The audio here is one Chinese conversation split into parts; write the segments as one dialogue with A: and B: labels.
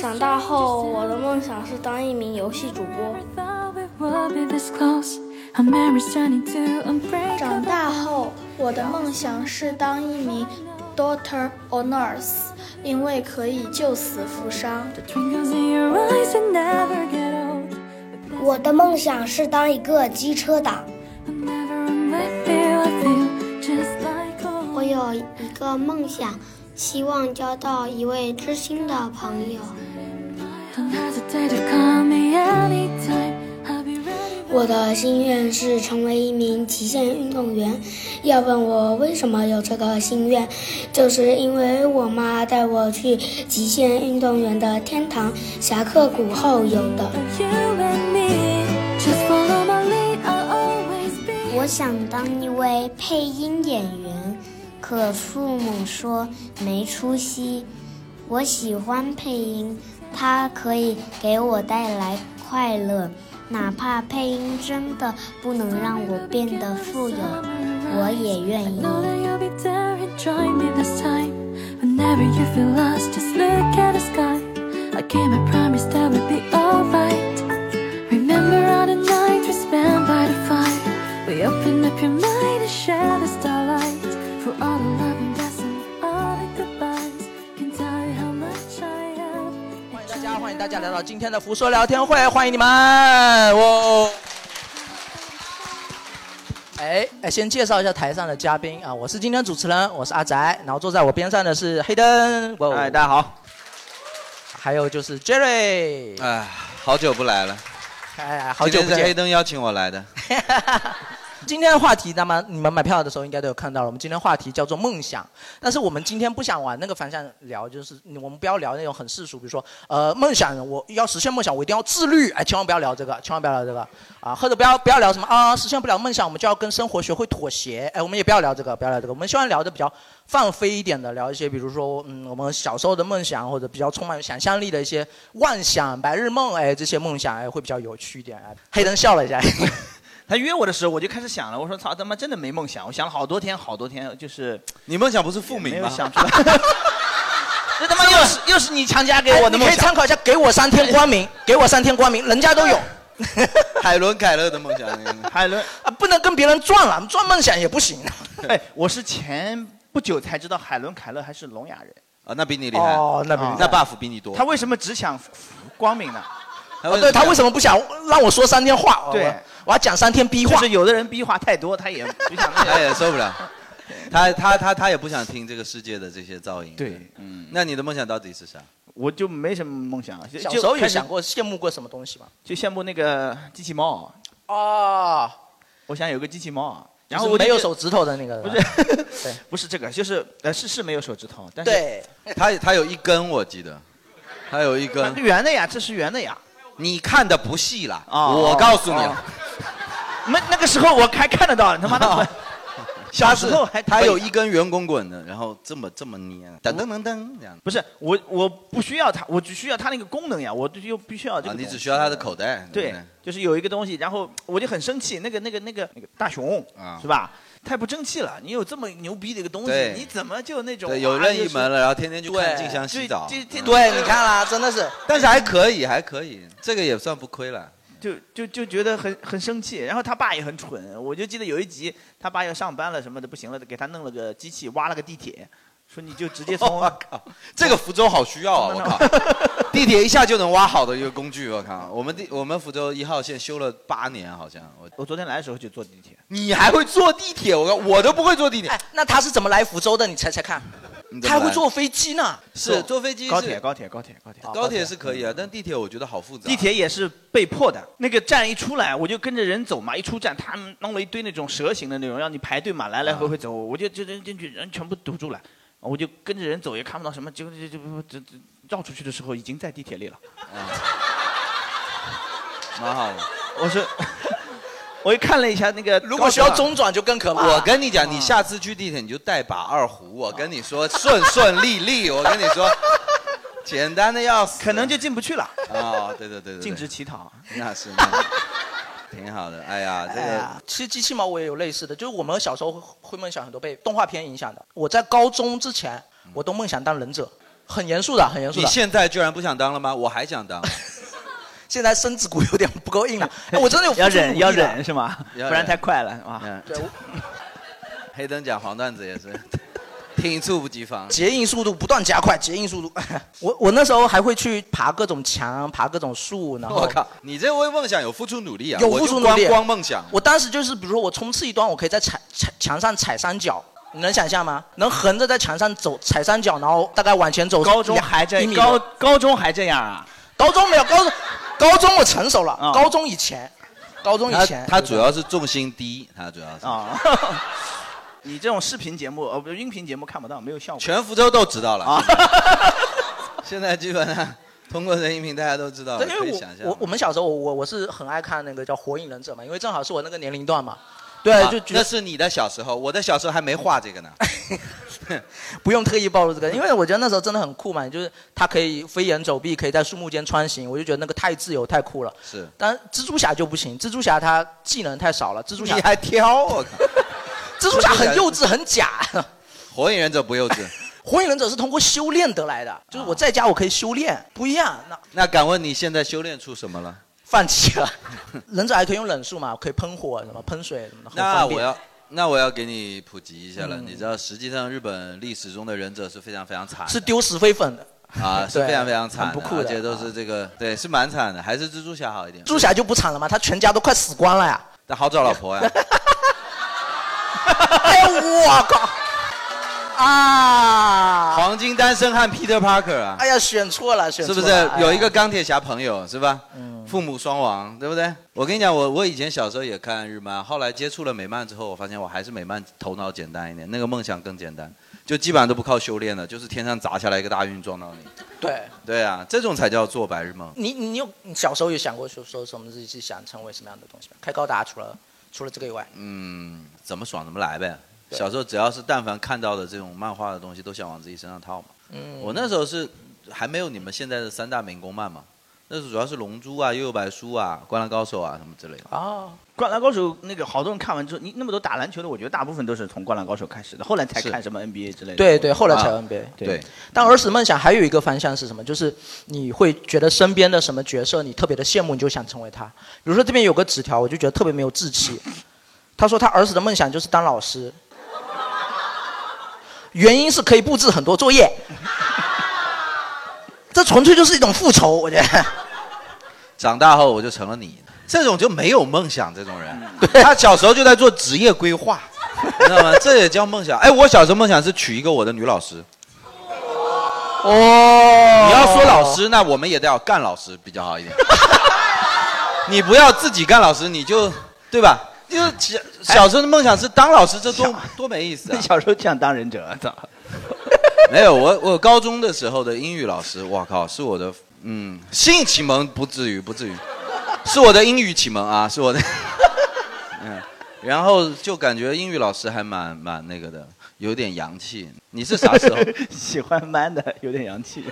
A: 长大后，我的梦想是当一名游戏主播。
B: 长大后，我的梦想是当一名 doctor or nurse，因为可以救死扶伤。
C: 我的梦想是当一个机车党。
D: 我有一个梦想，希望交到一位知心的朋友。
E: 我的心愿是成为一名极限运动员。要问我为什么有这个心愿，就是因为我妈带我去极限运动员的天堂——侠客谷后游的。
F: 我想当一位配音演员，可父母说没出息。我喜欢配音，它可以给我带来快乐，哪怕配音真的不能让我变得富有，我也愿意。
G: 大家来到今天的福说聊天会，欢迎你们！我，哎哎，先介绍一下台上的嘉宾啊，我是今天主持人，我是阿宅，然后坐在我边上的是黑灯，哦我
H: 哎，大家好，
G: 还有就是 Jerry，
H: 哎，好久不来了，
G: 哎，好久不
H: 今天是黑
G: 见。
H: 灯邀请我 来的，
G: 今天的话题，那么你们买票的时候应该都有看到了。我们今天话题叫做梦想，但是我们今天不想往那个方向聊，就是我们不要聊那种很世俗，比如说呃梦想，我要实现梦想，我一定要自律，哎，千万不要聊这个，千万不要聊这个啊，或者不要不要聊什么啊，实现不了梦想，我们就要跟生活学会妥协，哎，我们也不要聊这个，不要聊这个，我们希望聊的比较放飞一点的，聊一些比如说嗯我们小时候的梦想，或者比较充满想象力的一些妄想、白日梦，哎，这些梦想哎会比较有趣一点。哎黑灯笑了一下。
I: 他约我的时候，我就开始想了，我说操他妈真的没梦想，我想了好多天好多天， 就是
H: 你梦想不是复明
I: 没
H: 吗
I: 有想出来。 这他妈又是又是你强加给我的
G: 哎你
I: 梦
G: 可以
I: 想，
G: 参考一下，给我三天光明，给我三天光明，人家都有
H: 海伦凯勒的梦想，
I: 海伦
G: 啊，不能跟别人撞了，撞梦想也不行啊。
I: 哎，我是前不久才知道海伦凯勒还是聋哑人，
H: 啊，那比你厉害，
G: 哦那比你厉害
H: 那 buff 比你多，
I: 他为什么只想光明呢？
G: 哦对 他为什么不想让我说三天话？哦
I: 对
G: 我我要讲三天逼
I: 就
G: 话。
I: 是有的人逼话太多，他也不想那
H: 他
I: 个。
H: 也哎受不了，他他他他也不想听这个世界的这些噪音，
I: 对，
H: 嗯，那你的梦想到底是啥？
I: 我就没什么梦想，就
G: 小时候
I: 就
G: 有
I: 开始
G: 想过羡慕过什么东西吗？
I: 就羡慕那个机器猫，
G: 哦，
I: 我想有个机器猫，
G: 就
I: 然
G: 是
I: 后我就
G: 没有
I: 觉得
G: 手指头的那个人，
I: 不
G: 对
I: 是不是这个，就是呃是是没有手指头，但是
G: 对，
H: 他他有一根我记得，他有一
I: 啊
H: 根，
I: 圆的呀，这是圆的呀。
H: 你看的不细啦，
I: 哦
H: 我告诉你
I: 哦
H: 了，
I: 那那个时候我还看得到，哦他妈 的，小
H: 他
I: 时
H: 是
I: 候还
H: 哦他有一根圆滚滚的，然后这么这么捏，噔噔噔噔这样。
I: 不是我我不需要它，我只需要它那个功能呀，我就必须要这个
H: 啊，
I: 东西。
H: 你只需要他的口袋，对
I: 对
H: 不对，
I: 就是有一个东西，然后我就很生气，那个那个那个那个大熊
H: 啊
I: 是吧？太不争气了，你有这么牛逼的一个东西
H: 对，
I: 你怎么就那种
H: 对，有任意门了，然后天天去
G: 对
H: 看静香洗澡，
I: 这这这
G: 对，你看啦，真的是。
H: 但是还可以，还可以，这个也算不亏了。
I: 就就就觉得很很生气，然后他爸也很蠢，我就记得有一集他爸要上班了什么的不行了，给他弄了个机器挖了个地铁，说你就直接从
H: 我靠，这个福州好需要啊！我靠， 地铁一下就能挖好的一个工具，我靠，我们地我们福州一号线修了八年，好像我
I: 我昨天来的时候就坐地铁，
H: 你还会坐地铁，我靠，我都不会坐地铁。
G: 哎，那他是怎么来福州的？你猜猜看，
H: 你怎
G: 他还
H: 么来
G: 会坐飞机呢。
H: 是坐飞机是
I: 高铁高铁高铁高铁，
H: 高铁是可以啊，但地铁我觉得好复杂。
I: 地铁也是被迫的。那个站一出来，我就跟着人走嘛，一出站他们弄了一堆那种蛇形的那种，让你排队嘛，来来
H: 啊
I: 回回走，我就就就进去，人全部堵住了，我就跟着人走，也看不到什么，就就就就就绕出去的时候已经在地铁里了。
H: 啊蛮好的。
I: 我说，我又看了一下那个，
G: 如果需要中转就更可怕。
H: 我跟你讲，你 下次去地铁你就带把二胡，我跟你说顺顺利利，我跟你说，简单的要死，可能
I: 就进不去了。
H: 哦，对对对对，
I: 禁止乞讨，
H: 那是，那是 挺好的。哎呀，这
G: 哎
H: 个
G: 呀其实机器猫我也有类似的，就是我们小时候会会梦想很多被动画片影响的。我在高中之前，我都梦想当忍者，很严肃的，很严肃
H: 你
G: 的。
H: 现在居然不想当了吗？我还想当，
G: 现在身子骨有点不够 硬了， 哎我真的有付出
I: 要
G: 努
I: 忍
G: 力
I: 要
G: 的
I: 忍是吗？不
H: 要忍嗯
I: 然太快了哇！
G: 对我
H: 黑灯讲黄段子也是， 挺猝不及防。
G: 结印速度不断加快，结印速度。 我我那时候还会去爬各种墙，爬各种树，然后
H: 我靠，你这为梦想有付出努力啊！
G: 有
H: 我
G: 付
H: 就
G: 出努
H: 光
G: 力。
H: 光梦想，
G: 我当时就是，比如说我冲刺一段，我可以在踩踩墙上踩三脚，你能想象吗？能横着在墙上走踩三脚，然后大概往前走两。
I: 高中还这
G: 一米
I: 高
G: 多
I: 高中还这样啊？
G: 高中没有高中，高中 我成熟了。高中以前，高中以
H: 他
G: 前
H: 他主要是重心低，他主要是
I: 啊。 你这种视频节目哦，不是音频节目看不到，没有效果。
H: 全福州都知道了。
G: 啊
H: 现在基本上通过人音频大家都知道了，
G: 对，因
H: 可以
G: 为
H: 想象
G: 我我。我们小时候我我我是很爱看那个叫《火影忍者》嘛，因为正好是我那个年龄段嘛。对，
H: 啊
G: 就觉
H: 那
G: 得
H: 是你的小时候，我的小时候还没画这个 呢。
G: 不用特意暴露这个，因为我觉得那时候真的很酷嘛，就是他可以飞檐走壁，可以在树木间穿行，我就觉得那个太自由太酷了。
H: 是，
G: 但蜘蛛侠就不行，蜘蛛侠他技能太少了，蜘蛛侠
H: 你还挑我靠！
G: 蜘蛛侠很幼 稚很假。
H: 火影忍者不幼稚。
G: 火影忍者是通过修炼得来的，就是我在家我可以修炼，不一样。那
H: 那敢问你现在修炼出什么了？
G: 放弃了，忍者还可以用忍术嘛，可以喷火什么喷水什么的，很
H: 那
G: 方便
H: 我要，那我要给你普及一下了。
G: 嗯
H: 你知道，实际上日本历史中的忍者是非常非常惨的，
G: 是丢是非粉的
H: 啊，是
G: 对
H: 非常非常惨的，啊
G: 很不酷
H: 而
G: 的啊
H: 且都是这个，对，是蛮惨的，还是蜘蛛侠好一点
G: 蜘。蛛侠就不惨了嘛，他全家都快死光了呀！
H: 但好找老婆呀，
G: 哎呀，我靠！啊！
H: 黄金单身汉 Peter Parker 啊，
G: 哎呀，选错了，选
H: 是
G: 错
H: 不
G: 了
H: 是
G: 哎呀嗯
H: 有一个钢铁侠朋友是吧？父母双亡，对不对？我跟你讲，我我以前小时候也看日漫，后来接触了美漫之后，我发现我还是美漫头脑简单一点，那个梦想更简单，就基本上都不靠修炼了，就是天上砸下来一个大运撞到你。
G: 对
H: 对啊，这种才叫做白日梦。
G: 你，你有你小时候有想过说说什么自己想成为什么样的东西吗？开高达除了除了这个以外，
H: 嗯，怎么爽怎么来呗。
G: 对
H: 小时候只要是但凡看到的这种漫画的东西，都想往自己身上套嘛。
G: 嗯，
H: 我那时候是还没有你们现在的三大民工漫嘛，那时候主要是《龙珠》啊、《幽游白书》啊、《灌篮高手》啊什么之类的。
I: 哦
G: 啊，
I: 灌篮高手那个好多人看完之后，你那么多打篮球的，我觉得大部分都是从灌篮高手开始的，后来才
H: 是
I: 看什么 NBA 之类的。
G: 对对，后来才
H: 啊
G: 有 NBA、
I: 对
H: 对，
G: 但儿时梦想还有一个方向是什么？就是你会觉得身边的什么角色你特别的羡慕，你就想成为他。比如说这边有个纸条，我就觉得特别没有志气。他说他儿时的梦想就是当老师，原因是可以布置很多作业。 这纯粹就是一种复仇，我觉得。
H: 长大后我就成了你，这种就没有梦想，这种人，他小时候就在做职业规划，你知道吗？这也叫梦想。哎，我小时候梦想是娶一个我的女老师。
G: 哦
J: 哦
H: 你要说老师，那我们也得要干老师比较好一点。你不要自己干老师，你就对吧？就是小小时候的梦想是当老师，这多多没意思啊
I: 你！ 小时候就想当忍者，操！
H: 没有，我我高中的时候的英语老师，我靠，是我的嗯性启蒙不至于不至于，是我的英语启蒙啊，是我的 嗯，然后就感觉英语老师还蛮蛮那个的，有点洋气。你是啥时 候？
I: 喜欢 man 的，有点洋气。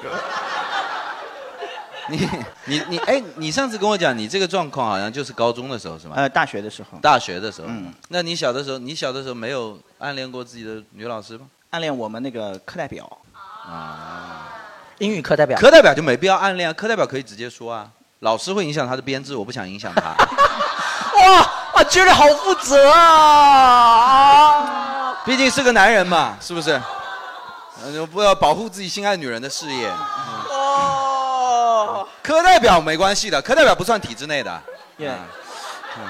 H: 你你你哎，你上次跟我讲你这个状况好像就是高中的时候是吗？
I: 呃，大学的时候
H: 大学的时候，
I: 嗯
H: 那你小的时候，你小的时候没有暗恋过自己的女老师吗？
I: 暗恋我们那个课代表，
G: 英语课代表，
H: 课代表就没必要暗恋啊，课代表可以直接说啊，老师会影响他的编制，我不想影响他。
G: 哇，啊，觉得好负责啊！
H: 毕竟是个男人嘛，是不是？嗯，就不要保护自己心爱女人的事业。
G: 哦，
H: 科代表没关系的，科代表不算体制内的。
I: 也
H: 啊
I: 嗯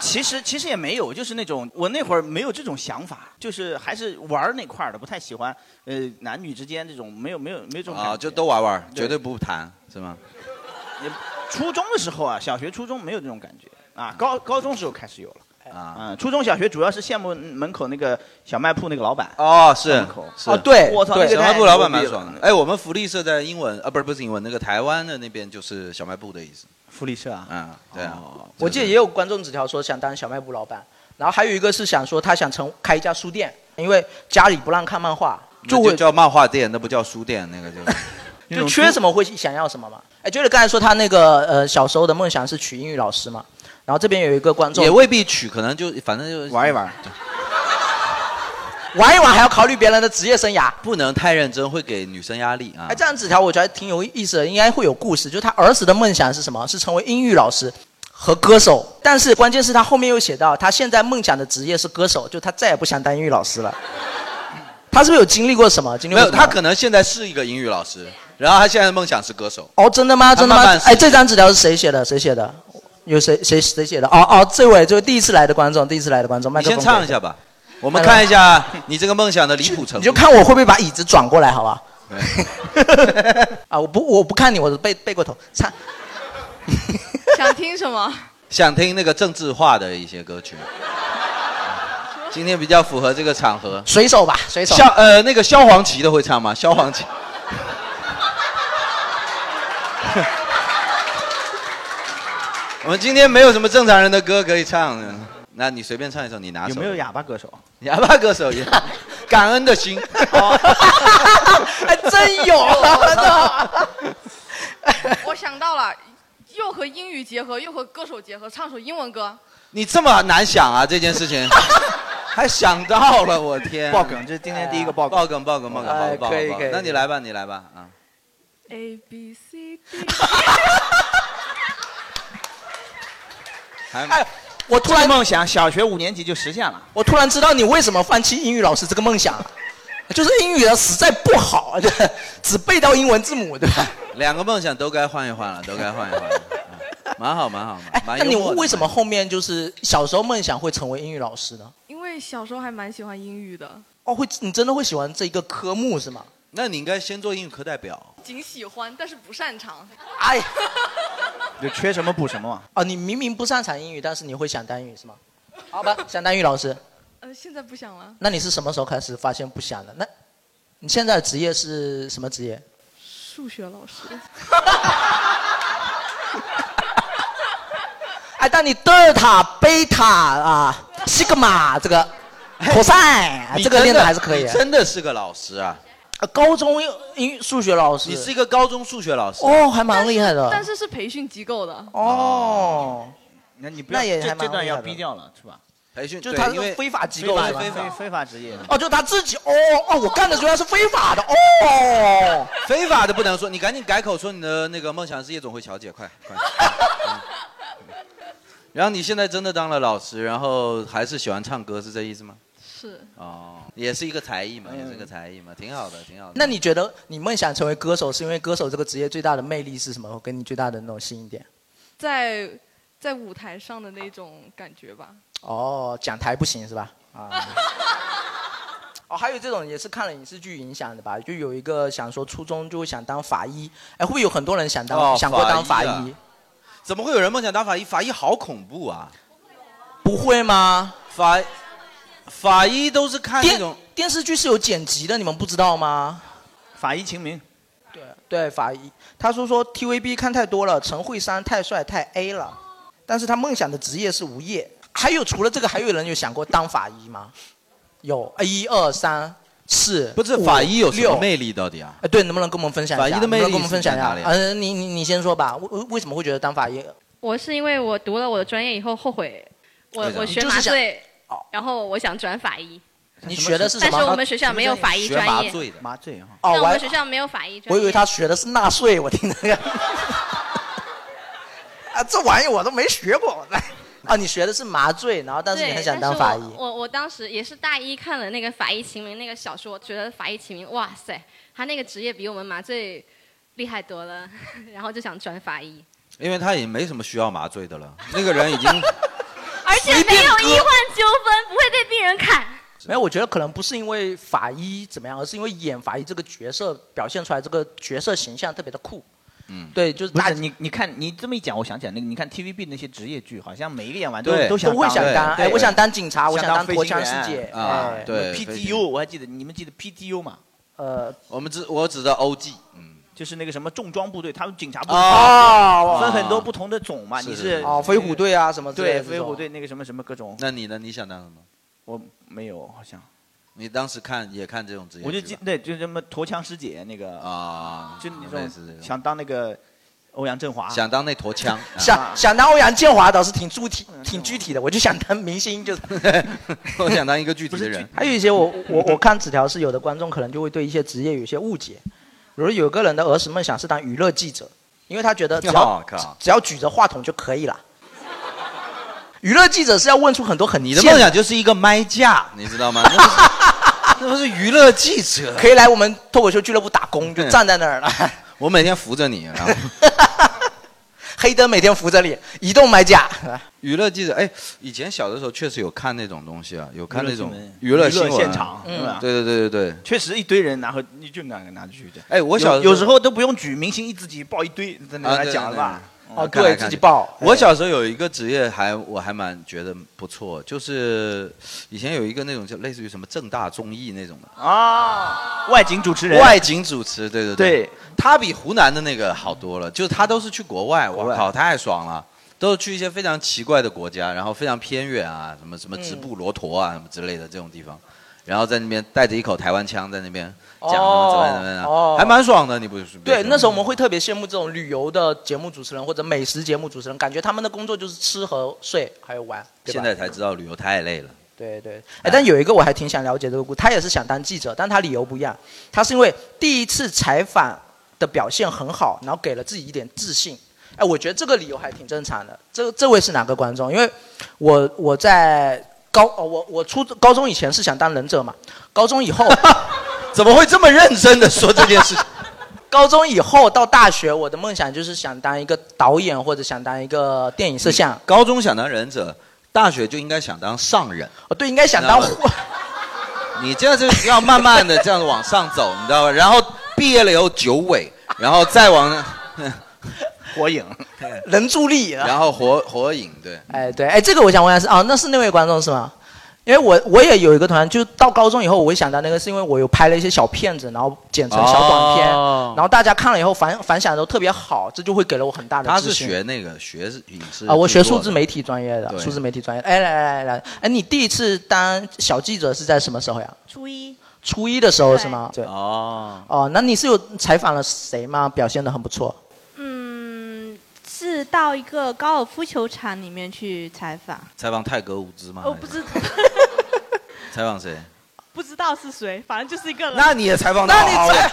I: 其实其实也没有，就是那种我那会儿没有这种想法，就是还是玩儿那块儿的，不太喜欢呃男女之间这种没有没有没有这种感觉
H: 啊，就都玩玩，
I: 对
H: 绝对不谈，是吗？
I: 也初中的时候啊，小学初中没有这种感觉啊，高高中时候开始有了。
H: 啊，
I: 啊，初中小学主要是羡慕门口那个小卖铺那个老板。
H: 哦，是
I: 窗口啊
H: 是
G: 哦，。对，
I: 我操，
G: 对
I: 那个
H: 小
I: 太
H: 卖部老板
I: 牛
H: 蛮
I: 逼了
H: 爽的。。哎，我们福利社在英文啊，不是不是英文，那个台湾的那边就是小卖部的意思。
I: 福利社啊，
H: 啊，对啊
I: 哦。
G: 我记得也有观众纸条说想当小卖部老板，然后还有一个是想说他想成开一家书店，因为家里不让看漫画，
H: 就
G: 会
H: 叫漫画店，那不叫书店，那个就
I: 那
G: 就
I: 种
G: 缺什么会想要什么嘛。哎，就是刚才说他那个呃小时候的梦想是娶英语老师嘛，然后这边有一个观众
H: 也未必娶，可能就反正就玩
I: 一玩，
G: 玩一玩还要考虑别人的职业生涯，
H: 不能太认真，会给女生压力啊
G: 哎，。这张纸条我觉得挺有意思的，应该会有故事。就是他儿时的梦想是什么？是成为英语老师和歌手。但是关键是他后面又写到，他现在梦想的职业是歌手，就他再也不想当英语老师了。他是不是有经历过什么？经历
H: 没
G: 过
H: 有，
G: 什么
H: 他可能现在是一个英语老师，然后他现在的梦想是歌手。
G: 哦，真的吗？
H: 他
G: 真的吗
H: 啊慢慢？
G: 哎，这张纸条是谁写的？谁写的？有谁谁谁写的？哦哦，这位就是第一次来的观众，第一次来的观众，麦
H: 你
G: 克风
H: 先
G: 给。
H: 唱一下吧，我们
G: 来吧
H: 看一下你这个梦想的离谱程
G: 你
H: 度
G: 就。看我会不会把椅子转过来，好吧？ 啊，我不我不看你，我背背过头唱。
K: 想听什么？
H: 想听那个政治化的一些 歌曲，今天比较符合这个场合。
G: 随手吧，随手
H: 萧呃，那个萧煌奇的会唱吗？萧煌奇， 我们今天没有什么正常人的歌可以唱的，那你随便唱一首，你拿手
I: 有没有哑巴歌手？
H: 哑巴歌手 也，感恩的心。
G: 还哎真有，我操！
K: 我想到了，又和英语结合，又和歌手结合，唱首英文歌。
H: 你这么难想啊这件事 情，还想到了，我天！
I: 爆梗这是今天第一个
H: 爆梗，爆梗，爆梗，爆梗，爆
I: 哎
H: 梗，爆
I: 可以
H: 梗爆
I: 可以
H: 梗。那你来吧，你来吧啊！
K: A B C D，
H: 还
G: 我
I: 哎突然梦想小学五年级就实现了。
G: 我突然知道你为什么放弃英语老师这个梦想了，就是英语实在不好， 对吧只背到英文字母，对吧？
H: 两个梦想都该换一换了，都该换一换了， 啊蛮好，蛮好，
I: 哎
H: 蛮
G: 哎那
H: 幽
G: 你
H: 默的。
G: 为什么后面就是小时候梦想会成为英语老师呢？
K: 因为小时候还蛮喜欢英语的，
G: 哦，会，你真的会喜欢这一个科目是吗？
H: 那你应该先做英语课代表。
K: 仅喜欢，但是不擅长。
G: 哎呀，
I: 就缺什么补什么嘛。
G: 啊，你明明不擅长英语，但是你会想当英语是吗？好吧，想当英语老师，
K: 呃，现在不想了，
G: 那你是什么时候开始发现不想的？那你现在的职业是什么职业？
K: 数学老 师。
G: 哎，但你德尔塔、贝塔啊、西格玛这个、cosine
H: 哎
I: 啊
H: 你
G: 这个
H: 真
G: 练的还是可以
H: 你。真的是个老师啊！
G: 呃高中英语数学老师，
H: 你是一个高中数学老师。
G: 哦，还蛮厉害的。
K: 但是是培训机构的。
G: 哦，
I: 那你不要
G: 那也
I: 这
G: 还蛮
I: 这段要
G: 厉害的
I: 逼掉了是吧？
H: 培训
G: 就是
H: 对
G: 他
H: 因为
G: 是非法机
I: 非
G: 构
I: 法
G: 是吧
I: 非？法非法职业，
G: 哦，就他自己哦哦，我干的原来是非法的哦。
H: 非法的不能说，你赶紧改口说你的那个梦想是夜总会小姐，快 快。嗯然后你现在真的当了老师，然后还是喜欢唱歌，是这意思吗？
K: 是，
H: 哦，也是一个才艺嘛，也是一个才艺嘛，挺好的，挺好的。
G: 那你觉得你梦想成为歌手，是因为歌手这个职业最大的魅力是什么？跟你最大的那种吸引点？
K: 在在舞台上的那种感觉吧。
G: 哦，讲台不行是吧？啊。 哦，还有这种也是看了影视剧影响的吧？就有一个想说初中就会想当法医，哎，会不会有很多人想当、
H: 哦
G: 想过当
H: 法
G: 法
H: 医啊
G: 医？
H: 怎么会有人梦想当法医？法医好恐怖啊！
G: 不会吗？
H: 法法医都是看那
G: 电
H: 种
G: 电视剧是有剪辑的，你们不知道吗？
I: 法医秦明，
G: 对法医，他说说 TVB 看太多了，陈慧珊太帅太 A 了，但是他梦想的职业是无业。还有除了这个，还有人有想过当法医吗？有，一二三四，
H: 不是
G: 五
H: 法医有什么
G: 六
H: 魅力到底啊？
G: 哎，对，能不能跟我们分享一下？
H: 法医的魅力
G: 能不能跟我们分享一下
H: 是在？哪里啊
G: 嗯，你你你先说吧，为为为什么会觉得当法医？
L: 我是因为我读了我的专业以后后悔，我
H: 为什么
L: 我学麻醉，
G: 哦
L: 然后我想转法医，
G: 你学的是什
L: 但
G: 么
L: 是？我们学校没有法医
H: 学
L: 专
H: 麻
L: 业，
H: 醉的，
I: 麻醉哈，
G: 哦，
L: 但
G: 我
L: 我
G: 还
L: 们学校没有法医专
G: 我
L: 业。
G: 以为他学的是纳税，我听那个。 啊，这玩意我都没学过。 啊，你学的是麻醉，然后但是你
L: 对，
G: 很想
L: 但
G: 当
L: 是
G: 法医。
L: 我我我当时也是大一看了那个法医秦明那个小说，觉得法医秦明，哇塞，他那个职业比我们麻醉厉害多了， 然后就想转法医，
H: 因为他也没什么需要麻醉的了， 那个 人已经
L: 而且没有医患纠纷，不会被病人砍。
G: 没有，我觉得可能不是因为法医怎么样，而是因为演法医这个角色表现出来这个角色形象特别的酷。嗯，对，就是
I: 不
G: 大
I: 是你你看你这么一讲，我想起来那个，你看 TVB 那些职业剧，好像每一个演完都
H: 对
I: 都想
G: 都会想
I: 当
G: 当，
I: 对
G: 哎，我想当警察，我
I: 想
G: 想
I: 当
G: 当
I: 飞
G: 夺
I: 行
G: 枪世
I: 员
G: 界，
H: 啊
G: 哎，
H: 对飞行
I: PTU，我还记得你们记得 PTU 吗？
G: 呃，
H: 我们只我只知道 OG，嗯，
I: 就是那个什么重装部队，他们警察部队
G: 哦
I: 分很多不同的种嘛，
H: 是
I: 你
H: 是
I: 是
H: 是
G: 哦，飞虎队啊什么之类
I: 对
G: 的这
I: 飞
G: 种
I: 虎队那个什么什么各种，
H: 那你呢？你想当什么？
I: 我没有好像
H: 你当时看也看这种职业剧吧？
I: 我就记对，就什么驼枪师姐那个
H: 啊，
I: 就那
H: 类
I: 种
H: 似这种
I: 想当那个欧阳
G: 啊
I: 震华，
H: 想当那坨枪，
G: 想想当欧阳建华啊嗯倒是挺具体、挺具体的，我就想当明星， 就是
H: 我想当一个具体的人。
G: 还有一些我我我看纸条是有的观众可能就会对一些职业有些误解，比如有个人的儿时梦想是当娱乐记者，因为他觉得只要、
H: 我哦靠
G: 只要举着话筒就可以了。娱乐记者是要问出很多很
H: 你的
G: 贱
H: 梦想就是一个麦架，你知道吗？那不是 那不是娱乐记者，嗯
G: 可以来我们脱口秀俱乐部打工， 就站在那儿了。
H: 我每天扶着你，然后
G: 黑灯每天扶着你，移动买假。
H: 娱乐记者，哎，以前小的时候确实有看那种东西啊，有看那种
I: 娱乐
H: 乐
I: 新
H: 新
I: 闻
H: 闻啊嗯
I: 娱乐现场是吧
H: 对对对对对，
I: 确实一堆人拿回你就拿拿去的。
H: 哎我小
I: 有有时候都不用举明星，一自己报一堆在那
H: 啊
I: 来
H: 对
I: 讲
H: 对
I: 是吧？
H: 对啊
I: 哦，
H: 看来看去我
I: 我
H: 小时候有一个职业还我还蛮觉得不错，就是以前有一个那种叫类似于什么正大综艺那种的
I: 哎啊，外景主持人，
H: 外景主持，对对对，他比湖南的那个好多了，就是他都是去国外，我靠，太爽了。都是去一些非常奇怪的国家，然后非常偏远啊，什么什么
G: 嗯
H: 直布罗陀啊，什么之类的这种地方，然后在那边带着一口台湾腔在那边讲什么之类的怎么样，
G: 哦
H: 还蛮爽的。你不是
G: 对，那时候我们会特别羡慕这种旅游的节目主持人或者美食节目主持人，感觉他们的工作就是吃和睡还有玩。对吧
H: 现在才知道旅游太累了。
G: 对对，哎，但有一个我还挺想了解这个故事，他也是想当记者，但他理由不一样，他是因为第一次采访的表现很好，然后给了自己一点自信。哎，我觉得这个理由还挺正常的。这这位是哪个观众？因为我我在高哦，我我初高中以前是想当忍者嘛，高中以后
H: 怎么会这么认真的说这件事？
G: 高中以后到大学，我的梦想就是想当一个导演或者想当一个电影摄像。
H: 高中想当忍者，大学就应该想当上人。
G: 哦，对，应该想当
H: 你知 道吗你这样就是要慢慢的这样往上走，你知道吧？然后毕业了以后九尾，然后再 往
I: 火影、
G: 人助力，
H: 然后火火影对。
G: 哎，对，哎，这个我想问一下是啊，那是那位观众是吗？因为我我也有一个团，就到高中以后，我会想到那个，是因为我有拍了一些小片子，然后剪成小短片，
H: 哦
G: 然后大家看了以后反反响都特别好，这就会给了我很大的
H: 他是
G: 自信
H: 学那个学影视
G: 啊，我学
H: 制
G: 数
H: 作的
G: 字媒体专业的，
H: 对
G: 数字媒体专业的。哎，来来来来，哎，你第一次当小记者是在什么时候呀？
M: 初一
G: 初一的时候是吗？对。
H: 哦。
G: 哦，那你是有采访了谁吗？表现的很不错。
M: 嗯，是到一个高尔夫球场里面去采访，
H: 采访泰格伍兹吗？
M: 我不知
H: 采访谁？
M: 不知道是谁，反正就是一个人。
I: 那你也采访得
G: 那你
I: 好啊
G: 采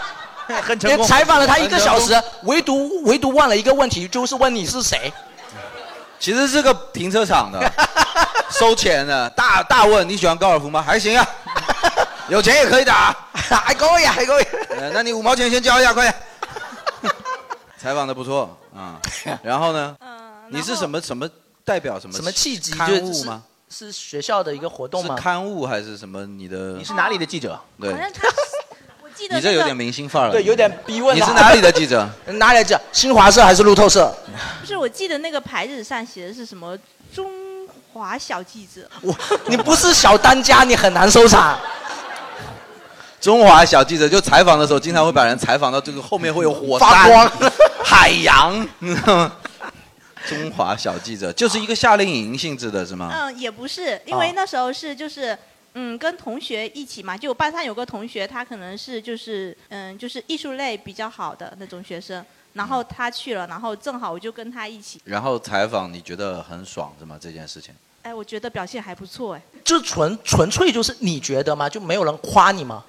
I: 我 很成
G: 哎你
I: 功，
G: 采访了他一个小时
I: 很成功，
G: 唯独唯独问了一个问题，就是问你是谁。
H: 其实是个停车 场的，收钱的。大大问你喜欢高尔夫吗？还行啊，有钱也可以打，呃
G: 还可以，啊还可以。
H: 那你五毛钱先交一下，快点。采访的不错 啊、然后呢？
M: 呃
H: 你是什么什么代表什么
G: 什么契机？
H: 刊
G: 就是
H: 物吗？
G: 是学校的一个活动
H: 是
G: 吗？
H: 刊物还是什么？你的你
I: 是哪里的记者？
H: 对
M: 好，像他是，我记得那个
H: 你这有点明星范儿了。
G: 对，有点逼问。
H: 你是哪里的记者？
G: 哪里的记者？新华社还是路透社？
M: 不是，我记得那个牌子上写的是什么“中华小记者
G: 啊你不是小当家，你很难收场。
H: 中华小记者就采访的时候，经常会把人采访到这个后面会有火山、
G: 发光
H: 海洋，你知道吗？中华小记者就是一个夏令营性质的，是”。吗？
M: 嗯，也不是，因为那时候是就是。
G: 啊
M: 嗯，跟同学一起嘛，就班上有个同学，他可能是就是嗯，就是艺术类比较好的那种学生，然后他去了，然后正好我就跟他一起，
H: 然后采访你觉得很爽是吗？这件事情，
M: 哎，我觉得表现还不错，哎，
G: 就纯纯粹就是你觉得吗？就没有人夸你吗？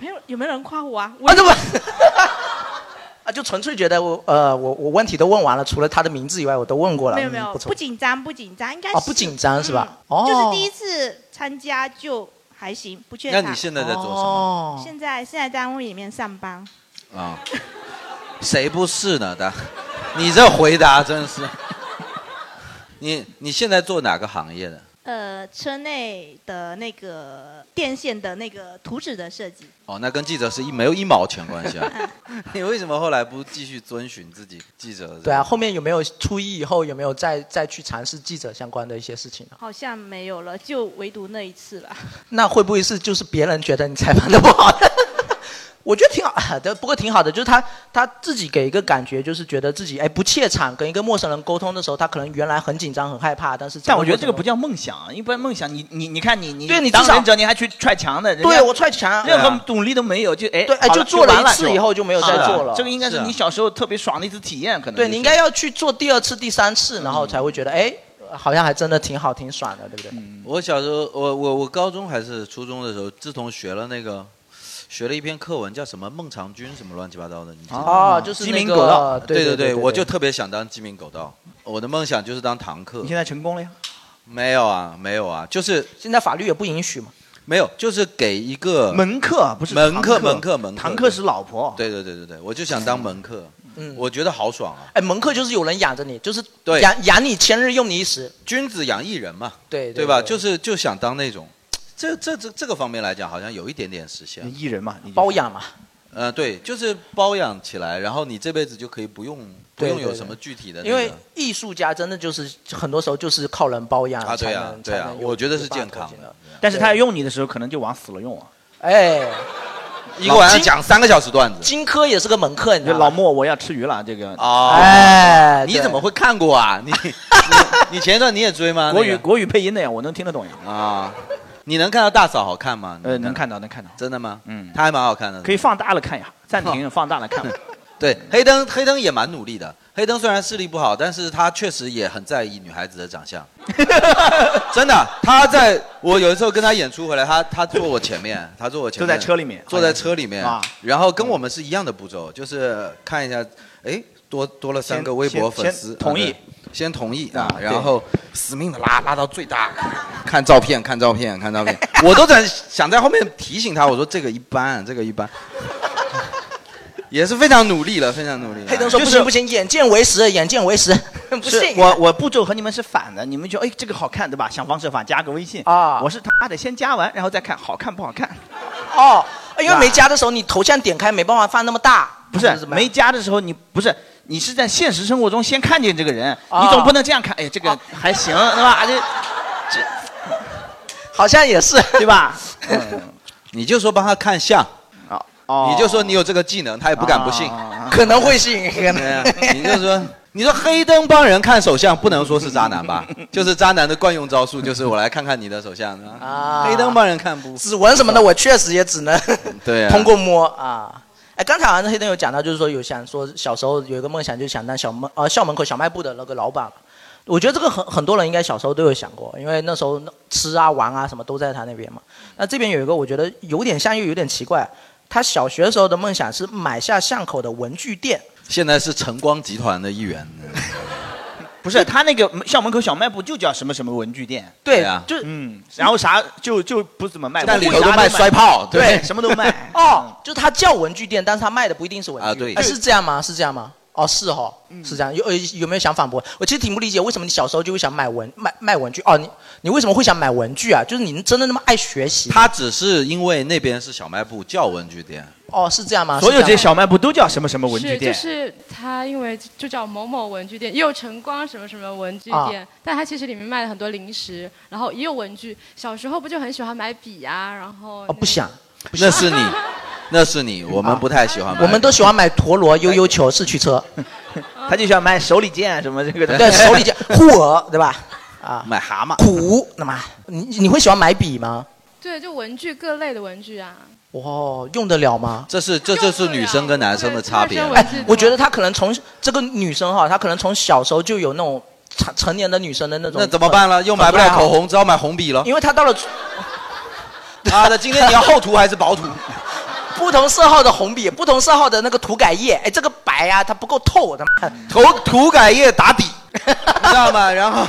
M: 没有有没有人夸我啊？我
G: 啊，对吧？啊，就纯粹觉得我呃，我我问题都问完了，除了他的名字以外，我都问过了。
M: 没有没
G: 嗯
M: 有，
G: 不
M: 不
G: 错
M: 紧张不紧张，应该是、
H: 哦
G: 啊，不紧张是吧？哦，
M: 就是第一次参加就还行，不怯
H: 那
M: 场。
H: 你现在在做什么
G: 哦
M: 现在现在单位里面上班，
H: 啊、谁不是呢？的，你这回答真是。你你现在做哪个行业的？
M: 呃，车内的那个电线的那个图纸的设计，
H: 哦，那跟记者是一没有一毛钱关系啊！ 你为什么后来不继续遵循自己记者的这个？
G: 对啊，后面有没有初一以后有没有再再去尝试记者相关的一些事情呢？
M: 好像没有了，就唯独那一次了。
G: 那会不会是就是别人觉得你采访的不好？ 我觉得挺好 的，不过挺好的，就是他他自己给一个感觉，就是觉得自己哎不怯场，跟一个陌生人沟通的时候，他可能原来很紧张很害怕，但是
I: 但我觉得这个
G: 不。
I: 不叫梦想啊，一般梦想你你你看你你
G: 对你至
I: 当
G: 少
I: 忍者你还去踹墙的，人
G: 对
I: 家
G: 我踹墙
I: 任
G: 对啊
I: 何努力都没有，就哎
G: 对哎
I: 好
G: 就做了
I: 完
G: 一次以后就没有再
I: 是的
G: 做了
I: 这个应该是
G: 是啊
I: 你小时候特别爽的一次体验，可能
G: 对
I: 就
G: 你
I: 是嗯
G: 应该要去做第二次、第三次，然后才会觉得，哎，好像还真的挺好、挺爽的，对不对？
I: 嗯
H: 我小时候，我我我高中还是初中的时候，自从学了那个，学了一篇课文，叫什么孟尝君什么乱七八糟的，你知道吗？
G: 哦就是那个鸡鸣狗盗对对
H: 对
G: 对
H: 对，
G: 对对
H: 我就特别想当鸡鸣狗盗，我的梦想就是当堂客。
I: 你现在成功了呀？
H: 没有啊，没有啊，就是
G: 现在法律也不允许嘛。
H: 没有，就是给一个
I: 呃门客不是
H: 门
I: 堂客
H: 门客门客，
I: 堂客是老婆。
H: 对对对对对，我就想当门客，
G: 嗯
H: 我觉得好爽啊。
G: 哎，门客就是有人养着你，就是
H: 对
G: 养养你千日，用你一时。
H: 君子养一人嘛，
G: 对对
H: 对吧？
G: 对
H: 就是就想当那种，这这这这个方面来讲，好像有一点点实现。
I: 艺人嘛，你
G: 包养嘛。
H: 呃，对，就是包养起来，然后你这辈子就可以不用不
G: 对
H: 用
G: 对
H: 有
G: 对
H: 什么具体的那
G: 因
H: 个、
G: 为艺术家真的就是很多时候就是靠人包养
H: 啊，对
G: 才
H: 啊
G: 能，
H: 对
G: 才
H: 啊
G: 能，有
H: 我觉得是
G: 有办法
H: 健康
G: 做
H: 的。
I: 但是他要用你的时候，可能就往死了用啊。
G: 哎，
H: 一个晚上讲三个小时段子。
G: 荆轲也是个门客，你知道吗
I: 老莫，我要吃鱼了，这个
H: 哦，
G: 哎
H: 你
G: 对
H: 怎么会看 过啊？你你你前一段你也追吗？
I: 国语国语配音的呀，我能听得懂呀。
H: 啊，你能看到大嫂好看吗？
I: 呃，能看到，能看到，
H: 真的吗？
I: 嗯，
H: 她还蛮好看的。
I: 可以放大了看呀，暂停放大了看。
H: 对，黑灯黑灯也蛮努力的。黑灯虽然视力不好，但是他确实也很在意女孩子的 长相。真的，他在我有一次跟他演出回来，他他坐我前面，他坐我前面，
I: 坐在车里面
H: 坐在车里面
I: 啊，
H: 然后跟我们是一样的步骤，就是看一下，哎，多多了三
I: 先
H: 个微博
I: 先
H: 粉丝，
I: 先同意
H: 啊，对先同意啊
I: 啊，对
H: 然后死命的拉拉到最大，看照片，看照片，看 照片，我都在想在后面提醒他，我说这个一般，这个一般。也是非常努力了，非常努力了。
G: 黑灯说不行不行，眼见为实，眼见为 实，不
I: 是
G: 信
I: 我我步骤和你们是反的，你们就哎这个好看对吧？想方设法加个微信啊，我是他妈的先加完，然后再看好看不好看。哎
G: 哦，因为没加的时候你头像点开没办法放那么大，
I: 不是没加的时候你不是你是在现实生活中先看见这个人，
G: 啊
I: 你总不能这样看，哎这个还行对吧？啊这这
G: 好像也是
I: 对吧？
H: 你就说帮他看相，
I: 哦
H: 你就说你有这个技能，他也不敢不信，
G: 可能会信，可
H: 对啊你就说，你说黑灯帮人看手相，不能说是渣男 吧？就是渣男的惯用招数，就是我来看看你的手相啊。黑灯帮人看不
G: 指纹什么的，我确实也只 能
H: 对啊
G: 通过摸啊。哎，刚才好像黑灯有讲到，就是说有想说小时候有一个梦想，就是想当小门呃校门口小卖部的那个老板嘛。我觉得这个很很多人应该小时候都有想过，因为那时候那吃啊玩啊什么都在他那边嘛。那这边有一个我觉得有点像又有点奇怪，他小学时候的梦想是买下巷口的文具店。
H: 现在是晨光集团的一员。
I: 不是他那个校门口小卖部就叫什么什么文具店，
G: 对
H: 啊，
G: 就。
I: 嗯，然后啥就就不怎么卖，
H: 但里头
I: 啥
H: 都卖摔炮对
I: 对，什么都 卖
G: 哦，就他叫文具店，但是他卖的不一定是文具。
H: 啊对嗯
G: 哎是这样吗？是这样吗？哦，是哦，是这样。有呃有没有想反驳？我其实挺不理解，为什么你小时候就会想买文卖卖文具？哦，你你为什么会想买文具啊？就是你真的那么爱学习吗？
H: 他只是因为那边是小卖部，叫文具店。
G: 哦，是这样吗？
I: 所有这些
G: 是样
I: 小卖部都叫什么什么文具
N: 是，
I: 店
N: 就，是它，因为就叫某某文具店，也有晨光什么什么文具店，
G: 啊
N: 但它其实里面卖了很多零食，然后也有文具。小时候不就很喜欢买笔呀、然后、
G: 吗哦，不想，
H: 那是你，那是你，我们不太喜欢买。
G: 我们都喜欢买陀螺、悠悠球、四驱 车，
I: 他就想卖手里剑什么这个的，
G: 对，手里剑、护额，对吧？ 啊，
I: 买蛤蟆、
G: 苦，那么你你会喜欢买笔吗？
N: 对，就文具各类的文具啊。
G: 哦，用得了吗？
H: 这是这就是女生跟男生的差别。啊
G: 哎，我觉得她可能从这个女生哈，她可能从小时候就有那种成成年的女生的那种。
H: 那怎么办了？又买不了口红，只好买红笔了。
G: 因为她 到了
H: 妈的，今天你要厚涂还是薄涂？
G: 不同色号的红笔，不同色号的那个涂改液，哎，这个白啊，它不够透，他妈
H: 涂涂改液打底，你知道吗？然后，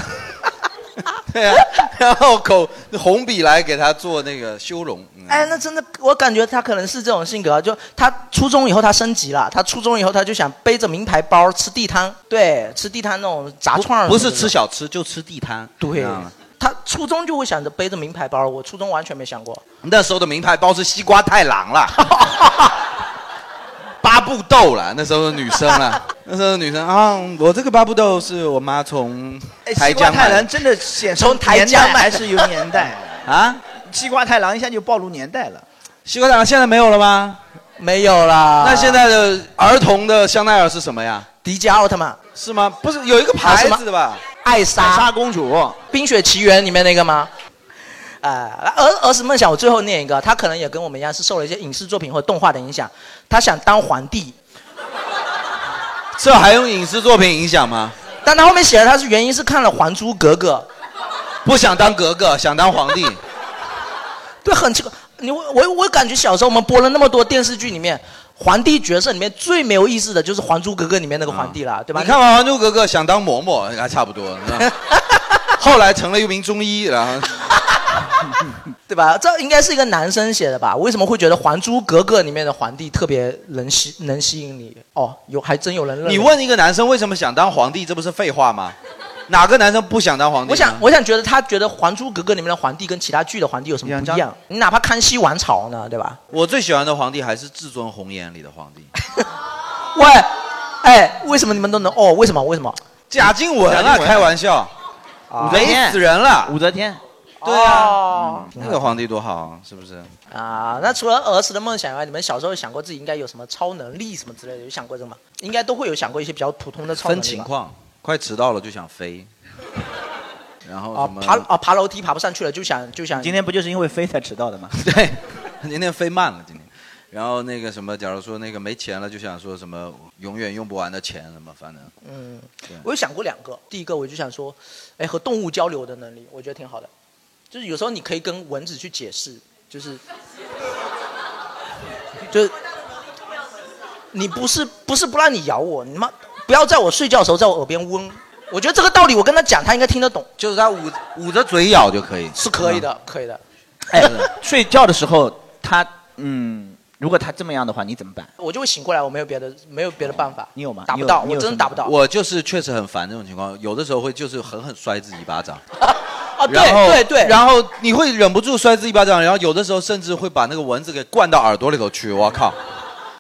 H: 对啊，然后口红笔来给他做那个修容。嗯
G: 哎，那真的，我感觉他可能是这种性格，就他初中以后他升级了，他初中以后他就想背着名牌包吃地摊，对，吃地摊那种炸串儿
H: 不
G: 什
H: 是
G: 么的
H: 吃小吃，就吃地摊。你
G: 对
H: 知道吗，
G: 他初中就会想着背着名牌包，我初中完全没想过。
H: 那时候的名牌包是西瓜太郎了，巴布豆了。那时候的女生了，那时候的女生啊，我这个巴布豆是我妈从
I: 哎
H: 台
I: 西瓜
H: 江
I: 太
H: 买
I: 郎
H: 的。
I: 真的显出
H: 从台
I: 年
H: 江
I: 代
H: 买
I: 还是有年代
H: 啊？
I: 西瓜太郎一下就暴露年代了。
H: 西瓜太郎现在没有了吗？
G: 没有啦。
H: 那现在的儿童的香奈儿是什么呀？
G: 迪迦奥特曼啊
H: 是吗？不是有一个牌子的吧？
G: 艾莎
H: 艾莎公主，《
G: 冰雪奇缘》里面那个吗？啊、儿儿时梦想，我最后念一个，他可能也跟我们一样是受了一些影视作品或动画的影响，他想当皇帝，
H: 这还用影视作品影响吗？
G: 但他后面写了他是原因是看了《还珠格格》，
H: 不想当格格，想当皇帝。
G: 对，很奇怪，你我我我感觉小时候我们播了那么多电视剧里面，皇帝角色里面最没有意思的就是《还珠格格》里面那个皇帝了，对吧？
H: 你看啊完《还珠格格》想当嬷嬷，还差不多。嗯后来成了一名中医，然后
G: 对吧？这应该是一个男生写的吧？为什么会觉得《还珠格格》里面的皇帝特别能吸能吸引你？哦，有还真有人认为
H: 你问一个男生为什么想当皇帝，这不是废话吗？哪个男生不想当皇帝呢？
G: 我想，我想觉得他觉得《还珠格格》里面的皇帝跟其他剧的皇帝有什么不一样？你哪怕康熙王朝呢，对吧？
H: 我最喜欢的皇帝还是《至尊红颜》里的皇帝
G: 喂，哎，为什么你们都能？哦，为什么？为什么？
H: 贾静雯啊，开玩笑，
G: 啊
H: 美死人了。
I: 武则天，
G: 哦
H: 对啊，那个皇帝多好啊，是不是？
G: 啊，那除了儿时的梦想以外，你们小时候想过自己应该有什么超能力什么之类的？有想过这个吗？应该都会有想过一些比较普通的超能力
H: 分
G: 吧
H: 情况，快迟到了就 想飞，然
I: 哦
H: 后
G: 啊
H: 什，么
G: 爬啊爬楼梯爬不上去了，就想就想
H: 今
I: 今天不就是因为飞才迟到的吗？
H: 对， 今天飞慢了今天。然后那个什么，假如说那个没钱了，就想说什么永远用不完的钱什么，反正
G: 嗯
H: 对，
G: 我有想过两个。第一个，我就想说，哎，和动物交流的能力，我觉得挺好的。就是有时候你可以跟蚊子去解释，就是，就是，你不是不是不让你咬我，你妈不要在我睡觉的时候在我耳边嗡。我觉得这个道理我跟他讲，他应该听得懂，
H: 就是他捂捂着嘴咬就可以，
G: 是可以的，可以的。
I: 嗯哎，睡觉的时候他嗯，如果他这么样的话，你怎么办？
G: 我就会醒过来，我没有别的没有别的办法。
I: 你有吗？
G: 打不到，我真的打不到。
H: 我就是确实很烦这种情况，有的时候会就是狠狠摔自己一巴掌。
G: 啊，对
H: 然后
G: 对对，
H: 然后你会忍不住摔自己一巴掌，然后有的时候甚至会把那个蚊子给灌到耳朵里头去，我靠！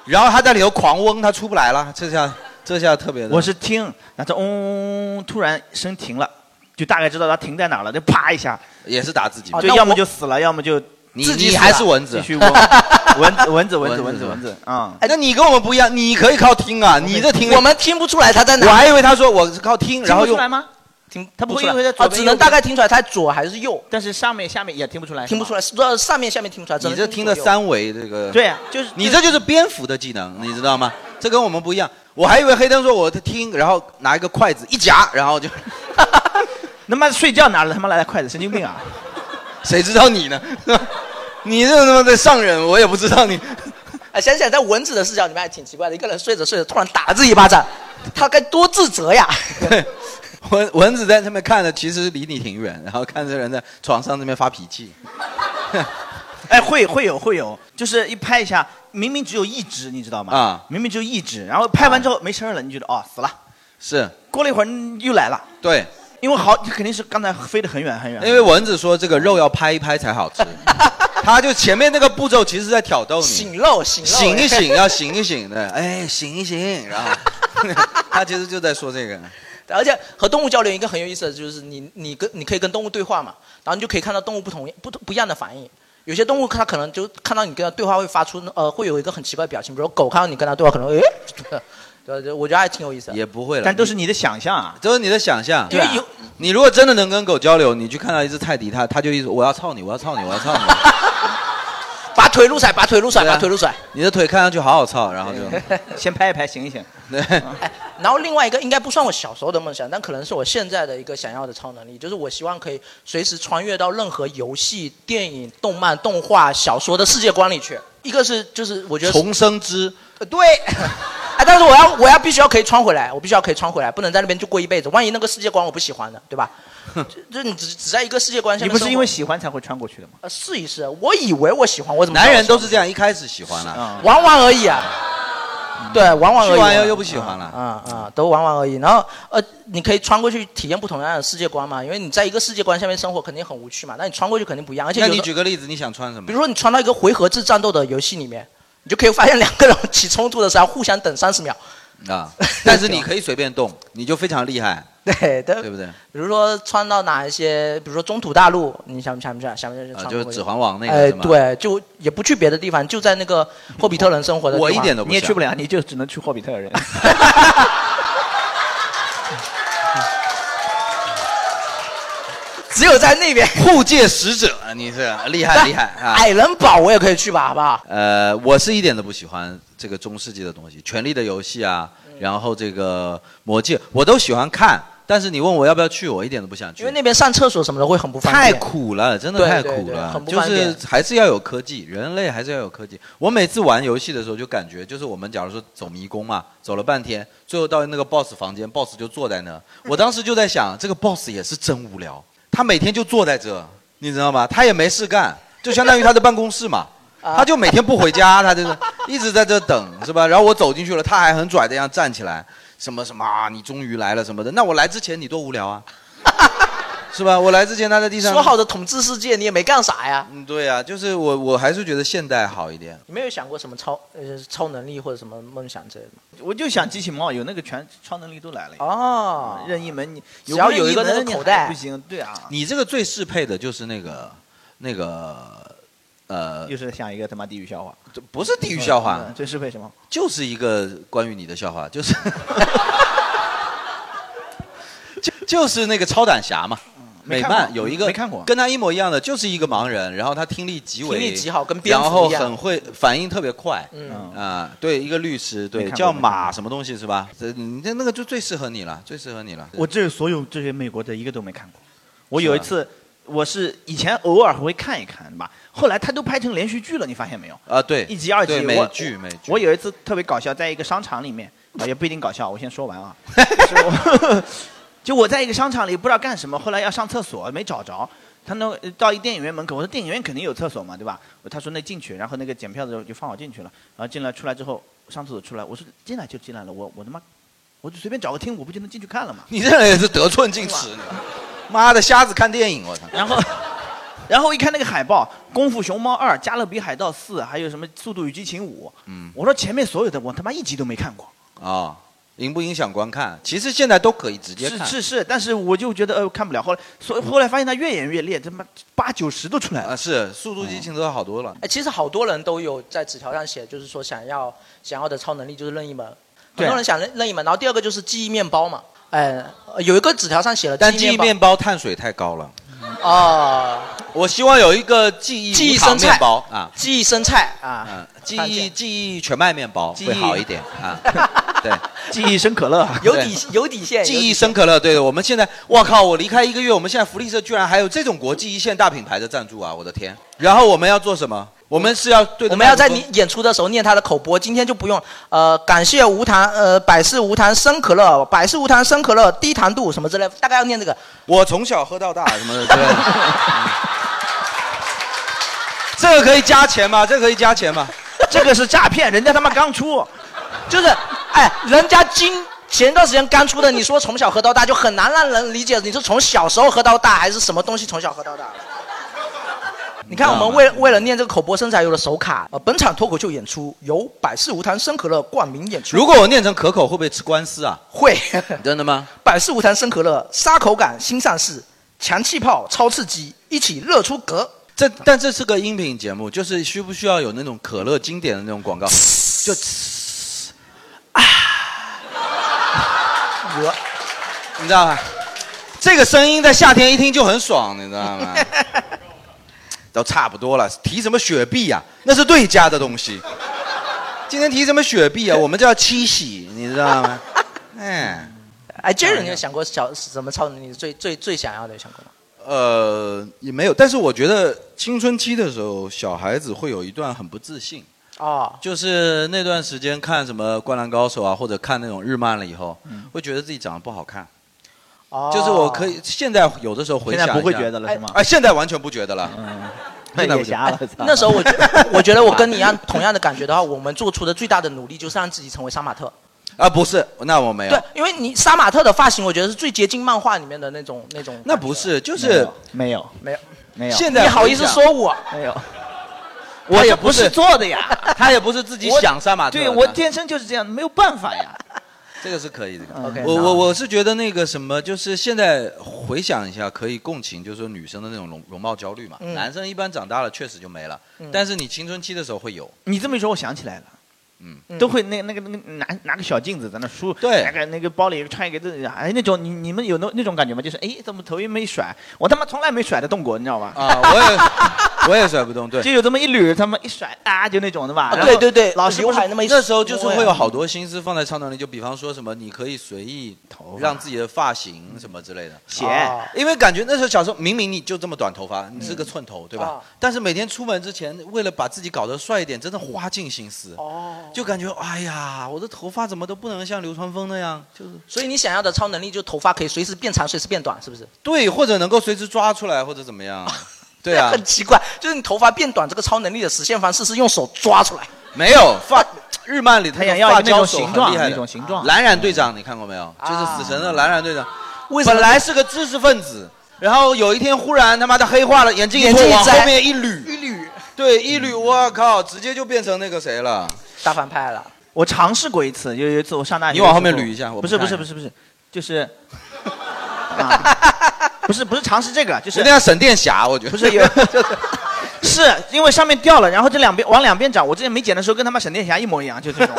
H: 然后他在里头狂嗡，他出不来了，这下这下特别的。
I: 我是听，然后嗡，突然声停了，就大概知道它停在哪儿了，就啪一下，
H: 也是打自己
G: 啊
I: 就
G: 那
I: 要么
G: 我
I: 就死了，要么就
H: 你
I: 自己
H: 你
I: 死
H: 还
I: 了
H: 是蚊子
I: 继续嗡 蚊子蚊子蚊子蚊子蚊子啊！
H: 哎，那你跟我们不一样，你可以靠听啊，你的听
G: 我们听不出来他在哪。
H: 我还以为他说我是靠听，然后又
I: 出来吗？
G: 听
I: 他不会
G: 出来
I: 因为在
G: 啊，
I: 左边
G: 只
I: 右
G: 能大
I: 边
G: 概听出来他左还是右，
I: 但是上面下面也听不出来，
G: 听不
I: 是
G: 出来，是呃上面下面听不出来。只
H: 你
G: 能
H: 这听的
G: 左右
H: 三维这个，
I: 对啊就是
H: 你这就是蝙蝠的技能，你知道吗？这跟我们不一样。我还以为黑灯说我听，然后拿一个筷子一夹，然 后就，
I: 他妈睡觉拿着他妈来的筷子，神经病啊！
H: 谁知道你呢？ 你这他妈的上人，我也不知 道你。
G: 哎，想想在蚊子的视角里面还挺奇怪的，一个人睡着睡着突然打了自己一巴掌，他该多自责 呀！
H: 蚊蚊子在上面看着，其实离你挺远，然后看着人在床上那边发脾气。
I: 哎，会会有会有，就是一拍一下，明明只有一只，你知道吗？
H: 啊
I: 明明只有一只，然后拍完之后没声儿了，你觉得哦死了。
H: 是，
I: 过了一会儿嗯又来了，
H: 对，
I: 因为好肯定是刚才飞得很远很远。
H: 因为蚊子说这个肉要拍一拍才 好吃，它就前面那个步骤其实在挑逗你，
G: 醒肉醒肉，
H: 醒一
I: 啊
H: 醒，要醒一醒的，哎，醒一醒，然后 他其实就在说这个。
G: 而且和动物交流一个很有意思的就是你你跟你可以跟动物对话嘛，然后你就可以看到动物不同不同不一样的反应。有些动物它可能就看到你跟它对话会发出呃会有一个很奇怪的表情，比如狗看到你跟它对话可能诶， 对对，我觉得还挺有意思的。
H: 也不会了，
I: 但都是你的想象啊，
H: 都是你的想象。
G: 因为有
H: 你如果真的能跟狗交流，你去看到一只泰迪，它它就一直我要操你，我要操你，我要操你，
G: 把腿撸甩，把腿撸甩，
H: 对啊
G: 把腿撸甩。
H: 你的腿看上去好好操，然后就
I: 先拍一拍，醒 一醒。
H: 对。
G: 哎然后另外一个应该不算我小时候的梦想，但可能是我现在的一个想要的超能力，就是我希望可以随时穿越到任何游戏、电影、动漫、动画、小说的世界观里去。一个是就是我觉得是
H: 重生之，
G: 呃对， 哎，但是我要我要必须要可以穿回来，我必须要可以穿回来，不能在那边就过一辈子。万一那个世界观我不喜欢呢， 对吧？就就你只只在一个世界观下
I: 你
G: 面
I: 不
G: 生活，
I: 是因为喜欢才会穿过去的吗？
G: 呃试一试，我以为我喜欢，我怎么知道
H: 男人
G: 我喜欢
H: 都是这样，一开始喜欢了，
G: 玩玩而已啊。 对，玩玩而已
H: 去
G: 啊。
H: 完又又不喜欢了。
G: 啊啊，都玩玩而已。然后呃，你可以穿过去体验不同样的世界观嘛，因为你在一个世界观下面生活肯定很无趣嘛，那你穿过去肯定不一样。而且
H: 那
G: 有
H: 你
G: 的
H: 举个例子，你想穿什么
G: 比？如说你穿到一个回合制战斗的游戏里面，你就可以发现两个人起冲突的时候互相等三十秒。
H: 啊，但是你可以随便动，你就非常厉害。
G: 对对，
H: 对不对？
G: 比如说穿到哪一些，比如说中土大陆，你想不想不想想不想
H: 啊
G: 穿过一个？
H: 就是指环王那个
G: 哎，
H: 是吗
G: 对，就也不去别的地方，就在那个霍比特人生活的地方。
I: 我一点都不你也想去不了
G: 你就只能去霍比特人。只有在那边
H: 护界使者，你是厉害厉害 啊！
G: 矮人堡我也可以去吧，好不好？
H: 呃，我是一点都不喜欢这个中世纪的东西，《权力的游戏》啊，
G: 嗯
H: 然后这个《魔戒》，我都喜欢看。但是你问我要不要去，我一点都不想去
G: 因为，那边上厕所什么的会很不方
H: 太
G: 便。
H: 苦了，真的
G: 对
H: 太
G: 对
H: 苦
G: 对
H: 了
G: 很。不
H: 就
G: 方
H: 是
G: 便
H: 还是要有科技，人类还是要有科技。我每次玩游戏的时候就感觉，就是我们假如说走迷宫嘛，走了半天，最后到那个 BOSS 房间，BOSS 就坐在 那儿。我当时就在想，这个 BOSS 也是真无聊，他每天就坐在这，你知道吗？他也没事干，就相当于他的办公室嘛。
G: 啊
H: 他就每天不回家， 他就是一直在这等，是吧？然后我走进去了，他还很拽的样站起来，什么什么啊，你终于来了什么的。那我来之前你多无聊啊， 是吧？我来之前他在地上
G: 说好的统治世界，你也没干啥呀？
H: 嗯，对呀、就是我我还是觉得现代好一点。
G: 你没有想过什么超呃超能力或者什么梦想之类的吗？
I: 我就想机器猫有那个全超能力都来了呀。
G: 哦
I: 嗯任意门你
G: 只要有一个
I: 任意
G: 那
I: 门
G: 个
I: 你
G: 口袋
I: 还不行，对啊。
H: 你这个最适配的就是那个那个呃，
I: 又是想一个他妈地狱笑话，
H: 这不是地狱笑话
I: 嗯最适配什么？
H: 就是一个关于你的笑话，就是 就就是那个超胆侠嘛。
I: 嗯没
H: 美
I: 看过
H: 漫有一个
I: 没看过
H: 跟他一模一样的，就是一个盲人，然后他听力极为
G: 听力极好跟蝙
H: 然
G: 蝠
H: 后
G: 一样
H: 很会反应特别快，
G: 嗯
H: 嗯啊，对，一个律师，
I: 没
H: 对，
I: 看过
H: 叫
I: 没
H: 马什么东西是吧？这你这那个就最适合你了，最适合你了。
I: 我这所有这些美国的一个都没看过。我
H: 是
I: 有一
H: 吧
I: 次，我是以前偶尔会看一看吧，后来他都拍成连续剧了，你发现没有？
H: 啊，对，
I: 一集二集
H: 对，美
I: 我
H: 剧美剧。
I: 我有一次特别搞笑，在一个商场里面，啊，也不一定搞笑，我先说完啊。就我就我在一个商场里不知道干什么，后来要上厕所没找着，他那呃到一电影院门口，我说电影院肯定有厕所嘛，对吧？我他说那进去，然后那个检票的时候就放我进去了，然后进来出来之后上厕所出来，我说进来就进来了，我我他妈我就随便找个厅，我不就能进去看了吗？
H: 你这人也是得寸进尺，你妈的瞎子看电影，我操！
I: 然后，然后一看那个海报，《功夫熊猫二》《加勒比海盗四》，还有什么《速度与激情五》，
H: 嗯
I: 我说前面所有的我他妈一集都没看过。
H: 啊，影不影响观看？其实现在都可以直接
I: 是
H: 看。
I: 是是，但是我就觉得呃看不了。后来，所以后来发现他越演越烈，他妈八九十都出来了。
H: 啊，是《
G: 哦
H: 速度与激情》都好多了。
G: 哎，其实好多人都有在纸条上写，就是说想要想要的超能力就是任意门，很
H: 对
G: 多人想任任意门，然后第二个就是记忆面包嘛，哎，呃有一个纸条上写了，
H: 但记忆面
G: 面
H: 包碳水太高了。
G: 包哦，
H: 我希望有一个记忆
G: 记忆
H: 无糖
G: 生菜
H: 面包啊，
G: 记忆生菜啊，
H: 嗯，记
G: 看
H: 忆
G: 见
H: 记忆全麦面包
G: 记忆
H: 会好一点 啊。对，
I: 记忆生可乐
G: 有
H: 对
G: 底 有底线，
H: 记忆生可乐，对的，我们现在，我靠，我离开一个月，我们现在福利社居然还有这种国际一线大品牌的赞助啊，我的天！然后我们要做什么？我们是要对着
G: 我们要在
H: 麦克
G: 你演出的时候念他的口播，今天就不用。呃，感谢无糖呃百事无糖生可乐，百事无糖生可乐低糖度什么之类，大概要念这个。
H: 我从小喝到大什么的， 对。这个可以加钱
G: 啊
H: 吗？这个可以加 钱吗？
I: 这个是诈骗，人家他妈刚出，
G: 就是哎，人家今前段时间刚出的，你说从小喝到大就很难让人理解，你是从小时候喝到大还是什么东西从小喝到大？你看，我们为为了念这个口播生产有了手卡。呃，本场脱口秀演出由百事无糖生可乐冠名演出。
H: 如果我念成可口，会不会吃官司啊？
G: 会，
H: 真的吗？
G: 百事无糖生可乐，沙口感新上市，强气泡超刺激，一起热出格。
H: 这但这是个音频节目，就是需不需要有那种可乐经典的那种广告？就啊
G: 我，
H: 你知道吧？这个声音在夏天一听就很爽，你知 道吗？都差不多了，提什么雪碧呀、那是对家的东西。今天提什么雪碧啊？我们叫七喜，你知道 吗？哎，
G: 哎，Jerry，你有想过小什么超能力最最最想要的？有想过吗？
H: 呃，也没有，但是我觉得青春期的时候，小孩子会有一段很不自信，
G: 哦，
H: 就是那段时 间看什么《灌篮高手》啊，或者看那种日漫了以后，
I: 嗯
H: 会觉得自己长得不好看。
G: 哦
H: 就是我可以现在有的时候回想一下
I: 现在不会觉得了是吗嗯
H: 哎，现在完全不觉得了。
I: 也
H: 现在不觉得
I: 瞎了。操
G: 那时候我我觉得我跟你一样同样的感觉的话，我们做出的最大的努力就是让自己成为杀马特。
H: 啊，不是，那我没有
G: 对。，因为你杀马特的发型，我觉得是最接近漫画里面的那种那种。
H: 那不是，就
I: 没
H: 是
I: 有没有
G: 没有
I: 没有，
H: 现在
G: 你好意思说我？
I: 没有，
H: 我也
I: 不
H: 是
I: 是做的呀，
H: 他也不是自己
I: 我
H: 想杀马特的。
I: 对我天生就是这样，没有办法呀。
H: 这个是可以的。
I: 嗯
G: OK，
H: 我
G: 那
H: 我我是觉得那个什么，就是现在回想一下，可以共情，就是说女生的那种容容貌焦虑嘛。
I: 嗯
H: 男生一般长大了确实就没了，
I: 嗯
H: 但是你青春期的时候会有。
I: 你这么一说，我想起来了。
H: 嗯
I: 都会那那个那个拿拿个小镜子在那梳，
H: 对
I: 那个那个包里揣一个这，哎，那种你你们有那那种感觉吗？就是哎，怎么头也没甩？我他妈从来没甩得动过，你知道吧？
H: 啊，我也 我也甩不动，对
I: 就有这么一缕，他妈一甩啊，就那种的吧。然后
H: 对对对，
I: 老师
H: 刘
I: 不是啊
H: 海那么一那时候就是会有好多心思放在唱段里，就比方说什么，你可以随意让自己的发型什么之类的
I: 鞋
H: 哦因为感觉那时候小时候明明你就这么短头发，你是个寸头，对吧
I: 啊？
H: 但是每天出门之前，为了把自己搞得帅一点，真的花尽心思，就感觉哎
G: 啊
H: 呀，我的头发怎么都不能像流川枫那样，就是
G: 所以你想要的超能力，就头发可以随时变长，随时变短，是不是？
H: 对，或者能够随时抓出来，或者怎么样？对啊，
G: 很奇怪，就是你头发变短这个超能力的实现方式是用手抓出来。
H: 没有发日漫里他
G: 他想要
H: 发
G: 那种
H: 胶手
G: 形
H: 很
G: 状
H: 厉害的
G: 那种形状
H: 蓝染队长你看过没有？就是死神的蓝染队长，
G: 为什么
H: 本来是个知识分子，然后有一天忽然他妈的黑化了，眼睛一
G: 眼睛
H: 脱
G: 一
H: 往后
G: 摘
H: 面一捋，一
G: 捋，
H: 对，一捋，我靠，直接就变成那个谁了，
G: 大反派了。
I: 我尝试过一次，有有一次我上大学的
H: 你
I: 时候，
H: 往后面捋一下我
I: 不是
H: 不
I: 不
H: 看
I: 是不是不是，就是，啊、不是不是尝试这个，就是
H: 有点像沈殿霞，我觉得
I: 不是有，就是是因为上面掉了，然后这两边往两边长，我之前没剪的时候跟他妈沈殿霞一模一样，就这 种，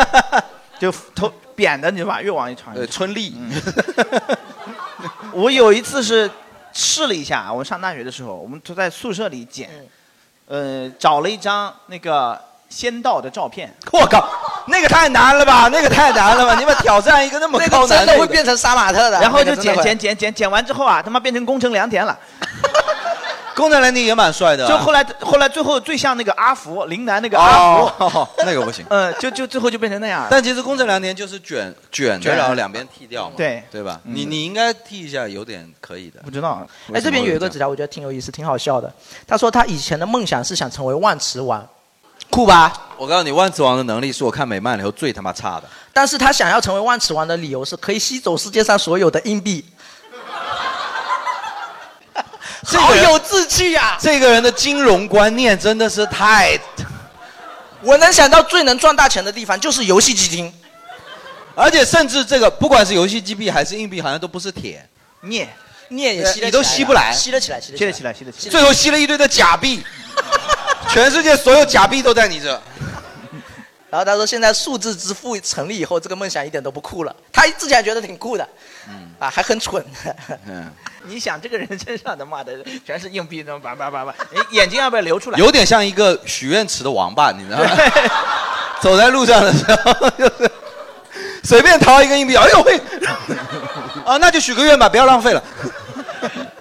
I: 就头扁的，你知道吧？越往一长，
H: 呃，春丽。
I: 我有一次是试了一下，我上大学的时候，我们都在宿舍里剪，
H: 嗯
I: 呃，找了一张那个仙道的照片。
H: 我靠， 那个太难了吧？那个太难了吧？你们挑战一个那么高难度的
I: 真的然
H: 然后
I: 后
H: 就
I: 就
H: 剪
I: 剪
H: 剪
I: 剪剪剪剪完之后啊，他妈变成宫城良田了。
H: 宫城良田也蛮帅的啊
I: 就后来后来最后最像那个阿福，陵南那个阿福。
H: 哦， 那个不行。
I: 嗯，就就最后就变成那样了。
H: 但其实宫城良田就是卷卷的，
I: 卷啊
H: 然后两边剃掉嘛，
I: 对
H: 对吧？
I: 嗯
H: 你你应该剃一下，有点可以的。
I: 不知道，
G: 哎，这边有一个纸条，我觉得挺有意思，挺好笑的。他说他以前的梦想是想成为万磁王，酷
I: 啊
G: 吧？
H: 我告诉你，万磁王的能力是我看美漫里头最他妈差的。
G: 但是他想要成为万磁王的理由是可以吸走世界上所有的硬币。好有志气呀、
H: 这个人的金融观念真的是太……
G: 我能想到最能赚大钱的地方就是游戏机厅。
H: 而且甚至这个，不管是游戏机币还是硬币，好像都不是铁，呃
I: 镍
G: 镍哎
I: 呃
G: 也吸得
H: 你都
G: 起来
H: 吸
G: 了
H: 不来
G: 吸得起来，吸得
I: 吸得起来，吸得起
H: 最后吸了一堆的假币，全世界所有假币都在你这。
G: 然后他说，现在数字支付成立以后，这个梦想一点都不酷了。他之前还觉得挺酷的，啊，还很蠢。
H: 嗯，
I: 你想这个人身上的妈的全是硬币，那么叭叭叭叭，哎眼睛要不要流出来？
H: 有点像一个许愿池的王八，你知道 吗？走在路上的时候，就是随便掏一个硬币，哎呦喂，啊，那就许个愿吧，不要浪费了。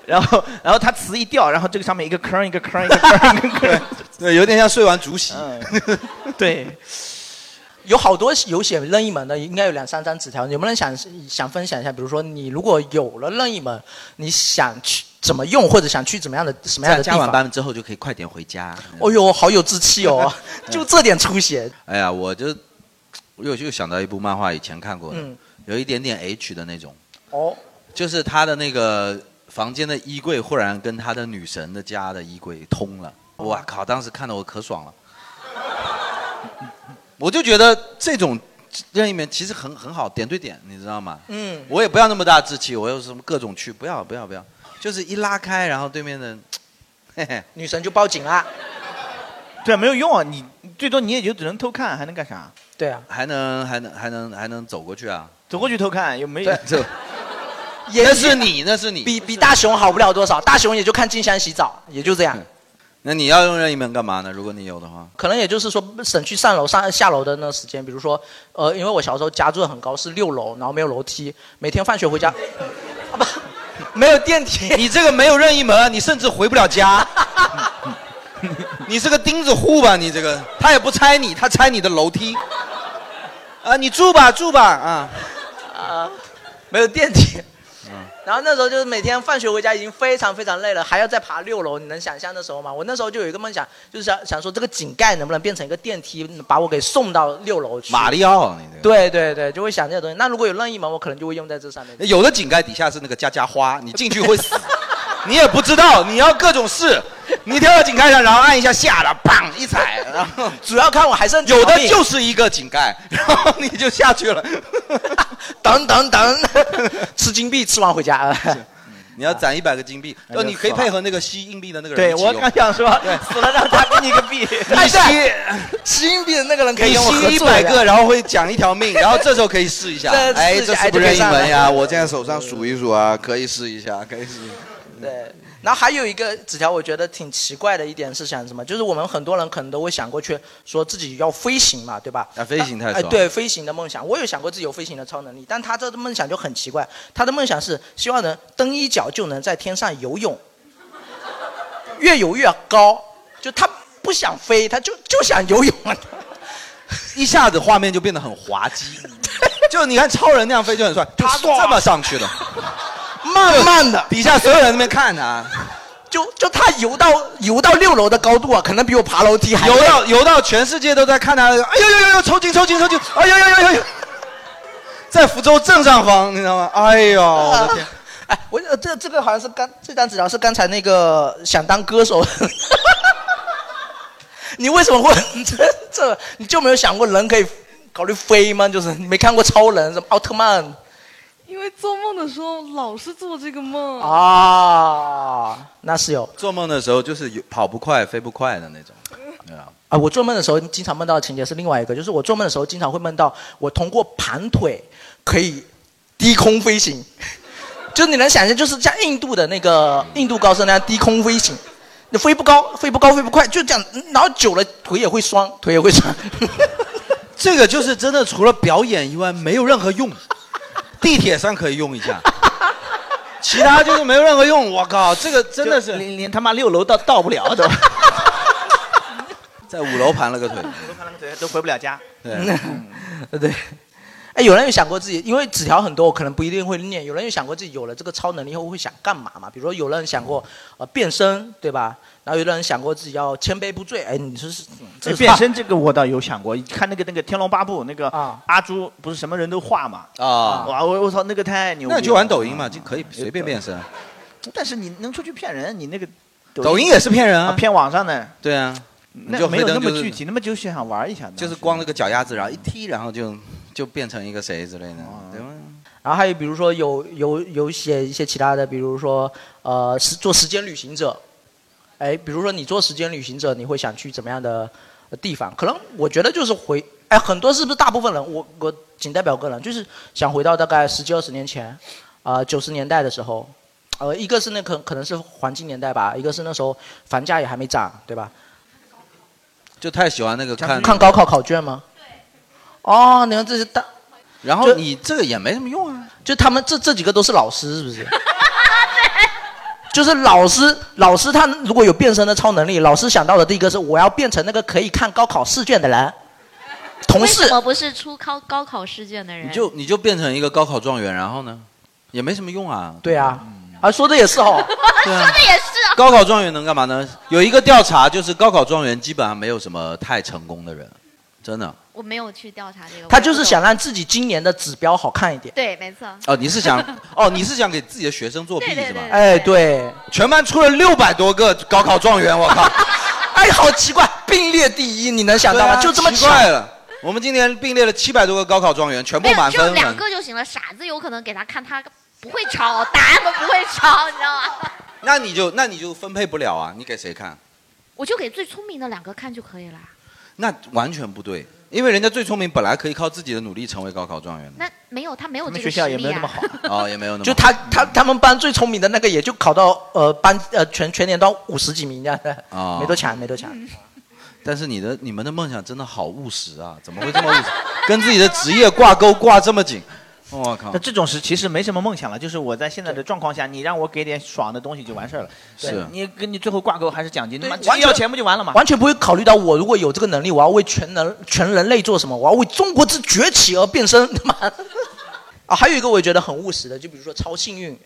I: 然后，然后他词一掉，然后这个上面一个坑，一个坑，一个坑，一个 坑。
H: 对，有点像睡完竹席。
I: 对，
G: 嗯有好多有写任意门的，应该有两三张纸条，有没有人想想分享一下？比如说，你如果有了任意门，你想去怎么用，或者想去怎么样的什么样的地
H: 加完
G: 方？
H: 班之后就可以快点回家。
G: 哦呦，好有志气哦！ 就这点出息。
H: 哎呀，我就我又又想到一部漫画，以前看过的，
G: 嗯
H: 有一点点 H 的那种，
G: 哦，
H: 就是他的那个房间的衣柜忽然跟他的女神的家的衣柜通了，哇靠！当时看的我可爽了， 我就觉得这种任意门其实很很好，点对点，你知道吗？
G: 嗯，
H: 我也不要那么大志气，我有什么各种去，不要不要不要，就是一拉开，然后对面的， 嘿嘿，
G: 女神就报警啦。
I: 对，没有用啊，你最多你也就只能偷看，还能干啥？
G: 对啊，
H: 还能还能还能还能走过去啊？
I: 走过去偷看又没
H: 对，走。 那是你，那是你，
G: 比比大雄好不了多少，大雄也就看静香洗澡，也就这样。
H: 嗯那你要用任意门干嘛呢？如果你有的话，
G: 可能也就是说省去上楼上下楼的那时间，比如说，呃，因为我小时候家住很高，是六楼，然后没有楼梯，每天放学回家， 啊不，没有电梯。
H: 你这个没有任意门，你甚至回不了家。 你是个钉子户吧？你这个，他也不拆你，他拆你的楼梯。啊，你住吧，住吧，啊。
G: 啊，没有电梯。
H: 嗯
G: 然后那时候就是每天放学回家已经非常非常累了，还要再爬六楼，你能想象那时候吗？我那时候就有一个梦想，就是想想说这个井盖能不能变成一个电梯，把我给送到六楼去。
H: 马里奥，啊你
G: 对对对，就会想这些东西。那如果有任意门，我可能就会用在这上面。
H: 有的井盖底下是那个加加花，你进去会死，你也不知道，你要各种试，你跳到井盖上，然后按一下下了，砰一踩，然 后
G: 主要看我还剩几条
H: 有的
G: 命
H: 就是一个井盖，然后你就下去了。
G: 等等等， 吃金币吃完回家。
H: 你要攒一百个金币，
G: 那就
H: 呃，你可以
G: 死了
H: 配合那个吸硬币的那个人
I: 对
H: 一起
I: 我
H: 用
I: 刚想说
H: 对，
I: 死了让他给你个 币，
G: 哎，对，吃硬币的那个人可以
H: 你
G: 跟我合作
H: 吸一
G: 下
H: 百个，然后会奖一条 命，然后这时候可以试一下
G: 这试一，下
H: 哎，这是不是英文
G: 哎这可
H: 呀？
G: 以上来
H: 我现在手上数一数啊，可以试一下，可以试一下。
G: 对，然后还有一个纸条，我觉得挺奇怪的一点是想什么？就是我们很多人可能都会想过去说自己要飞行嘛，对吧？
H: 啊，飞行太
G: 哎，
H: 爽了。
G: 对飞行的梦想，我有想过自己有飞行的超能力，但他这个梦想就很奇怪，他的梦想是希望能蹬一脚就能在天上游泳，越游越高，就他不想飞，他就就想游泳啊。
H: 一下子画面就变得很滑 稽。就你看超人那样飞就很帅，他是这么上去的，
G: 慢慢的，
H: 底下所有人在那边看啊他，
G: 就就他游到游到六楼的高度啊，可能比我爬楼梯还
H: 游到游到全世界都在看他，哎呦呦呦呦，抽筋抽筋抽筋，哎呦呦呦呦呦，在福州正上方，你知道吗？哎呦，我的天！
G: 哎，我呃这这个好像是刚这张纸条是刚才那个想当歌手， 你为什么会这这？你就没有想过人可以考虑飞吗？就是你没看过超人什么奥特曼
K: 因为做梦的时候老是做这个梦。
G: 哦啊？那是有
H: 做梦的时候就是有跑不快、飞不快的那种，对吧？
G: 啊，我做梦的时候经常梦到的情节是另外一个，就是我做梦的时候经常会梦到我通过盘腿可以低空飞行，就你能想象，就是像印度的那个印度高僧那样低空飞行，你飞不高，飞不高，飞不快，就这样，然后久了腿也会酸，腿也会酸。
H: 这个就是真的，除了表演以外没有任何用。地铁上可以用一下，其他就是没有任何用。我靠，这个真的是
I: 连连他妈六楼到到不了 都，
H: 在五楼盘了个腿。
I: 都回不了家。
H: 对，
G: 对。哎，有人有想过自己，因为纸条很多，我可能不一定会念。有人有想过自己有了这个超能力以后会想干嘛嘛？比如说，有人想过呃变身，对吧？然后有的人想过自己要千杯不醉。哎，你这是嗯这
I: 这
G: 是
I: 哎变身这个我倒有想过，看那个那个《天龙八部》那个阿朱不是什么人都画嘛？
H: 啊
I: 哇，我我操，那个太牛！嗯
H: 那你就玩抖音嘛，就可以随便变身。
I: 但是你能出去骗人，你那个
H: 抖音也是骗人啊
I: 骗网上的。
H: 对啊，你
I: 那
H: 就
I: 没有
H: 黑
I: 那
H: 灯
I: 么
H: 就是
I: 具体，那么就是想玩一下的。
H: 就是光那个脚丫子，然后一踢，然后就就变成一个谁之类的，对吗？
G: 然后还有比如说有有有写一些其他的，比如说呃时做时间旅行者，哎，比如说你做时间旅行者，你会想去怎么样的呃地方？可能我觉得就是回哎，很多是不是大部分人，我我仅代表个人，就是想回到大概十几二十年前，啊九十年代的时候，呃一个是那可可能是黄金年代吧，一个是那时候房价也还没涨，对吧？
H: 就太喜欢那个看
G: 看高考考卷吗？哦，你看这是大，
H: 然后你这个也没什么用啊。
G: 就他们这这几个都是老师，是不 是？就是老师，老师他如果有变身的超能力，老师想到的第一个是我要变成那个可以看高考试卷的人。同事
O: 为什么不是出高高考试卷的人？
H: 你就你就变成一个高考状元，然后呢，也没什么用啊。
G: 对啊，啊说的也是哦。
O: 说
H: 对啊
O: 的，也是啊。
H: 高考状元能干嘛呢？有一个调查就是高考状元基本上没有什么太成功的人，真的。
O: 我没有去调查这个。
G: 他就是想让自己今年的指标好看一点。
O: 对，没错。
H: 哦，你是想哦，你是想给自己的学生作弊
O: 对对
H: 是吧？
G: 哎，对，
H: 全班出了六百多个高考状元，我靠！
G: 哎，好奇怪，并列第一，你能想到吗？
H: 对啊
G: 就这么
H: 奇怪了。我们今年并列了七百多个高考状元，全部
O: 没有，
H: 满
O: 哎就
H: 分
O: 两
H: 了。
O: 个就行了。傻子有可能给他看，他不会抄，答案都不会抄，你知道 吗？
H: 那你就那你就分配不了啊！你给谁看？
O: 我就给最聪明的两个看就可以了。
H: 那完全不对，因为人家最聪明本来可以靠自己的努力成为高考状元的。
O: 那没有，他没有这个实力啊。
H: 哦，也没有那么
G: 就他他他们班最聪明的那个也就考到呃班呃全全年到五十几名这样的，
H: 啊
G: 没多强没多强。
H: 但是你的你们的梦想真的好务实啊！怎么会这么务实？ 跟自己的职业挂钩挂这么紧，我靠
I: 那！这种是其实没什么梦想了，就是我在现在的状况下，你让我给点爽的东西就完事儿了。
H: 是
I: 对你跟你最后挂钩还是奖金，他妈直
G: 完
I: 接
G: 全
I: 要钱不就完了吗？
G: 完全不会考虑到我如果有这个能力，我要为全人全人类做什么？我要为中国之崛起而变身，他妈！ 啊，还有一个我也觉得很务实的，就比如说超幸运，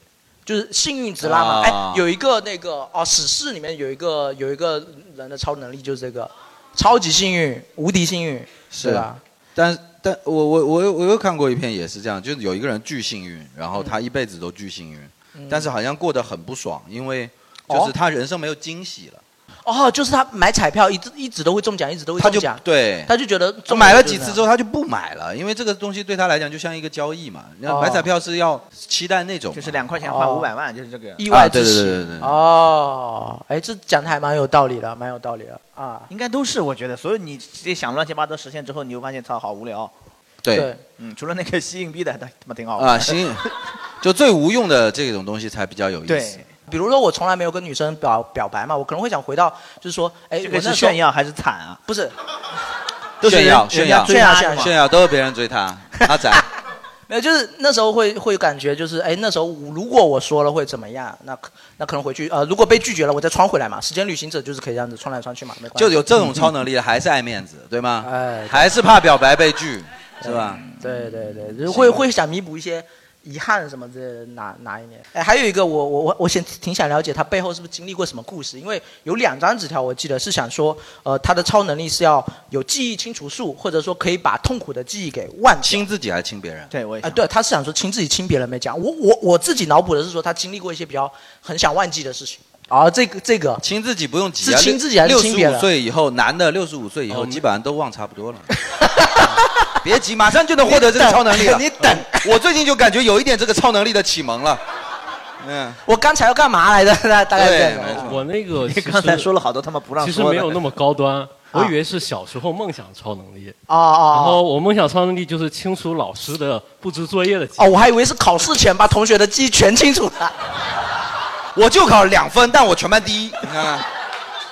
G: 就是幸运值拉满。哎、
H: 啊
G: 有一个那个哦，史诗里面有一个有一个人的超能力就是这个，超级幸运，无敌幸运，
H: 是
G: 对
H: 啊
G: 吧？？
H: 但但我我我有我又看过一篇也是这样，就是有一个人巨幸运，然后他一辈子都巨幸运，
G: 嗯
H: 但是好像过得很不爽，因为
G: 哦
H: 就是他人生没有惊喜了。
G: 哦，就是他买彩票一直一直都会中奖，一直都会中
H: 就
G: 奖，
H: 对，
G: 他就觉得中
H: 买了
G: 就
H: 几
G: 是
H: 次之后他就不买了，因为这个东西对他来讲就像一个交易嘛。然后
G: 哦
H: 买彩票是要期待那种嘛，就是
I: 两块钱换五百万，就是这个
G: 意外
H: 啊对
G: 之
H: 对
G: 喜。
H: 对对对。
G: 哦，哎，这讲的还蛮有道理的，蛮有道理的啊。
I: 应该都是我觉得，所以你自己想乱七八糟实现之后，你就发现操好无聊。
H: 对对，
I: 嗯，除了那个吸硬币的，他他妈挺好玩
H: 啊，行， 就最无用的这种东西才比较有意思
G: 对。比如说我从来没有跟女生表表白嘛，我可能会想回到就是说，哎，
I: 这
G: 我
I: 个是
G: 那时候
I: 炫耀还是惨啊？
G: 不是，
I: 都是
H: 炫耀
I: 人
H: 炫
I: 人家
H: 耀
I: 追
H: 耀
I: 他
H: 炫
I: 是吗
H: 炫耀，都是别人 追他，阿仔。
G: 没有，就是那时候会会感觉就是，哎，那时候我如果我说了会怎么样？那可那可能回去呃，如果被拒绝了，我再穿回来嘛。时间旅行者就是可以这样子穿来穿去嘛，没关系。
H: 就有这种超能力的还是爱面子，对吗？
G: 哎，
H: 还是怕表白被拒，是吧？
G: 对对对，就是会会想弥补一些遗憾什么之类的，哪哪一年？哎，还有一个我我我我想挺想了解他背后是不是经历过什么故事，因为有两张纸条我记得是想说，呃，他的超能力是要有记忆清除术，或者说可以把痛苦的记忆给忘
H: 亲自己还是亲别人？
I: 对，我也
G: 啊，对，他是想说亲自己亲别人没讲，我我我自己脑补的是说他经历过一些比较很想忘记的事情。啊，这个这个
H: 亲自己不用急
G: 是
H: 啊，
G: 亲自己还是
H: 六
G: 亲
H: 十
G: 别人
H: 五岁以后，男的六十五岁以后，
G: 哦
H: 基本上都忘差不 多了。别急，马上就能获得这个超能力了。哦
G: 你等，
H: 我最近就感觉有一点这个超能力的启蒙了。嗯，
G: 我刚才要干嘛来着？ 大大概这样。
P: 我那个其实
I: 刚才说了好多他妈不让
P: 其实
I: 说的啊
P: 没有那么高端，我以为是小时候梦想超能力。
G: 哦
P: 然后我梦想超能力就是清除老师的布置作业的记忆。
G: 哦，我还以为是考试前把同学的记忆全清楚 了。
H: 我就考两分，但我全班第一，你看看，啊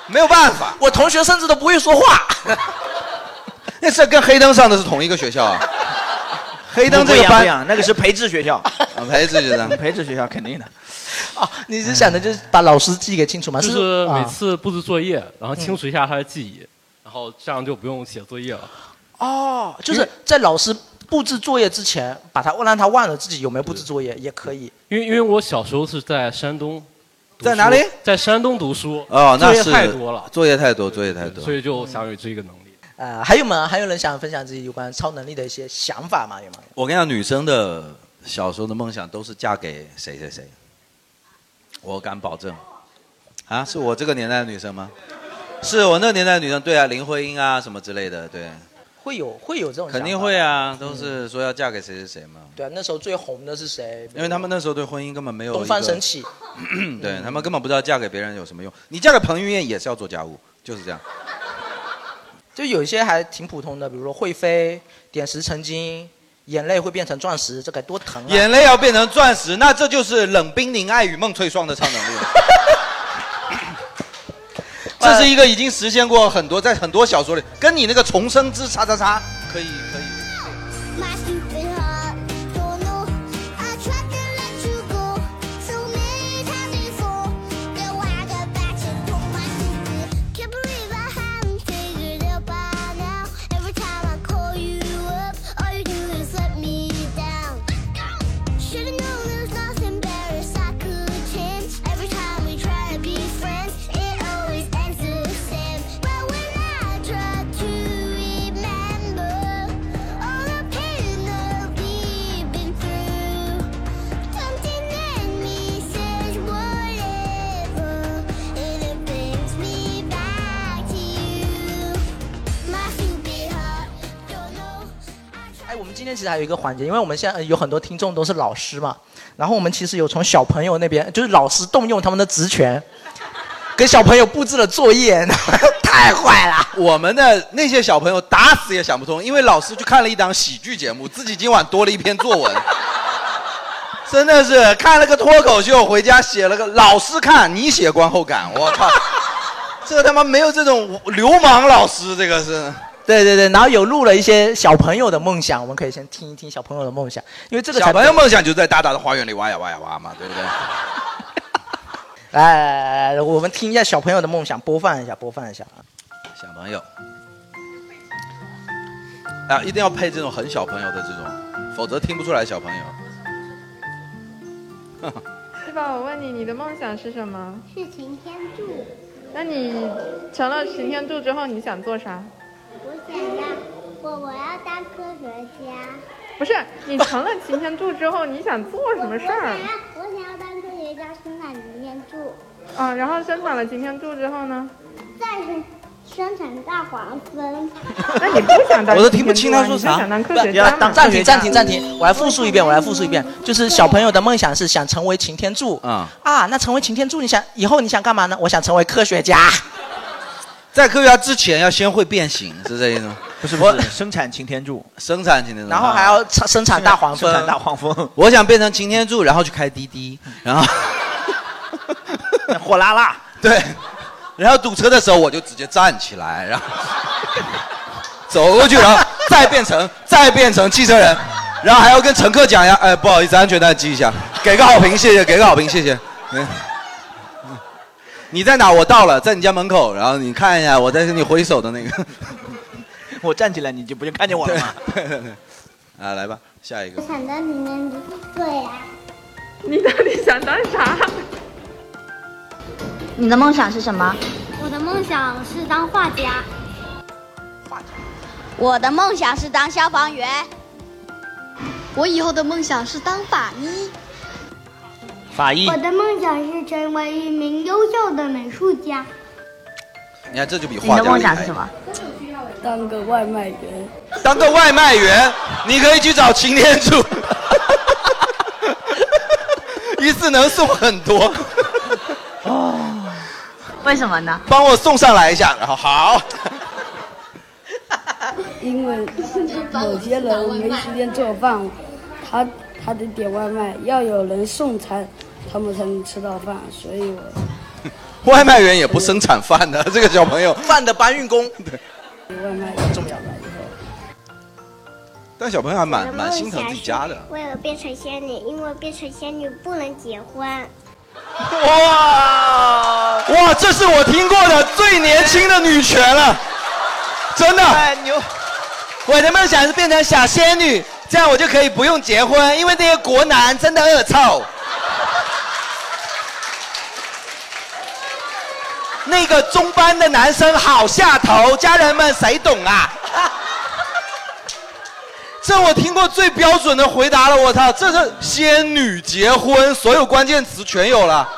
H: 没有办法。
G: 我同学甚至都不会说话。
H: 那是跟黑灯上的是同一个学 校啊？黑灯这
I: 不一
H: 个
I: 样不一
H: 班啊
I: 样，那个是培智学 校，
H: 培智学校，
I: 培智学校肯定的。
G: 哦你是想的就是把老师记忆给清楚吗？
P: 就是每
G: 啊
P: 次布置作业，然后清除一下他的记忆，然后这样就不用写作业了。
G: 哦，就是在老师布置作业之前，把他让他忘了自己有没有布置作业也可以。
P: 因为因为我小时候是在山东读书，
G: 在哪里
P: 在山东读书。
H: 哦，那
P: 作业
H: 是
P: 太多了，
H: 作业太多，作业太多
P: 所。以就想有这个能力。
G: 呃，还有吗？还有人想分享自己有关超能力的一些想法吗？有吗？
H: 我跟你讲，女生的小时候的梦想都是嫁给谁谁谁，我敢保证。啊，是我这个年代的女生吗？是我那个年代的女生，对啊，林徽因啊什么之类的，对，
G: 会有会有这种想法
H: 肯定会啊，都是说要嫁给谁谁谁嘛。
G: 对啊，那时候最红的是谁？
H: 因为他们那时候对婚姻根本没有
G: 东
H: 一
G: 方
H: 个
G: 神起，
H: 对他们根本不知道嫁给别人有什么用。你嫁给彭于晏也是要做家务，就是这样。
G: 就有一些还挺普通的，比如说会飞、点石成金、眼泪会变成钻石，这该多疼啊！
H: 眼泪要变成钻石，那这就是冷冰凝爱与梦翠霜的超能 力。这是一个已经实现过很多，在很多小说里，跟你那个重生之叉叉叉可以可以。
J: My stupid heart don't know. I tried to let you go so many times before. Now I got back to pull my stupid. Can't believe I haven't figured out by now. Every time I call you up, all you do is let me down. Should've known there's nothing better I could change. Every time we try to be friends, it always ends the same. But when I try to remember. All the pain that we've been through, something in me says whatever, and it brings me back to you. My stupid heart don't know.
G: 哎，我们今天其实还有一个环节，因为我们现在呃有很多听众都是老师嘛，然后我们其实有从小朋友那边，就是老师动用他们的职 权，给小朋友布置了作业，太坏了。
H: 我们的那些小朋友打死也想不通，因为老师去看了一档喜剧节目，自己今晚多了一篇作文， 真的是看了个脱口秀，回家写了个老师看你写观后感，我 靠，这他妈没有这种流氓老师，这个是。
G: 对对对，然后有录了一些小朋友的梦想，我们可以先听一听小朋友的梦想，因为这个才
H: 小朋友梦想就在大大的花园里挖呀挖呀挖嘛，对不对？
G: 来来来来，我们听一下小朋友的梦想，播放一下，播放一下啊。
H: 小朋友，啊，一定要配这种很小朋友的这种，否则听不出来小朋友。
Q: 是吧？我问你，你的梦想是什么？
J: 是擎天柱，
Q: 那你成了擎天柱之后，你想做啥？
J: 我想要，我我要当科学家。
Q: 不是，你成了擎天柱之后，你想做什么事儿？
J: 我想要，我想要当科学家，生产擎天柱。
Q: 啊，然后生产了擎天柱之后呢？
R: 带着 生产大黄 蜂。
K: 那你不想
G: 我都听不清
K: 啊
G: 他说啥。
K: 当
G: 暂停，暂停，暂停，我来复述一遍，我来复述一遍，就是小朋友的梦想是想成为擎天柱。
H: 啊、
G: 啊，那成为擎天柱，你想以后你想干嘛呢？我想成为科学家。
H: 在科学家之前要先会变形，是这意思吗？
I: 不是不是，生产擎天柱，
H: 生产擎天柱，啊
G: 然后还要生生产大黄蜂
I: 生产大黄 蜂，
H: 我想变成擎天柱，然后去开滴滴， 然后
I: 火辣辣，
H: 对，然后堵车的时候我就直接站起来，然后走过去，然后再变成再变成汽车人，然后还要跟乘客讲呀，哎，不好意思，安全带系一下，给个好评，谢谢，给个好评，谢谢。嗯，你在哪？我到了，在你家门口，然后你看一下，我再给你挥手的那个。
I: 我站起来你就不就看见我了吗？
H: 对对对，啊，来吧，下一个
R: 我。想当擎天柱。对呀、
Q: 你到底想当啥？
S: 你的梦想是什么？
R: 我的梦想是当画家。
S: 我的梦想是当消防员。我以后的梦想是当法医。
I: 法医
R: 我，的梦想是成为一名优秀的美术家。
H: 你看这就比画家厉害？
S: 么？
A: 当个外卖员。
H: 当个外卖员，你可以去找擎天柱，一次能送很多。
S: 哦，为什么呢？
H: 帮我送上来一下，然后好。
A: 因为有些人没时间做饭，他他得点外卖，要有人送餐，他们才能吃到饭。所以我
H: 外卖员也不生产饭的，这个小朋友。
G: 饭的搬运工。
H: 对，
A: 外卖
G: 重要。
H: 但小朋友还
R: 我
H: 蛮
R: 的
H: 蛮心
R: 梦
H: 疼
R: 想
H: 自己
R: 是
H: 家的。
R: 为了变成仙女，因为变成仙女不能结婚。
H: 哇哇，这是我听过的最年轻的女权了，真的。
I: 哎牛！
H: 我的梦想是变成小仙女，这样我就可以不用结婚，因为那些国男真的恶臭。那个中班的男生好下头，家人们谁懂啊？这我听过最标准的回答了，我操，这是仙女结婚，所有关键词全有了。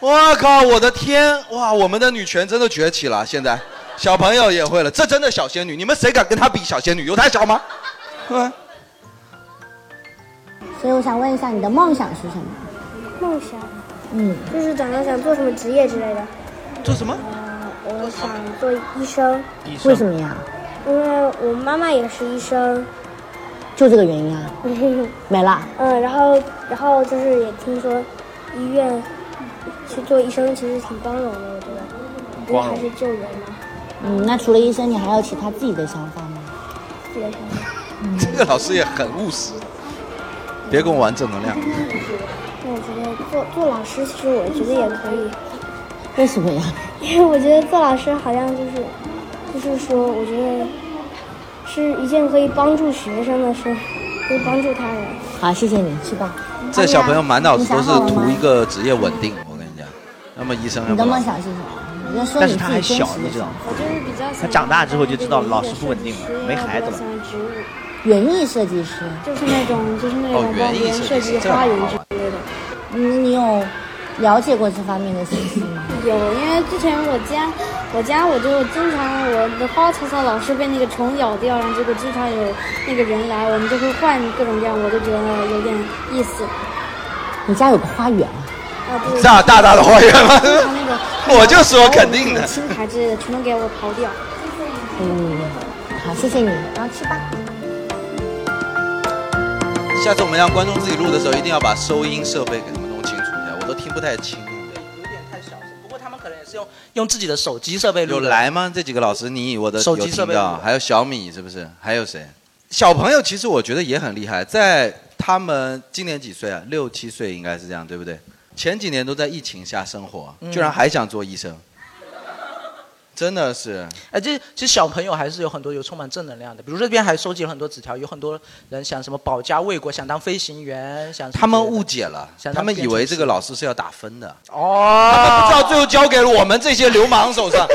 H: 我靠，我的天，哇，我们的女权真的崛起了，现在小朋友也会了，这真的小仙女，你们谁敢跟她比小仙女？有她小吗？嗯，
T: 所以我想问一下，你的梦想是什么？
R: 梦想
T: 嗯，
R: 就是长大想做什么职业之类的。呃
H: 做什么？
R: 我想做医生，
T: 嗯为什么呀？
R: 因为我妈妈也是医生。
T: 就这个原因啊？没了。
R: 嗯，然后然后就是也听说医院去做医生其实挺光荣的，我觉得，因为
T: 光荣
R: 还是救人啊嘛。
T: 嗯，那除了医生，你还有其他自己的想法吗？
R: 自己的想法
T: 嗯
H: 这个老师也很务实，别跟我玩正能量。
R: 那我觉得做做老师，其实我觉得也可以，
T: 为什么呀？
R: 因为我觉得做老师好像就是，就是说，我觉得是一件可以帮助学生的事，可以帮助他人。
T: 好，谢谢你，去吧。啊
H: 这小朋友满脑子都是图一
T: 个。
H: 个职业稳定，我跟你讲。那么医生要
T: 哎你
H: 不
T: 的
H: 要
T: 梦想是什么？你就说
I: 但
T: 你
I: 是
T: 自
I: 他
T: 己
I: 还
T: 真实
I: 小
T: 的，
I: 你知道吗？
T: 我就是比较
I: 他长大之后就知道老师不稳定了，没孩子了。
T: 园艺设计师，就是那种就是那
I: 种哦园艺帮别人设计设计这个花园好玩
T: 之类的。嗯，你有了解过这方面的信息 吗？
U: 有，因为之前我家，我家我就经常我的花草草老是被那个虫咬掉，然后结果经常有那个人来，我们就会换各种各样，我就觉得有点意思。
T: 你家有个花园啊？
U: 啊，对，
H: 大大大的花园 吗
U: 经常那 个
H: 我就说肯定的
U: 青苔之类的全都给我刨掉。
T: 嗯，好，谢谢你，然后去吧。
H: 下次我们让观众自己录的时候，一定要把收音设备给他们弄清楚一下，我都听不太清。
G: 用自己的手机设备录
H: 有
G: 的
H: 来吗？这几个老师，你我的
G: 手
H: 有
G: 机设
H: 听
G: 备
H: 到，还有小米是不是？还有谁？小朋友其实我觉得也很厉害，在他们今年几岁啊？六七岁应该是这样，对不对？前几年都在疫情下生活，
G: 嗯
H: 居然还想做医生，真的是。
G: 哎，这其实小朋友还是有很多有充满正能量的，比如这边还收集了很多纸条，有很多人想什么保家卫国，想当飞行员，想
H: 他们误解了
G: 想，
H: 他
G: 当
H: 们以为
G: 编辑
H: 这个老师是要打分的，
G: 哦，
H: 他们不知道最后交给了我 们这些流氓手上，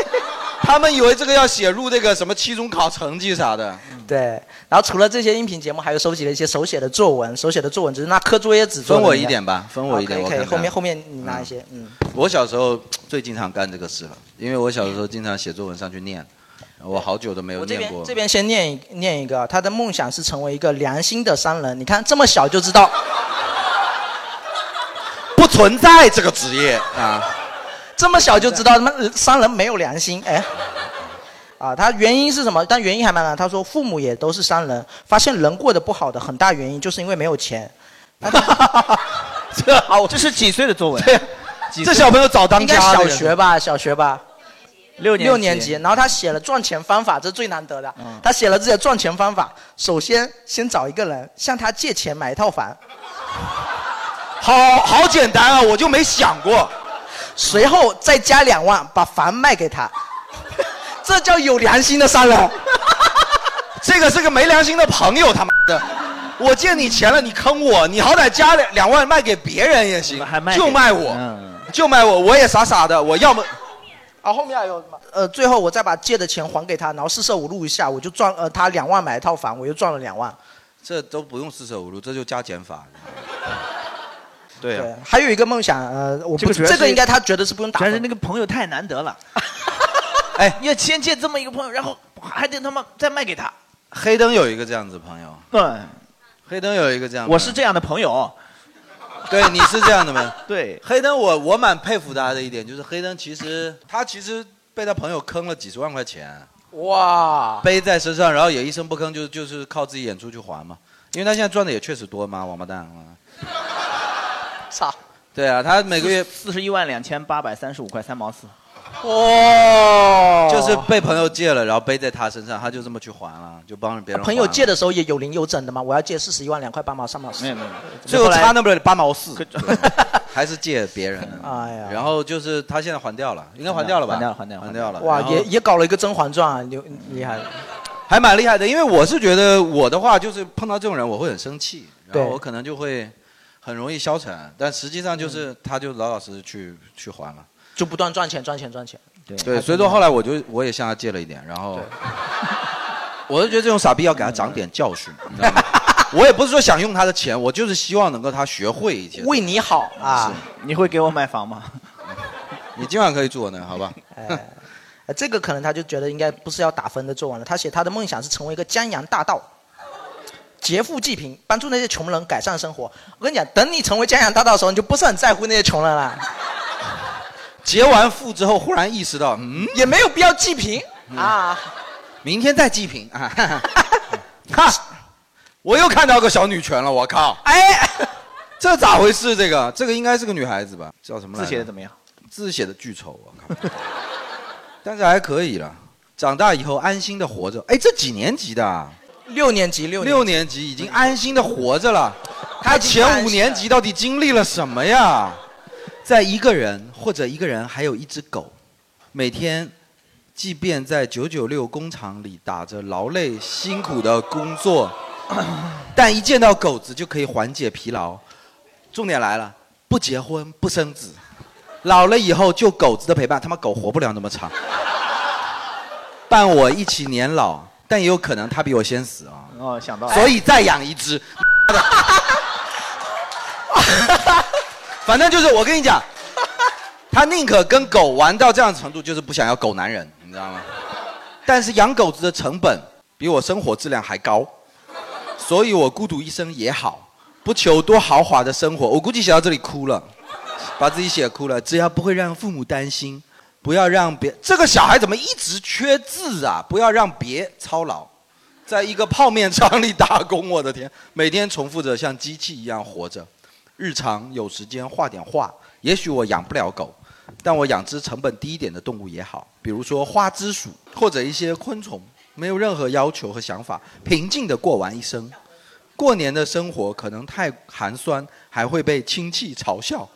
H: 他们以为这个要写入这个什么期中考成绩啥的。
G: 对，然后除了这些音频节目，还有收集了一些手写的作文，手写的作文只是拿课桌也纸做
H: 分
G: 的
H: 我
G: 那
H: 一
G: 个
H: 点吧，分我一点，
G: 好
H: 我
G: 可以可
H: 看
G: 以，后
H: 看
G: 面后面你拿一些，嗯，
H: 我小时候最经常干这个事了，因为我小时候经常写作文上去念，我好久都没有
G: 我这
H: 念
G: 边
H: 过。
G: 这边先念一念一个，他的梦想是成为一个良心的商人。你看这么小就知道，
H: 不存在这个职业啊，
G: 这么小就知道他妈呃商人没有良心，哎。啊，他原因是什么？但原因还蛮难。他说父母也都是商人，发现人过得不好的很大原因就是因为没有钱。
I: 这好，这是几岁的作文？ 几岁
G: 这小朋友早当家
I: 应该
G: 小学吧，小学吧，
I: 六年
G: 六年级，然后他写了赚钱方法，这是最难得的。
I: 嗯
G: 他写了自己的赚钱方法，首先先找一个人向他借钱买一套 房，
H: 好好简单啊，我就没想过。
G: 随后再加两万把房卖给他， 这叫有良心的商人。
H: 这个是个没良心的朋友，他妈的！我借你钱了，你坑我，你好歹加两两万卖给别人也行，
G: 给
H: 就卖我，
I: 嗯
H: 就卖我，我也傻傻的，我要么
G: 啊，后面还有什么？呃，最后我再把借的钱还给他，然后四舍五入一下，我就赚呃他两万买一套房，我又赚了两万。
H: 这都不用四舍五入，这就加减法。 对啊，
G: 还有一个梦想，呃，我
I: 这
G: 不
I: 个主要
G: 这个
I: 是
G: 应该他觉得是不用打
I: 主要是
G: 分
I: 那个朋友太难得了。
H: 哎，
I: 要先借这么一个朋友，然后还得他妈再卖给他。
H: 黑灯有一个这样子朋友，
I: 嗯，
H: 黑灯有一个这样，
I: 我是这样的朋友，
H: 对，你是这样的吗？
I: 对，
H: 黑灯我我蛮佩服他的一点就是黑灯其实他其实被他朋友坑了几十万块钱，
G: 哇，
H: 背在身上，然后也一声不吭就就是靠自己演出去还嘛，因为他现在赚的也确实多嘛，王八蛋啊！
G: 操！
H: 对啊，他每个月
I: 四十一万两千八百三十五块三毛四。
G: 哇
H: 就是被朋友借了，然后背在他身上，他就这么去还了，就帮别人还了。
G: 朋友借的时候也有零有整的嘛，我要借四十一万两块八毛三毛四。
I: 没有没有，
H: 最后差那么八毛四， 还是借别人。啊
G: 哎呀，
H: 然后就是他现在还掉了，应该还掉了吧？
I: 还掉了还掉了
H: 还掉了。
G: 哇，
H: 然后
G: 也也搞了一个《甄嬛传》啊，牛厉害
I: 嗯
G: 了。
H: 还蛮厉害的，因为我是觉得我的话就是碰到这种人我会很生气，然后
G: 对
H: 我可能就会很容易消沉，但实际上就是他就老老实实去去还了。
G: 就不断赚钱，赚钱，赚钱。
H: 对，所以说后来我就我也向他借了一点，然后 我就觉得这种傻逼要给他长点教训， 你知道吗？我也不是说想用他的钱，我就是希望能够他学会一些。
G: 为你好啊！
I: 你会给我买房吗？ 哎
H: 你今晚可以住我那，好吧？
G: 呃这个可能他就觉得应该不是要打分的作文了。他写他的梦想是成为一个江洋大盗，劫富济贫，帮助那些穷人改善生活。我跟你讲，等你成为江洋大盗的时候，你就不是很在乎那些穷人 了，
H: 结完富之后，忽然意识到，嗯，
G: 也没有必要济贫 啊。
H: 明天再济贫啊！ 哈哈，我又看到个小女权了，我靠！
G: 哎，
H: 这咋回事？这个这个应该是个女孩子吧？叫什么来着？
I: 字写的怎么样？
H: 字写的巨丑，啊我靠！但是还可以了，长大以后安心的活着。哎，这几年级的啊？
G: 六年级，六
H: 六年级已经安心的活着 了。他前五年级到底经历了什么呀？在一个人或者一个人还有一只狗，每天，即便在九九六工厂里打着劳累辛苦的工作， 但一见到狗子就可以缓解疲劳。重点来了，不结婚不生子，老了以后就狗子的陪伴，他妈狗活不了那么长。伴我一起年老，但也有可能他比我先死啊。
I: 哦，想到了。
H: 所以再养一只。 反正就是我跟你讲，他宁可跟狗玩到这样的程度，就是不想要狗男人，你知道吗？但是养狗子的成本比我生活质量还高，所以我孤独一生也好，不求多豪华的生活。我估计写到这里哭了，把自己写哭了。只要不会让父母担心，不要让别这个小孩怎么一直缺字啊？不要让别操劳。在一个泡面厂里打工，我的天，每天重复着像机器一样活着。日常有时间画点画，也许我养不了狗，但我养只成本低一点的动物也好，比如说花枝鼠或者一些昆虫，没有任何要求和想法，平静的过完一生。过年的生活可能太寒酸，还会被亲戚嘲笑。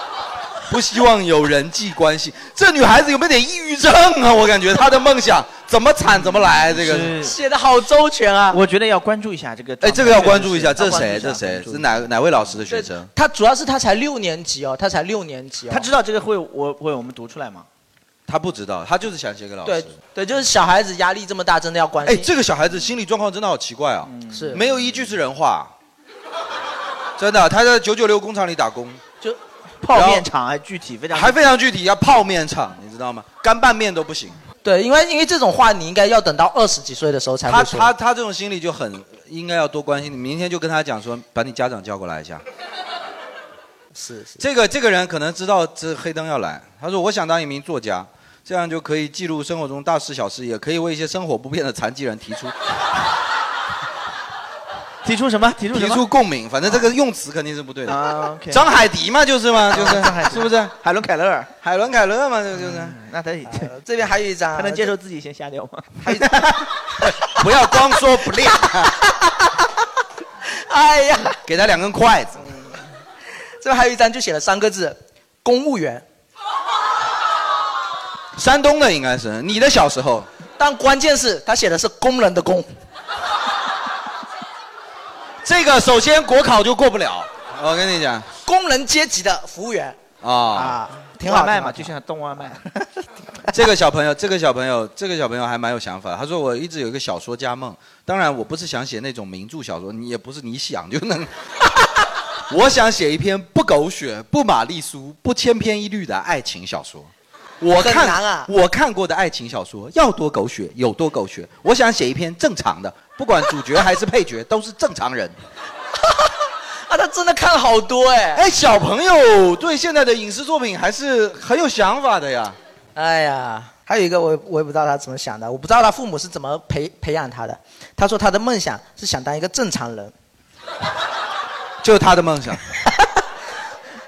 H: 不希望有人际关系，这女孩子有没有点抑郁症啊？我感觉她的梦想怎么惨怎么来，这个
I: 是
G: 写的好周全啊！
I: 我觉得要关注一下这个。
H: 哎，这个要关注一下，这是
I: 关注
H: 谁？
I: 一下
H: 这是谁？
I: 关注一下
H: 是哪哪位老师的学生？
G: 他主要是他才六年级哦，他才六年级哦。
I: 他知道这个会我会我们读出来吗？
H: 他不知道，他就是想写给老师。
G: 对对，就是小孩子压力这么大，真的要关
H: 哎，
G: 心。
H: 这个小孩子心理状况真的好奇怪啊，
G: 是
H: 没有一句是人话， 真的，他在九九六工厂里打工，
G: 就
I: 泡面厂还具体非常
H: 还非常具体，要泡面厂，你知道吗？干拌面都不行。
G: 对，因为因为这种话你应该要等到二十几岁的时候才
H: 他
G: 会说。
H: 他他这种心理就很应该要多关心你，明天就跟他讲说，把你家长叫过来一下。
G: 是是，
H: 这个这个人可能知道这黑灯要来，他说我想当一名作家，这样就可以记录生活中大事小事，也可以为一些生活不便的残疾人提出
I: 提出什么？提出
H: 提出共鸣，反正这个用词肯定是不对的。
I: 啊，OK
H: 张海迪嘛，就是嘛，就是
I: 张海迪
H: 是不是？
I: 啊海伦凯勒，嗯
H: 海伦凯勒嘛，这就是。呃
I: 那他也
G: 这边还有一张，
I: 他能接受自己先瞎聊吗？
H: 不要光说不 练。
G: 哎呀，嗯
H: 给他两根筷子。
G: 这边还有一张就写了三个字：公务员。
H: 山东的应该是你的小时候，
G: 但关键是他写的是工人的工。
H: 这个首先国考就过不了，我跟你讲
G: 工人阶级的服务员。
H: 啊啊，
I: 挺好卖嘛，就像东外卖。
H: 这个小朋友，这个小朋友，这个小朋友还蛮有想法。他说：“我一直有一个小说家梦，当然我不是想写那种名著小说，你也不是你想就能。 我想写一篇不狗血、不玛丽苏、不千篇一律的爱情小说。我
G: 很
H: 看、
G: 难啊
H: 我看过的爱情小说要多狗血有多狗血。我想写一篇正常的，不管主角还是配角都是正常人。
G: 啊，他真的看好多哎。
H: 哎，小朋友对现在的影视作品还是很有想法的呀。
G: 哎呀，还有一个我也我也不知道他怎么想的，我不知道他父母是怎么培培养他的。他说他的梦想是想当一个正常人，
H: 就是他的梦想。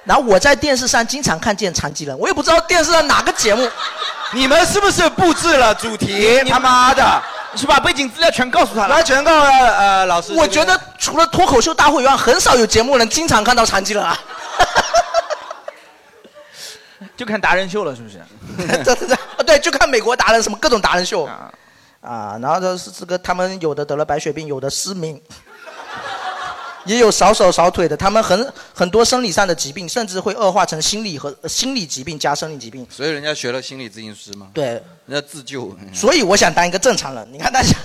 G: 然后我在电视上经常看见残疾人，我也不知道电视上哪个节目。
H: 你们是不是布置了主题？他妈的，
I: 是把背景资料全告诉他
H: 了，全告诉他了呃老师。
G: 我觉得除了脱口秀大会以外，很少有节目能经常看到残疾人 啊。
I: 就看达人秀了，是不是？
G: 对对对，对，就看美国达人什么各种达人秀啊然后这是这个他们有的得了白血病，有的失明，也有少手少腿的，他们很很多生理上的疾病，甚至会恶化成心理和呃心理疾病加生理疾病。
H: 所以人家学了心理咨询师吗？
G: 对，
H: 人家自救。
G: 所以我想当一个正常人，你看他 想，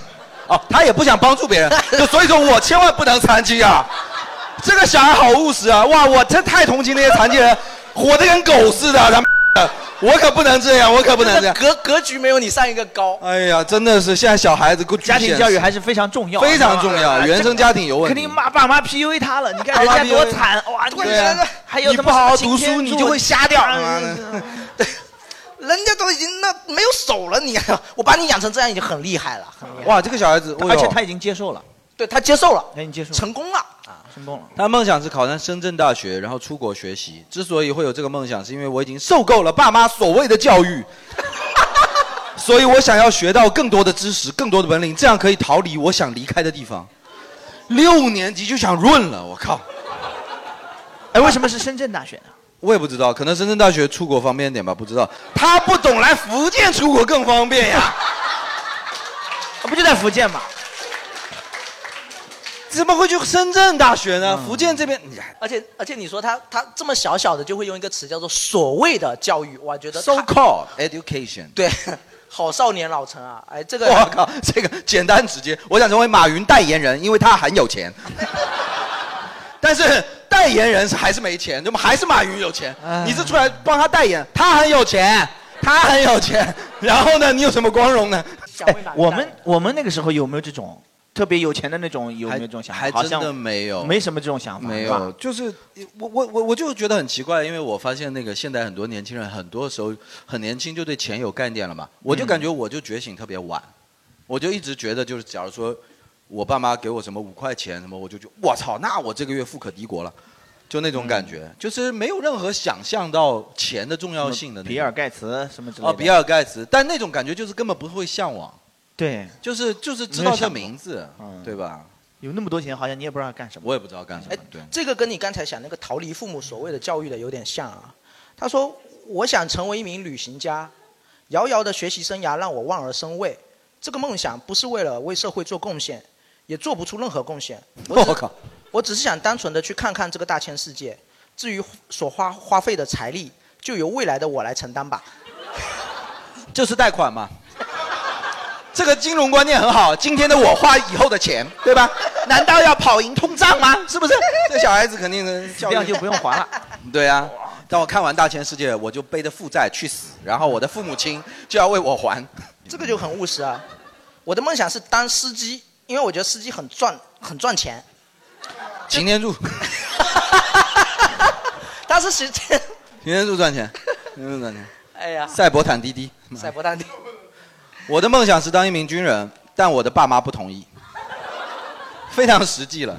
H: 哦，他也不想帮助别人， 就所以说我千万不能残疾啊！这个小孩好务实啊！哇，我真太同情那些残疾人，活得跟狗似的，他妈的，我可不能这样，我可不能 这样。
G: 格格局没有你上一个高。
H: 哎呀，真的是现在小孩子够
I: 家庭教育还是非常重要，
H: 非常重要，
I: 啊
H: 原生家庭有问
I: 肯
H: 题
I: 定。妈爸妈 PUA 他了，你看人
H: 爸
I: 家
H: 妈
I: 多
H: PUA
I: 惨哇！你
H: 对啊
I: 看还有
H: 你
I: 他
H: 不
I: 妈
H: 好好
I: 擎
H: 读
I: 天
H: 书，你
I: 柱
H: 就会瞎掉。
I: 啊
H: 妈的
G: 人家都已经那没有手了，你 看我把你养成这样已经很厉害了，很厉害。
H: 哇，这个小孩子，哎
I: 而且
H: 他
I: 他已经接受了，
G: 对他接受了，
I: 哎，你接受了
G: 成功了
I: 啊， 成功了。
H: 他梦想是考上深圳大学，然后出国学习。之所以会有这个梦想，是因为我已经受够了爸妈所谓的教育， 所以我想要学到更多的知识、更多的本领，这样可以逃离我想离开的地方。六年级就想润了，我靠！
I: 哎，为什么是深圳大学呢？
H: 我也不知道，可能深圳大学出国方便点吧，不知道。他不懂，来福建出国更方便呀。
I: 不就在福建吗？
H: 怎么会去深圳大学呢？福建这边，
G: 而且而且你说他他这么小小的就会用一个词叫做所谓的教育，我觉得
H: so
G: 太
H: called education。
G: 对，好少年老成啊！哎，这个
H: 我靠，这个简单直接。我想成为马云代言人，因为他很 有钱。但是代言人是还是没钱，怎么还是马云有钱？
G: 哎
H: 你是出来帮他代言，他很有钱，他很有钱。然后呢，你有什么光荣呢？
I: 哎，我们我们那个时候有没有这种特别有钱的那种有没有这种想法？
H: 还
I: 好像
H: 真的没有
I: 没什么这种想法，
H: 没
I: 是吧
H: 有，就是我我我我就觉得很奇怪，因为我发现那个现在很多年轻人，很多时候很年轻就对钱有概念了嘛。我
I: 嗯
H: 就感觉我就觉醒特别晚，我就一直觉得就是，假如说我爸妈给我什么五块钱什么，我就觉得我操，那我这个月富可敌国了，就那种
I: 嗯
H: 感觉，就是没有任何想象到钱的重要性的那种。
I: 比尔盖茨什么之类的。
H: 哦，比尔盖茨，但那种感觉就是根本不会向往，
I: 对，
H: 就是就是知
I: 没有嗯
H: 道这
I: 想过
H: 名字，对吧？
I: 有那么多钱，好像你也不知道干什么。哎
H: 我也不知道干什么。对。
G: 这个跟你刚才想那个逃离父母所谓的教育的有点像啊。他说：“我想成为一名旅行家，遥遥的学习生涯让我望而生畏。这个梦想不是为了为社会做贡献，也做不出任何贡献。我
H: 我靠！
G: 我只是想单纯的去看看这个大千世界。 至于所花花费的财力，就由未来的我来承担吧。”
H: 就是贷款嘛。这个金融观念很好，今天的我花以后的 钱，对吧？难道要跑赢通胀吗？是不是？ 这小孩子肯定能 这
I: 这样就不用还了。
H: 对啊，当我看完《大千世界》，我就背着负债去死，然后我的父母亲就要为我还。
G: 这个就很务实啊。我的梦想是当司机，因为我觉得司机很赚，很赚钱。
H: 擎天柱，
G: 但是 时间，
H: 擎天柱赚 钱，擎天柱赚钱。
G: 哎呀，
H: 赛博坦滴滴，
G: 赛博坦地，
H: 我的梦想是当一名军人，但我的爸妈不同意， 非常实际了。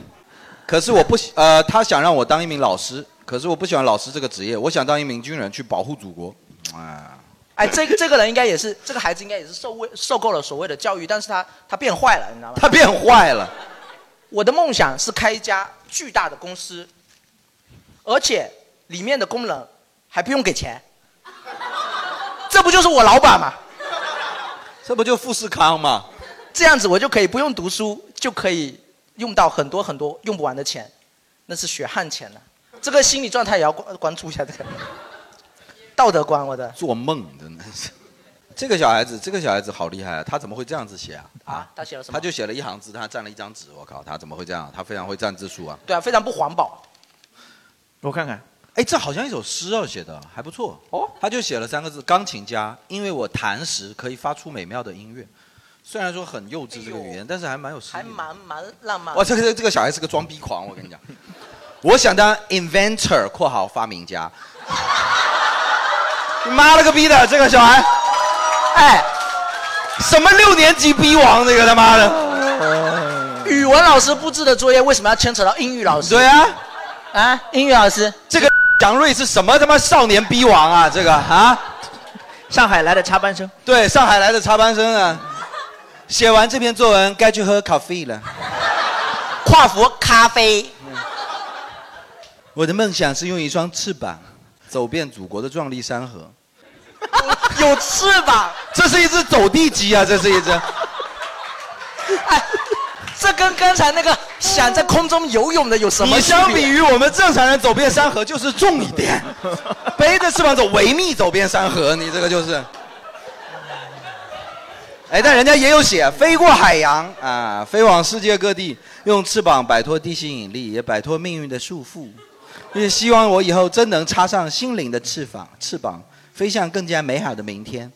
H: 可是我不喜，呃，他想让我当一名老师，可是我不喜欢老师这个职业，我想当一名军人去保护祖国。啊，
G: 哎，这这个人应该也是，这个孩子应该也是受为受够了所谓的教育，但是他他变坏了，你知道吗？
H: 他变坏了。
G: 我的梦想是开一家巨大的公司，而且里面的工人还不用给钱，这不就是我老板吗？
H: 这不就富士康吗？
G: 这样子我就可以不用读书，就可以用到很多很多用不完的钱，那是血汗钱了。这个心理状态也要关关注一下这个道德观，我的
H: 做梦真的是。这个小孩子，这个小孩子好厉害啊！他怎么会这样子写啊？啊，
G: 他写了什么？
H: 他就写了一行字，他占了一张纸。我靠，他怎么会这样？他非常会占字数啊！
G: 对啊，非常不环保。
I: 我看看，
H: 哎，这好像一首诗哦，写的还不错
G: 哦。
H: 他就写了三个字：钢琴家，因为我弹时可以发出美妙的音乐。虽然说很幼稚这个
I: 哎
H: 语言，但是还蛮有诗意
G: 还
H: 的。
G: 蛮蛮浪漫的。
H: 哇，这个这个小孩是个装逼狂，我跟你 讲。我想当 inventor（ 括号发明家）。你妈了个逼的，这个小孩，哎，什么六年级逼王，这个他妈的。
G: 语文老师布置的作业为什么要牵扯到英语老师？
H: 对啊，
G: 啊，英语老师，
H: 这个蒋瑞是什么他妈少年逼王啊？这个啊，
I: 上海来的插班生。
H: 对，上海来的插班生啊。写完这篇作文，该去喝咖啡了。
G: 跨服咖啡。
H: 我的梦想是用一双翅膀，走遍祖国的壮丽山河。
G: 有翅膀，
H: 这是一只走地鸡啊，这是一只。
G: 这跟刚才那个想在空中游泳的有什么
H: 你
G: 区别？
H: 相比于我们正常人走遍山河就是重一 点，背着翅膀走，维密走遍山河，你这个就是。哎，但人家也有写，飞过海洋啊，飞往世界各地，用翅膀摆脱地心引力，也摆脱命运的束缚。也希望我以后真能插上心灵的翅膀，翅膀飞向更加美好的明天。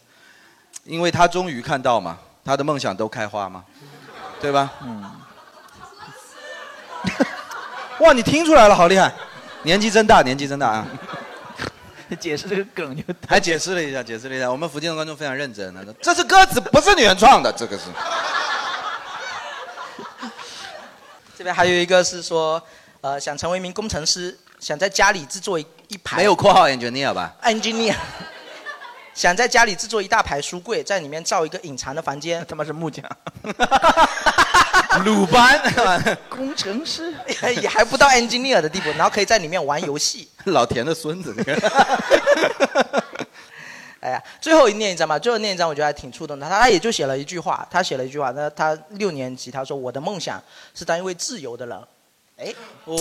H: 因为他终于看到嘛，他的梦想都开花嘛，对吧？嗯。
J: 啊
H: 哇，你听出来了，好厉害！年纪真大，年纪真大啊！
I: 解释这个梗就
H: 还解释了一下，解释了一下。我们福建的观众非常认真，他说这是歌词，不是你原创的，这个是。
G: 这边还有一个是说，呃，想成为一名工程师，想在家里制作一一排
H: 没有括号 engineer 吧？
G: engineer，想在家里制作一大排书柜，在里面造一个隐藏的房间。
I: 他妈是 木匠，
H: 鲁班，
I: 工程 师哎
G: 也还不到 engineer 的地步，然后可以在里面玩游戏。
H: 老田的孙子，这个。
G: 哎呀，最后念一张吧，最后念一张，我觉得还挺触动的。他他也就写了一句话，他写了一句话，那他六年级，他说我的梦想是当一位自由的人。哎，
H: 哦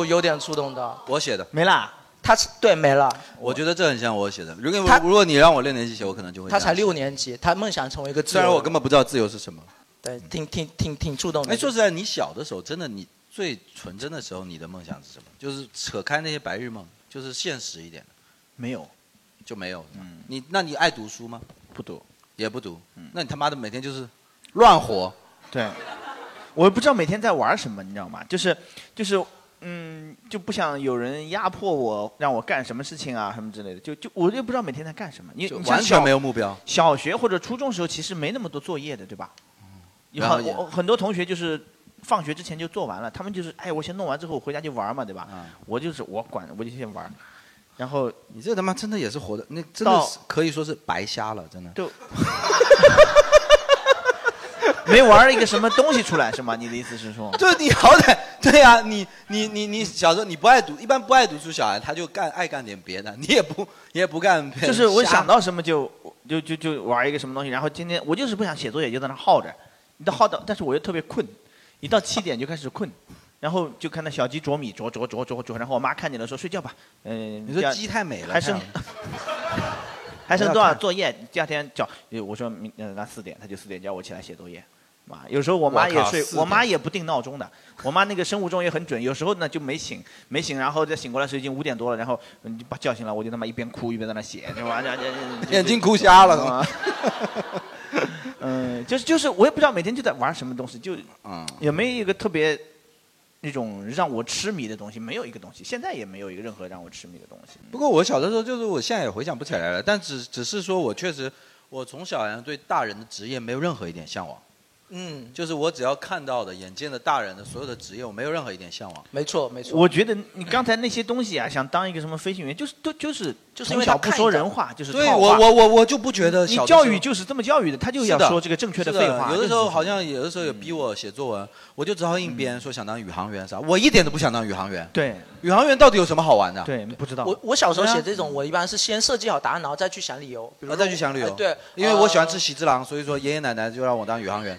G: 哦，有点触动的。
H: 我写的
I: 没啦。
G: 他是对没了，
H: 我觉得这很像我写的。如果如果你让我六年级写，我可能就会这
G: 他
H: 样。
G: 才六年级，他梦想成为一个自
H: 虽
G: 由
H: 然
G: 人。
H: 我根本不知道自由是什么。
G: 对，挺挺挺挺触动的。
H: 哎，说实在，你小的时候，真的你最纯真的时候，你的梦想是什么？就是扯开那些白日梦，就是现实一点的。
I: 没有，
H: 就没有。嗯，你那你爱读书吗？
I: 不读，嗯
H: 也不读。那你他妈的每天就是乱活。
I: 对，我也不知道每天在玩什么，你知道吗？就是就是，嗯，就不想有人压迫我，让我干什么事情啊，什么之类的。就就我也不知道每天在干什么，因为
H: 就
I: 你像
H: 完全
I: 小
H: 没有目标。
I: 小学或者初中时候其实没那么多作业的，对吧？
H: 嗯
I: 有
H: 然后
I: 很
H: 也
I: 我很多同学就是放学之前就做完了，他们就是哎，我先弄完之后我回家就玩嘛，对吧？我就是我管，我就先玩。然后
H: 嗯你这他妈真的也是活的，那真的
I: 到
H: 是可以说是白瞎了，真的。
I: 就没玩一个什么东西出来是吗？ 你的意思是说？
H: 对你好歹对呀、你你你你小时候你不爱读，一般不爱读书小孩他就干爱干点别的，你也不你也不干别的。
I: 就是我
H: 瞎
I: 想到什么就就就就玩一个什么东西，然后今天我就是不想写作业，就在那耗着，你到耗到，但是我又特别困，一到七点就开始困， 然后就看那小鸡啄米啄啄啄啄啄，然后我妈看见了说睡觉吧，嗯、
H: 你
I: 这
H: 说
I: 样
H: 鸡太美了
I: 还剩
H: 太
I: 还剩多少作业？第二天叫我说明呃那四点，他就四点叫我起来写作业。妈，有时候我妈也睡
B: 我靠，4
I: 我妈也不定闹钟的。我妈那个生物钟也很准，有时候呢就没醒，没醒，然后再醒过来时候已经五点多了，然后嗯就把叫醒了，我就他妈一边哭一边在那写，对吧？这这这
H: 眼睛哭瞎了
I: 啊。 嗯，就是就是，我也不知道每天就在玩什么东西，就
H: 嗯
I: 也没一个特别那种让我痴迷的东西，没有一个东西，现在也没有一个任何让我痴迷的东西。
H: 不过我小的时候，就是我现在也回想不起来了，但只只是说我确实，我从小好像对大人的职业没有任何一点向往。
G: 嗯，
H: 就是我只要看到的、眼见的大人的所有的职业，我没有任何一点向往。
G: 没错没错。
I: 我觉得你刚才那些东西啊，想当一个什么飞行员，就是都就是
G: 就是因为
I: 从小
G: 他
I: 不
G: 看
I: 说
G: 着
I: 人话，就是
H: 对
I: 套
H: 我
I: 话
H: 我我我就不觉得
I: 你
H: 小的
I: 教
H: 时候
I: 育就是这么教育的，他就是要
H: 的
I: 说这个正确
H: 是
I: 废话。
H: 有的时候好
I: 像
H: 像有的时候有
I: 嗯
H: 逼我写作文，我就只好硬编说想当宇航员啥，我一点都不想当宇航员。
I: 对，
H: 宇航员到底有什么好玩的？
I: 对，啊不知道
G: 我我小时候写这种，我一般是先设计好答案，然后再去想理由，比如
H: 我
G: 说
H: 再去想旅游。
G: 哎对，
H: 因为我喜欢
G: 呃
H: 吃喜之郎，所以说爷爷奶奶就让我当宇航员。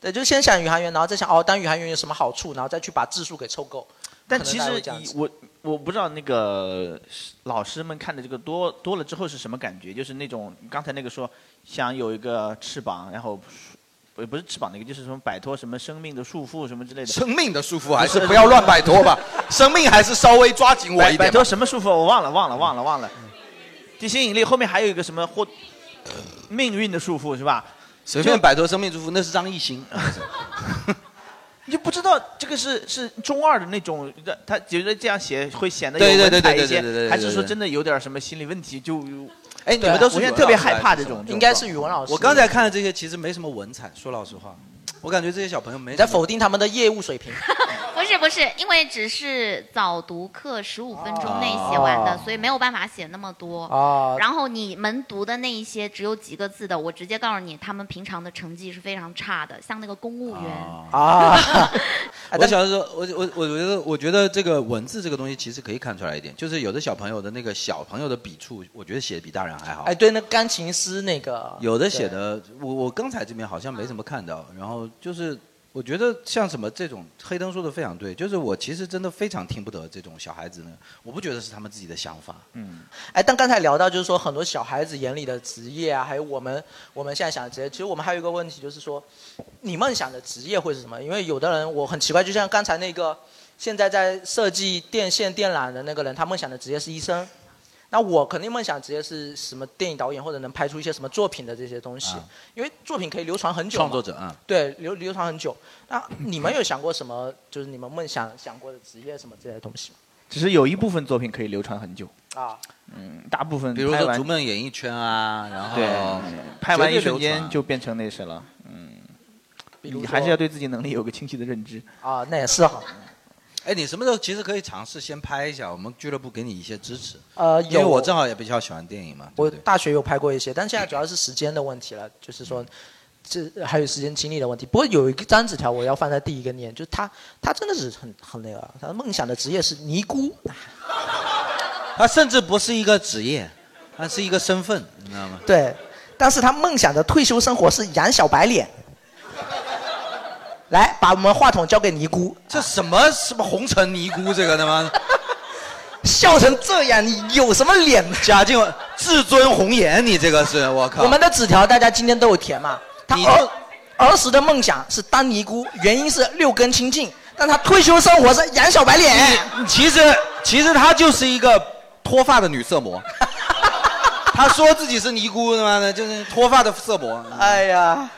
G: 对，就先想宇航员，然后再想哦，当宇航员有什么好处，然后再去把字数给凑够。
I: 但
G: 可能
I: 其
G: 大家
I: 实
G: 会这样
I: 以
G: 子
I: 我我不知道那个老师们看的这个多多了之后是什么感觉，就是那种刚才那个说想有一个翅膀，然后也不是翅膀那个，就是什么摆脱什么生命的束缚什么之类的。
H: 生命的束缚还是不要乱摆脱吧，生命还是稍微抓紧我一
I: 摆
H: 点
I: 脱
H: 吧。
I: 什么束缚？我忘了，忘了，忘了，忘了。地心引力后面还有一个什么或命运的束缚是吧？
H: 随便摆脱生命束缚，那是张艺兴。
I: 你就不知道这个是是中二的那种，他觉得这样写会显得有
H: 对对对
I: 文采
H: 对
I: 一
H: 对对对对
I: 些，
H: 对
I: 还是说真的有点什么心理问题就？
H: 哎，你们都是
I: 我现
H: 语文
I: 在特别
H: 老师
I: 害
H: 还
I: 怕
H: 是
I: 这
H: 什么
I: 种，
G: 应该是语文老师
H: 我刚才看的这些其实没什么文采，说老实话，我感觉这些小朋友没。你
G: 在否定他们的业务水平。
O: 不是不是，因为只是早读课十五分钟内写完的，
G: 哦
O: 所以没有办法写那么多。
G: 哦
O: 然后你们读的那一些只有几个字的，我直接告诉你，他们平常的成绩是非常差的，像那个公 务员。
G: 啊！
H: 我小的时候，我我我觉得，我觉得这个文字这个东西其实可以看出来一点，就是有的小朋友的那个小朋友的笔触，我觉得写的比大人还好。
G: 哎，对，那钢琴师那个
H: 有的写的，我我刚才这边好像没怎么看到。然后就是，我觉得像什么这种，黑灯说的非常对，就是我其实真的非常听不得这种小孩子呢，我不觉得是他们自己的想法。
I: 嗯，
G: 哎，但刚才聊到就是说很多小孩子眼里的职业啊，还有我们我们现在想的职业，其实我们还有一个问题就是说，你梦想的职业会是什么？因为有的人我很奇怪，就像刚才那个现在在设计电线电缆的那个人，他梦想的职业是医生。那我肯定梦想职业是什么电影导演或者能拍出一些什么作品的这些东西，因为作品可以流传很久嘛。
H: 啊创作者啊
G: 对，流流传很久。那你们有想过什么？就是你们梦想想过的职业什么之类的东西吗？
I: 只是有一部分作品可以流传很久。
G: 啊，
I: 嗯，大部分
H: 比如
I: 拍
H: 说
I: 完
H: 逐梦演艺圈啊，然后
I: 对，拍完一瞬
H: 绝对流
I: 间
H: 传
I: 就变成那谁了。嗯，
G: 比如
I: 你
G: 说
I: 还是要对自己能力有个清晰的认知。
G: 啊，那也是哈。
H: 哎，你什么时候其实可以尝试先拍一下，我们俱乐部给你一些支持。
G: 呃
H: 因为
G: 有
H: 我正好也比较喜欢电影嘛。
G: 我大学有拍过一些，但现在主要是时间的问题了，就是说，这还有时间精力的问题。不过有一张纸条我要放在第一个念，就是他，他真的是很很那个，啊他梦想的职业是尼姑，
H: 他甚至不是一个职业，他是一个身份，你知道吗？
G: 对，但是他梦想的退休生活是养小白脸。来，把我们话筒交给尼姑。
H: 这什么什么红尘尼姑，这个他 妈
G: 笑成这样，你有什么脸？
H: 贾静雯至尊红颜，你这个是我靠。
G: 我们的纸条大家今天都有填嘛？他
H: 你
G: 儿儿时的梦想是当尼姑，原因是六根清净，但他退休生活是养小白脸。
H: 其实其实她就是一个脱发的女 色魔，她说自己是尼姑，他妈的就是脱发的色魔。
G: 哎呀，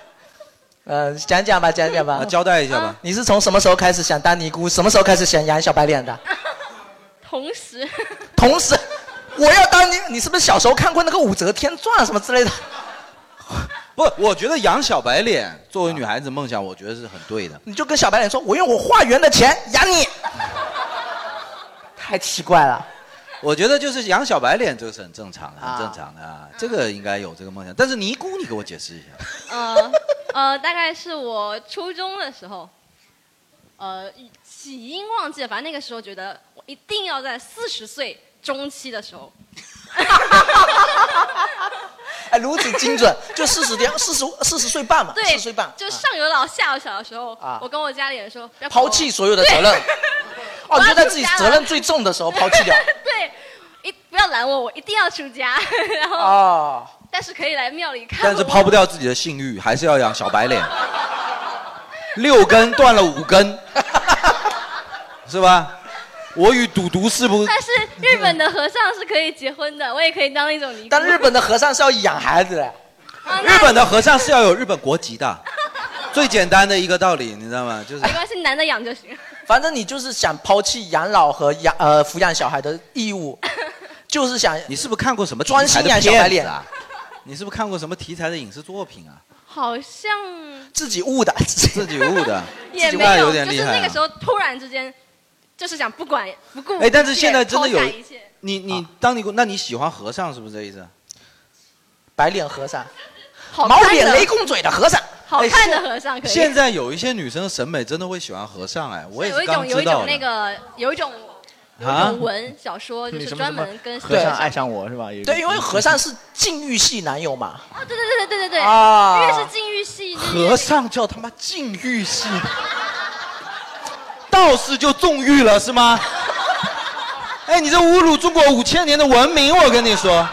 G: 呃，讲讲吧，讲讲吧，啊
H: 交代一下吧。
G: 你是从什么时候开始想当尼姑？什么时候开始想养小白脸的？
L: 同时，
G: 同时，我要当尼，你是不是小时候看过那个《武则天传》什么之类的？
H: 不，我觉得养小白脸作为女孩子梦想，我觉得是很对的。
G: 你就跟小白脸说，我用我化缘的钱养你。太奇怪了。
H: 我觉得就是养小白脸，这个是很正常的，很正常的啊，这个应该有这个梦想。但是尼姑，你给我解释一下，
L: 呃呃，大概是我初中的时候，呃，起因忘记了，反正那个时候觉得我一定要在四十岁中期的时候，
G: 哎，如此精 准，就四十天，四十四十岁半嘛，
L: 对，
G: 四岁半，
H: 啊
L: 就上有老下有小的时候，
G: 啊
L: 我跟我家里人说，不要管我
G: 抛弃所
H: 哦
G: 有的责任。哦，你就在自己责任最重的时候抛弃掉。
L: 对，一不要拦拦我，我一定要出家。 然后，
H: 哦
L: 但是可以来庙里看我。
H: 但是抛 不掉自己的性欲，还是要养小 白脸。六根断了五根，是吧？我与赌毒是不？
L: 但是日本的和尚是可以结婚的，我也可以当一种尼姑。哦
G: 但日本的和尚是要养孩子的，
H: 日本的和尚是要有日本国 籍的，最简单的一个道理，你知道吗？就是
L: 没关系，男的养就行。
G: 反正你就是想抛弃养老和养呃抚养小孩的义务，就是想
H: 你是不是看过什么
G: 专心养小白脸
H: 啊？你是不是看过什么题材的影视作品啊？
L: 好像
G: 自己悟的，
H: 自己悟的，
L: 也
H: 自己
L: 没
H: 悟的
L: 有，
H: 有点厉
L: 就是那
H: 害
L: 个
H: 啊
L: 时。候突然之间，就是想不管不顾一切。
H: 哎，但是现在真的有
L: 抛下一切，
H: 你你
G: 啊
H: 当你那你喜欢和尚是不是这意思？
G: 白脸和尚，
L: 好
G: 毛
L: 看的
G: 脸雷公嘴的和尚，哎
L: 好看的和尚可以。
H: 现在有一些女生的审美真的会喜欢和尚，哎，我也
L: 有
H: 是
L: 一种
H: 刚
L: 有
H: 知
L: 一
H: 道的
L: 种那个有一种有一
H: 啊
L: 种文小说，就是专门跟
I: 和尚爱上我是吧？有一个
G: 对，因为和尚是禁欲系男友嘛。
L: 哦，对对对对对对
G: 啊
L: 对，越是禁欲系就越
H: 和尚叫他妈禁欲系，道士就纵欲了是吗？哎，你这侮辱中国五千年的文明，我跟你说，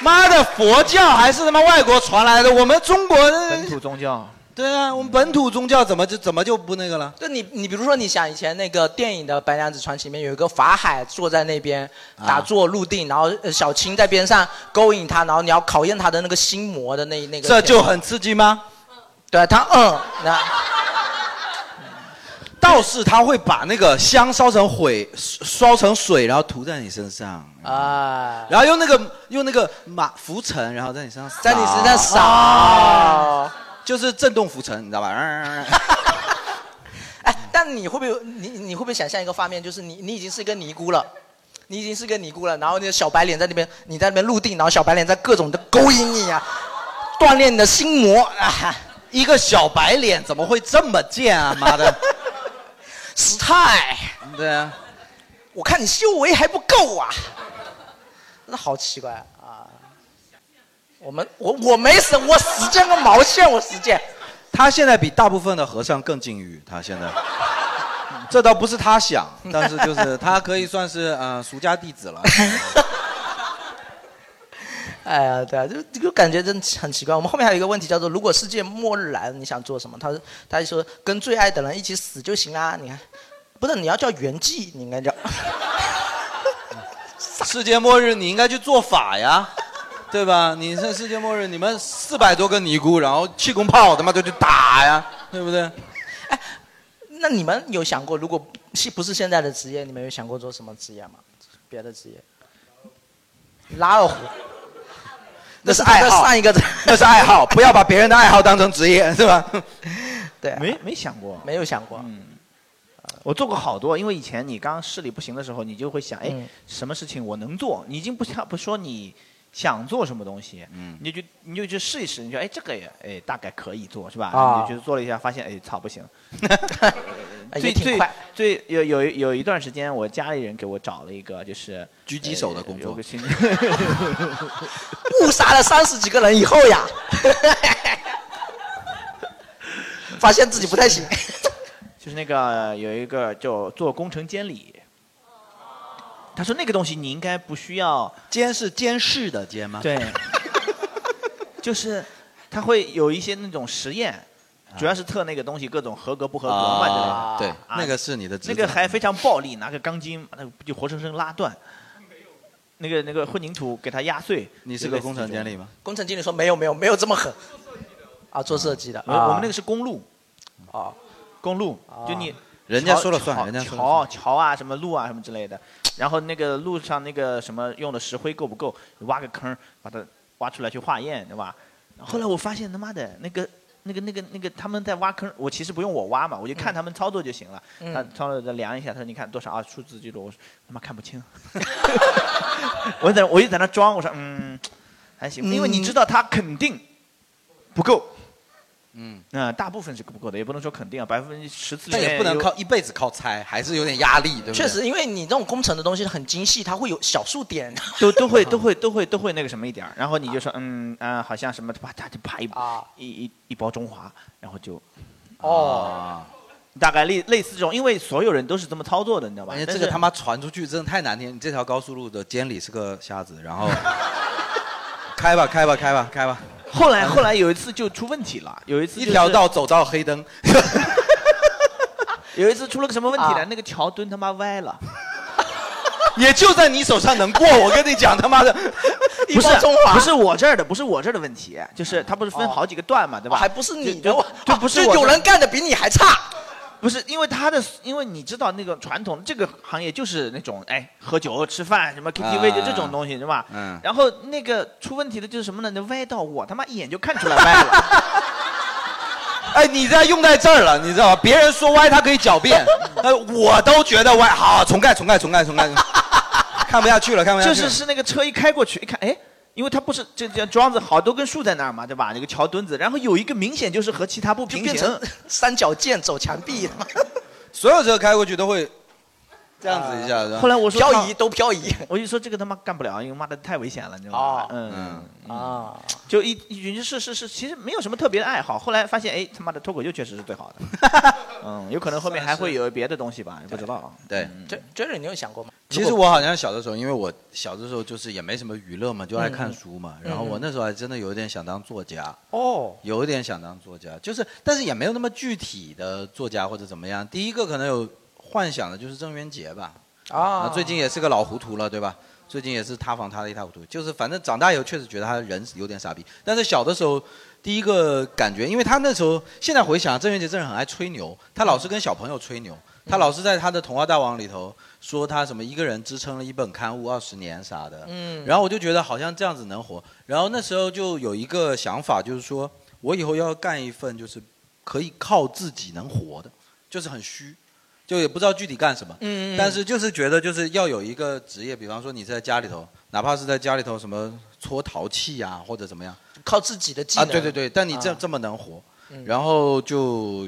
H: 妈的，佛教还是他妈外国传来的，我们中国本
I: 土宗教，
H: 对啊，我们本土宗教怎么就怎么就不那个了？
G: 就你，你比如说，你想以前那个电影的《白娘子传奇》里面有一个法海坐在那边
H: 啊
G: 打坐入定，然后呃小青在边上勾引他，然后你要考验他的那个心魔的那那个。
H: 这就很刺激吗？
G: 对他，嗯，那
H: 道士他会把那个香烧成灰，烧成水，然后涂在你身上，
G: 啊，
H: 然后用那个用那个马浮尘，然后在你身上
G: 在你身上扫
H: 啊就是震动浮尘，你知道吧？
G: 哎但你会不会你你会不会想象一个画面，就是你你已经是一个尼姑了，你已经是个尼姑了，然后那个小白脸在那边你在那边入定，然后小白脸在各种的勾引你啊，锻炼你的心魔啊，
H: 一个小白脸怎么会这么贱啊？妈的，
G: 师太，
H: 对啊，
G: 我看你修为还不够啊，那好奇怪啊！我们我我没神，我实践个毛线，我实践。
H: 他现在比大部分的和尚更禁欲，他现在，这倒不是他想，但是就是他可以算是呃俗家弟子了。
G: 哎呀，对啊，就就感觉真很奇怪。我们后面还有一个问题叫做：如果世界末日来了，你想做什么？他他就说跟最爱的人一起死就行啦。你看，不是你要叫圆寂，你应 该叫。
H: 世界末日你应该去做法 呀，对吧？你这世界末日，你们四百多个尼姑，然后气功炮他妈就去打呀，对不对？
G: 哎那你们有想过，如果是不是现在的职业，你们有想过做什么职业吗？别的职业？拉二胡。
H: 那是爱好，
G: 上一个
H: 那是爱好，不要把别人的爱好当成职 业，是吧？
G: 对、啊
I: 没没想过，
G: 没有想过。
I: 嗯，我做过好多，因为以前你刚视力不行的时候，你就会想，哎，
G: 嗯
I: 什么事情我能做？你已经不想不说你想做什么东西，嗯，你就去你就去试一试，你说，哎，这个也，哎，大概可以做，是吧？
G: 啊哎
I: 你就去做了一下，发现，哎，操，不行。
G: 也
I: 最
G: 挺
I: 最
G: 快
I: 最有有有一段时间，我家里人给我找了一个就是呃
H: 狙击手的工
I: 作，有个亲戚
G: 误杀了三十几个人以后 呀，发现自己不太行。
I: 就是那个有一个就做工程监理，他说那个东西你应该不需要
H: 监是监视的监吗？
I: 对，就是他会有一些那种实验，主要是测那个东西各种合格不合格嘛之类的。
H: 啊对
I: 啊
H: 那个是你的职责
I: 那个还非常暴力，拿个钢筋把它就活生生拉断。那个那个混凝土给它压碎。
H: 你是个工程监理吗？
G: 工程经理说没有没有没有这么狠，啊，做设计的，
I: 嗯我我们那
G: 个
I: 个是公路，
G: 啊，
I: 公路就你
H: 啊人家
I: 桥
H: 说了算
I: 桥
H: 人家说了
I: 桥桥啊什么路啊什么之类的，然后那个路上那个什么用的石灰够不够，挖个坑把它挖出来去化验，对吧？后来我发现他妈的那个。那个、那个、那个，他们在挖坑，我其实不用我挖嘛，我就看他们操作就行了。
G: 嗯
I: 他操作再量一下，他说你看多少啊？数字记录，我说他妈看不清。 我在我就在那装，我说嗯，还行，因为你知道他肯定不够，
H: 嗯，
I: 嗯，大部分是不够的，也不能说肯定啊，百分之十次里
H: 但
I: 面
H: 也不能
I: 有
H: 靠一辈子靠猜，还是有点压力，对不对？
G: 确实，，因为你这种工程的东西很精细，它会有小数点。
I: 都 都会都会都会都会那个什么一点儿，然后你就说嗯啊、好像什
H: 啊
I: 么啪他就啪一、一一一包中华，然后就
G: 哦，
I: 啊大概类类似这种，因为所有人都是这么操作的，你知道吧？
H: 而且
I: 但
H: 哎这
I: 是
H: 个他妈传出去真的太难听，你这条高速路的监理是个瞎子，然后 开吧开吧开吧开吧。
I: 后来后来有一次就出问题了，有一次
H: 一
I: 就是
H: 条道走到黑灯，
I: 有一次出了个什么问题呢？
H: 啊
I: 那个桥墩他妈歪 了。
H: 也就在你手上能过，我跟你讲他妈 的，一
I: 不是
H: 帮中华
I: 不是我这儿的，不是我这儿的问题，就是它不是分好几个段嘛，对啊哦吧？还不是你的，就不是
G: 就有人
I: 干的比你还差。不是因为他的，因为你知道那个传统这个行业就是那种哎喝酒吃饭什么 KTV 就这种东西是吧？
H: 嗯，
I: 然后那个出问题的就是什么呢？那歪到我他妈一眼就看 出来歪了。
H: 哎，你这用在这儿了，你知道吧？别人说歪，他可以狡辩，
I: 嗯
H: 呃，我都觉得歪。好，重盖，重盖，重盖，重盖，看不下去了，看不下
I: 就
H: 去
I: 是
H: 了。
I: 是那个车一开过去，一看，哎，因为它不是这这桩子好多根树在那儿嘛，对吧？那个桥墩子，然后有一个明显就是和其他不平
G: 变
I: 行
G: 成，
I: 三角剑走墙壁。
H: 所有车开过去都会这样子一下，是吧
I: 后来我说嗯
G: 漂移哦
I: 都漂移，我就说这个他妈干不了，因为妈的太危险了，你知道吗？嗯啊，就一一群是是是，其实没有什么特别的爱好。后来发现，哎，他妈的脱口秀确实是最好的。 嗯，有可能后面还会有别的东西吧，也不知道啊。
H: 对，
G: 追追着你有想过吗？
H: 其实我好像小的时候，因为我小的时候就是也没什么娱乐嘛，就爱看书嘛。
G: 嗯
H: 然后我那时候还真的有一点想当作家，
I: 哦，
H: 有一点想当作家，就是但是也没有那么具体的作家或者怎么样。第一个可能有幻想的就是郑渊洁吧，啊，
G: 啊，
H: 最近也是个老糊涂了，对吧？最近也是塌房塌的一塌糊涂，就是反正长大以后确实觉得他人有点傻逼，但是小的时候第一个感觉，因为他那时候现在回想，郑渊洁真的很爱吹牛，他老是跟小朋友吹牛，他老是在他的童话大王里头说他什么一个人支撑了一本刊物二十年啥的，
G: 嗯
H: 然后我就觉得好像这样子能活，然后那时候就有一个想法，就是说我以后要干一份就是可以靠自己能活的，就是很虚，就也不知道具体干什么，
G: 嗯嗯嗯
H: 但是就是觉得就是要有一个职业，比方说你在家里头，哪怕是在家里头什么搓陶器呀、或者怎么样，
G: 靠自己的技
H: 啊，
G: 能。
H: 对对对，但你这、
G: 啊
H: 这么能活，
G: 嗯
H: 然后就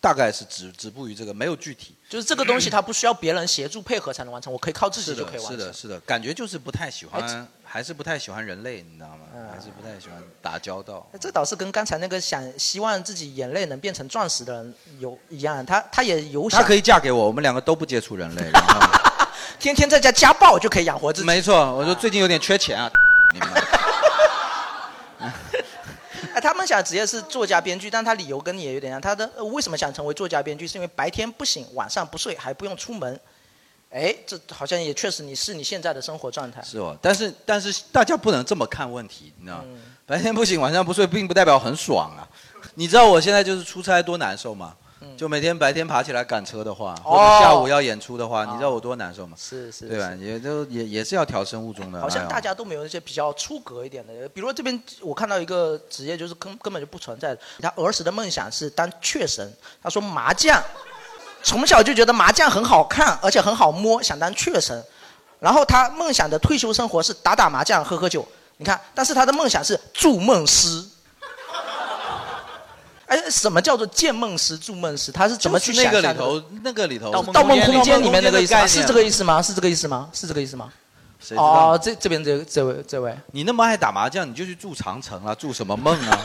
H: 大概是止止步于这个，没有具体。
G: 就是这个东西，它不需要别人协助配合才能完成，我可以靠自己
H: 是
G: 就可
H: 的，
G: 以完
H: 是
G: 成
H: 的，。是的，感觉就是不太喜
G: 哎
H: 欢
G: 这，
H: 还是不太喜欢人类，你知道吗？还是不太喜欢打交道。
G: 这倒是跟刚才那个想希望自己眼泪能变成钻石的人有一样，他他也有想
H: 她可以嫁给我，我们两个都不接触 人类，然后
G: 天天在家家暴就可以养活自己。
H: 没错，我说最近有点缺钱啊， 你们
G: 哎，他们想职业是作家编剧，但他理由跟你也有点像。他的、呃为什么想成为作家编剧，是因为白天不醒，晚上不睡，还不用出门。哎，这好像也确实你是你现在的生活状态。
H: 是哦，但是但是大家不能这么看问题，你知道吗？
G: 嗯
H: 白天不醒，晚上不睡，并不代表很爽啊。你知道我现在就是出差多难受吗？
G: 嗯
H: 就每天白天爬起来赶车的话，或者下午要演出的话，你知道我多难受吗？
G: 哦是是
H: 对吧？也就也也是要调身物钟的。
G: 好像
H: 哎呦
G: 大家都没有那些比较出格一点的，比如说这边我看到一个职业就是根根本就不存在的。他儿时的梦想是当雀神，他说麻将，从小就觉得麻将很好看，而且很好摸，想当雀神。然后他梦想的退休生活是打打麻将、喝喝酒。你看，但是他的梦想是筑梦师。哎，什么叫做建梦师、筑梦师？他是怎么去
H: 就是那
G: 想
H: 个
G: 象
H: 里
G: 的
H: 头，那个里头，
G: 《盗梦空间》里面那个意思
H: 盗
G: 吗？
H: 梦空
G: 是
H: 间的概念啊
G: 这个意思吗？是这个意思吗？是这个意思吗？
H: 谁知道
G: 哦，这这边这这位这位
H: 你那么爱打麻将，你就去住长城了，住什么梦 啊？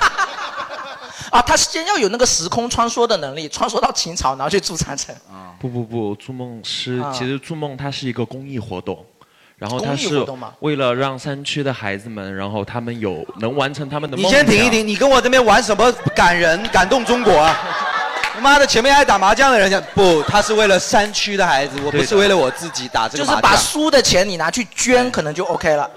G: 啊，他是先要有那个时空穿梭的能力，穿梭到秦朝，然后去筑长城。
B: 不不不，筑梦师、
G: 啊
B: 其实筑梦它是一个公益活动，然后它
G: 公益
B: 是
G: 活动吗
B: 为了让山区的孩子们，然后他们有能完成他们的
H: 你
B: 梦
H: 先停一
B: 想
H: 停，你跟我这边玩什么感 人感动中国啊？他妈的，前面爱打麻将的人讲不，他是为了山区的孩子，我不
G: 对
H: 是
G: 的
H: 为了我自己打这
G: 就
H: 个
G: 是
H: 麻
G: 把
H: 将。
G: 输的钱你拿去捐，可能就 OK 了。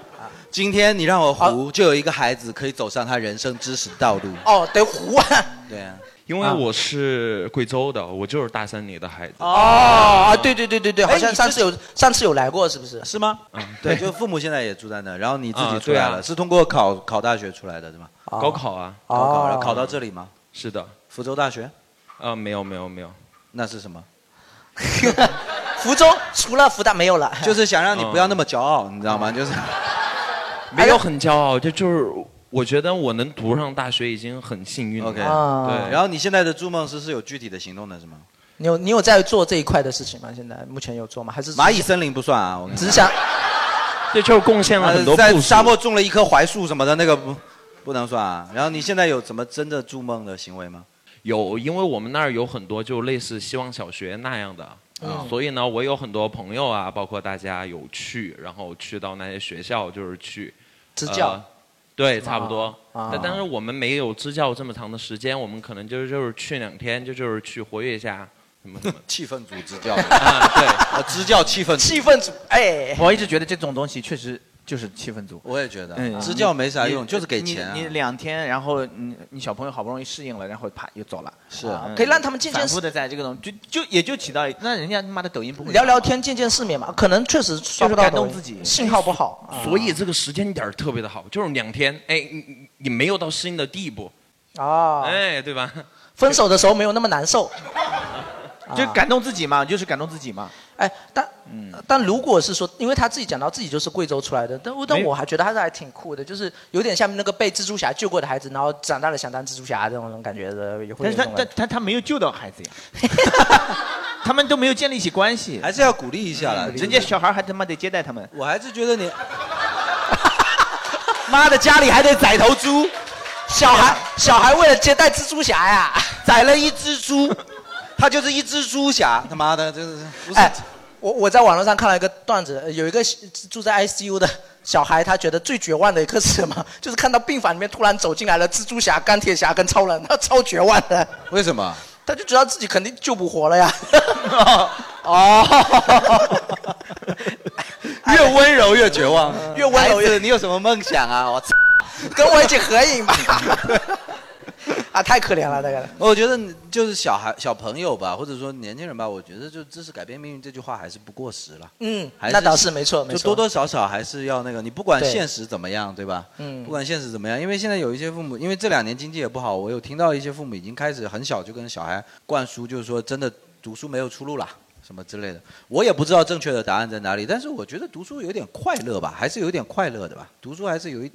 H: 今天你让我胡，就有一个孩子可以走上他人生知识道路。
G: 哦，得胡啊！
H: 对啊，
B: 因为我是贵州的，我就是大森林的孩子。
G: 哦啊，对对对对对，
H: 哎
G: 好像
H: 你
G: 上次
H: 自
G: 有上次有来过，是不是？
H: 是吗？
B: 嗯，
H: 对，就父母现在也住在那，然后你自己
B: 啊
H: 出来
B: 对
H: 了，
B: 啊
H: 是通过考考大学出来的对吗？
B: 高考啊，
H: 高考，然后考到这里吗？
B: 是的，
H: 福州大学。
B: 啊，没有没有没有，
H: 那是什么？
G: 福州除了福大没有了，
H: 就是想让你不要那么骄傲，哦你知道吗？就是
B: 没有很骄傲，这就是我觉得我能读上大学已经很幸运了。
H: OK，
G: 啊
B: 对，
H: 然后你现在的筑梦师是有具体的行动的是吗？
G: 你有你有在做这一块的事情吗？现在目前有做吗？还是
H: 蚂蚁森林不算啊，我跟你呃
G: 只想
B: 这就是贡献
G: 了很多
H: 在
G: 故事
H: 沙漠种了啊一棵槐树什么的，那个不不能算啊。然后你现在有什么真的筑梦的行为吗？
B: 有，因为我们那儿有很多就类似希望小学那样的。啊
C: 嗯
B: 所以呢，我有很多朋友啊，包括大家有去，然后去到那些学校，就是去
G: 支教
B: 呃对，差不多。
G: 啊
B: 但但是我们没有支教这么长的时间，我们可能就是就是去两天，就就是去活跃一下什么什么
H: 气氛组织 教
B: 啊，对，
H: 啊，支教气氛
G: 气氛组，哎，
I: 我一直觉得这种东西确实就是气氛组。
H: 我也觉得支教没啥用就是给钱啊
I: 嗯你你两天，然后你你小朋友好不容易适应了，然后啪又走了。
H: 是
I: 啊
G: 可以让他们见见
I: 反复的在这个东，就就也就起到，那人家他妈的抖音不会
G: 聊聊天见见世面嘛，可能确实
I: 要
G: 收
I: 不
G: 不到
I: 感动
G: 抖音
I: 自己
G: 信号不好，啊
B: 所以这个时间点儿特别的好，就是两天，哎，你你你没有到适应的地步，
G: 啊，
B: 哎，对吧？
G: 分手的时候没有那么难受，啊
I: 就感动自己嘛，就是感动自己嘛。嗯
G: 哎，但但如果是说，因为他自己讲到自己就是贵州出来的，但但
I: 没
G: 我还觉得他是还挺酷的，就是有点像那个被蜘蛛侠救过的孩子，然后长大了想当蜘蛛侠这种感觉的，也会有
I: 但是
G: 这
I: 他
G: 种
I: 他
G: 感觉。
I: 他他没有救到孩子呀， 他们都没有建立起关系，还
H: 是要鼓励一下了
I: 人家小孩还他妈得接待他们，
H: 我还是觉 得你，
G: 妈的，家里还得宰头猪，小孩小孩为了接待蜘蛛侠呀，
H: 宰了一只猪，他就是一只猪侠，他妈的，这是不是？
G: 哎，我我在网络上看了一个段子，呃有一个住在 ICU 的小孩，他觉得最绝望的一刻是什么？ 就是看到病房里面突然走进来了蜘蛛侠、钢铁侠跟超人，他 超绝望的，
H: 为什么？
G: 他就知道自己肯定救不活 了呀。哦，
H: 越温柔 越绝望，
G: 越温柔越
H: 孩子你有什么梦想啊？我操！
G: 跟我一起合影吧。啊，太可怜了，那个。
H: 我觉得你就是小孩、小朋友吧，或者说年轻人吧，我觉得就知识改变命运这句话还是不过时了。
G: 嗯
H: 还
G: 那倒是没错没
H: 就
G: 错
H: 多多少少还是要那个，你不管
G: 对
H: 现实怎么样，对吧？
G: 嗯
H: 不管现实怎么样，因为现在有一些父母，因为这两年经济也不好，我有听到一些父母已经开始很小就跟小孩灌输，就是说真的读书没有出路啦。什么之类的，我也不知道正确的答案在哪里，但是我觉得读书有点快乐吧，还是有点快乐的吧，读书还是有一，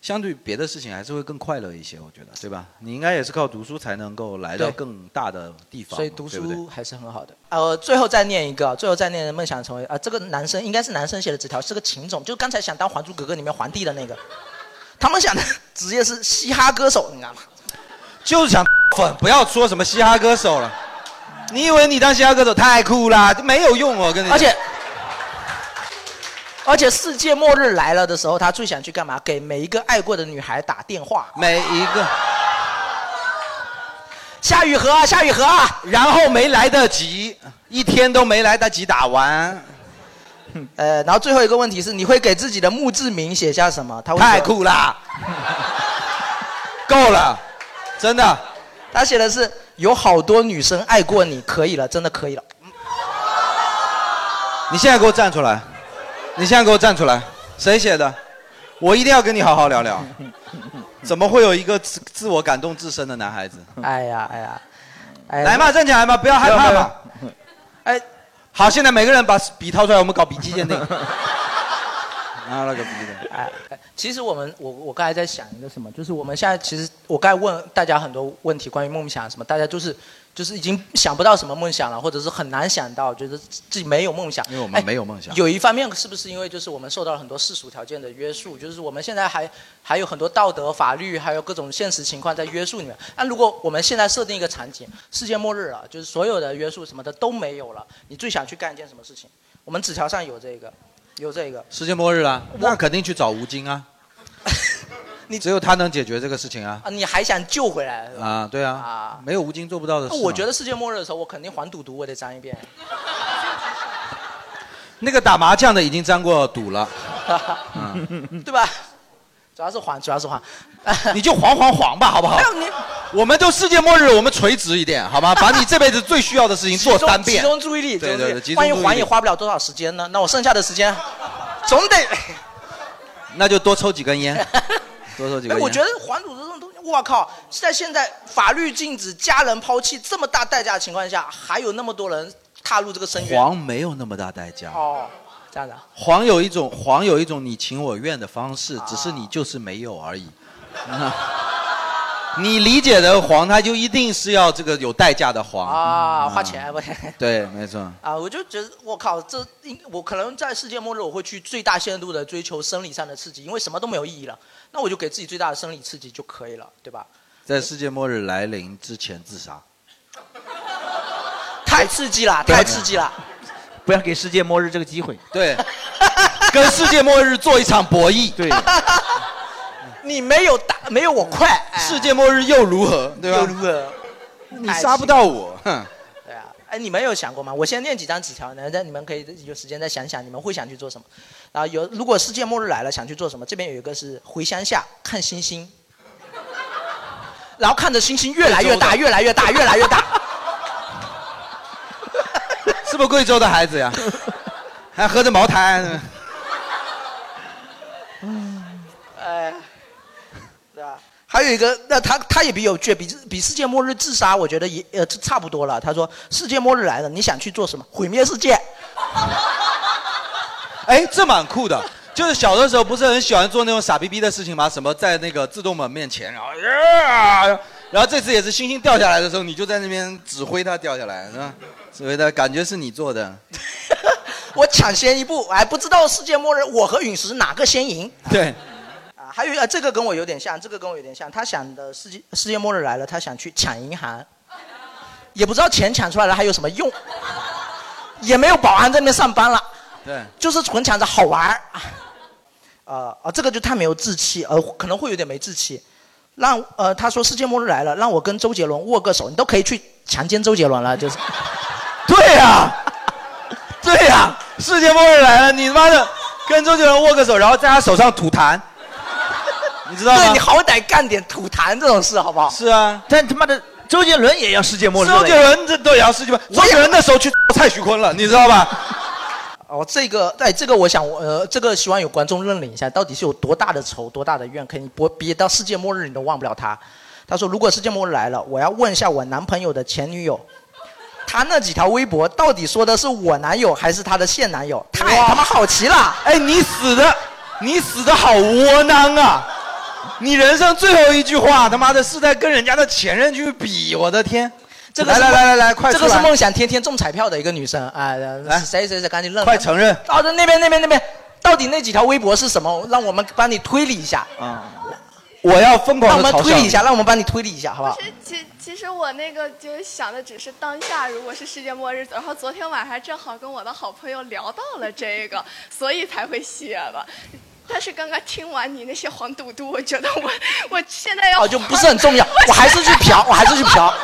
H: 相对别的事情还是会更快乐一些，我觉得，对吧？你应该也是靠读书才能够来到
G: 对
H: 更大的地方嘛，
G: 所以读
H: 对不对
G: 书还是很好的。呃，最后再念一个，最后再念梦想成为啊、这个男生应该是男生写的纸条，是个情种，就是刚才想当《还珠格格》里面皇帝的那个，他们想的职业是嘻哈歌手，你知道吗？
H: 就是想粉，不要说什么嘻哈歌手了。你以为你当嘻哈歌手太酷啦？没有用，哦我跟你。
G: 而且，而且世界末日来了的时候，他最想去干嘛？给每一个爱过的女孩打电话。
H: 每一个。
G: 下雨盒啊，下雨盒啊！嗯
H: 然后没来得及，一天都没来得及打完。
G: 呃，然后最后一个问题是，你会给自己的墓志铭写下什么？他会
H: 太 酷啦！够了，真的。
G: 他写的是有好多女生爱过你，可以了，真的可以了。
H: 你现在给我站出来！你现在给我站出来！谁写的？我一定要跟你好好聊聊。怎么会有一个自自我感动至深的男孩子？
G: 哎呀哎呀，哎呀
H: 来嘛，站起来嘛，不要害怕
G: 没有
H: 嘛。
G: 哎，
H: 好，现在每个人把笔掏出来，我们搞笔迹鉴定。啊，那个笔的。
G: 哎，哎其实我们我我刚才在想一个什么，就是我们现在其实我刚才问大家很多问题关于梦想什么，大家就是就是已经想不到什么梦想了，或者是很难想到，觉得自己没有梦想。哎
H: 因为我们没有梦想。
G: 有一方面是不是因为就是我们受到了很多世俗条件的约束，就是我们现在还还有很多道德、法律，还有各种现实情况在约束你们。那如果我们现在设定一个场景，世界末日了，就是所有的约束什么的都没有了，你最想去干一件什么事情？我们纸条上有这个，有这个。
H: 世界末日了，那肯定去找吴 京啊。
G: 你
H: 只有他能解决这个事情啊。
G: 啊，你还想救回来？
H: 啊，对啊，没有吴京做不到的事
G: 那
H: 嘛。
G: 我觉得世界末日的时候，我肯定还赌毒，我得沾 一遍。
H: 那个打麻将的已经沾过赌了，嗯
G: 对吧？主要是还，主要是还。
H: 你就黄黄黄吧，好不好
G: 没？有你
H: 我们都世界末日，我们垂直一点， 好吗？把你这辈子最需要的事情做三遍，
G: 集中注意力，
H: 对对对，集
G: 万一
H: 中注意
G: 还
H: 力
G: 也，花不了多少时间呢？那我剩下的时间，总得。
H: 啊那就多抽几根烟， 多抽几
G: 哎，
H: 根烟。
G: 我觉得还赌这种东西，我靠！在现在法律禁止家人抛弃这么大代价的情况下，还有那么多人踏入这个深渊。
H: 黄没有那么大代价，
G: 哦，这样的啊。
H: 黄有一种黄有一种你情我愿的方
G: 啊
H: 式，只是你就是没有而已。 你理解的黄，它就一定是要这个有代价的黄
G: 啊，
H: 嗯
G: 花钱不是？
H: 对，没错。
G: 啊，我就觉得我靠，这应我可能在世界末日，我会去最大限度的追求生理上的刺激，因为什么都没有意义了，那我就给自己最大的生理刺激就可以了，对吧？
H: 在世界末日来临之前自杀。
G: 太刺激了，太刺激了。
I: 不要给世界末日这个机会。
H: 对，跟
I: 啊
H: 世界末日做一场博弈。
I: 对，
G: 你没有打，没有我快。
H: 哎世界末日又如何？对吧？
G: 嗯又如何？
H: 你杀不到我，哼。
G: 对啊，哎，你们有想过吗？我先念几张纸条，然后你们可以有时间再想想，你们会想去做什么。然后有，如果世界末日来了，想去做什么？这边有一个是回乡下看星星，然后看着星星越来越大，越来越大，越来越大。
H: 是不是贵州的 孩子呀？还喝着茅台、啊
G: 哎，对啊吧？还有一个，那他他也比有趣，比比世界末日自杀，我觉得也呃差不多了。他说世界末日来了，你想去做什么？毁灭世界。
H: 哎，这蛮酷的。就是小的时候不是很喜欢做那种傻逼逼的事情吗？什么在那个自动门面前，然后呀，然后这次也是星星掉下来的时候，你就在那边指挥它掉下来，是吧？指挥它，感觉是你做的。
G: 我抢先一步，哎，不知道世界末日我和陨石哪个先赢。
H: 对，
G: 啊，还有啊，这个跟我有点像，这个跟我有点像。他想的世界世界末日来了，他想去抢银行，也不知道钱抢出来了还有什么用，也没有保安在那边上班了，
H: 对，
G: 就是纯抢着好玩儿。啊啊，这个就太没有志气，呃，可能会有点没志气。让呃，他说世界末日来了，让我跟周杰伦握个手，你都可以去强奸周杰伦了，就是。
H: 对呀、 对呀、世界末日来了，你他妈的跟周杰伦握个手，然后在他手上吐痰，你知道吗？
G: 对你好歹干点吐痰这种事，好不好？
H: 是啊，
I: 但他妈的周杰伦也要世界末日了呀。
H: 周杰伦这都也要世界末日，周杰伦那时候去蔡徐坤了，你知道吧？
G: 哦，这个，哎，这个我想，我呃，这个希望有观众认领一下，到底是有多大的仇，多大的怨，可以憋憋到世界末日你都忘不了他。他说，如果世界末日来了，我要问一下我男朋友的前女友，他那几条微博到底说的是我男友还是他的现男友？太他妈好奇了！
H: 哎，你死的，你死的好窝囊啊！你人生最后一句话，他妈的是在跟人家的前任去比，我的天！
G: 这个
H: 来
G: 是
H: 来
G: 梦
H: 来来来，快
G: 这
H: 出
G: 个是
H: 来
G: 梦想天天中彩票的一个女生，哎，
H: 来
G: 谁谁谁赶紧认，
H: 快承认
G: 到的那边那边那边，到底那几条微博是什么？让我们帮你推理一下。
H: 啊！我要疯
G: 让
H: 狂
G: 我
H: 的
G: 们
H: 嘲
G: 推
H: 笑
G: 理一
H: 你
G: 下，让我们帮你推理一下，好不好？
C: 其其实我那个就是想的只是当下，如果是世界末日，然后昨天晚上正好跟我的好朋友聊到了这 个，所以才会写的。但是刚刚听完你那些黄赌毒，我觉得我我现在要
G: 哦，就不是很重要，我还是去嫖，我还是去 嫖。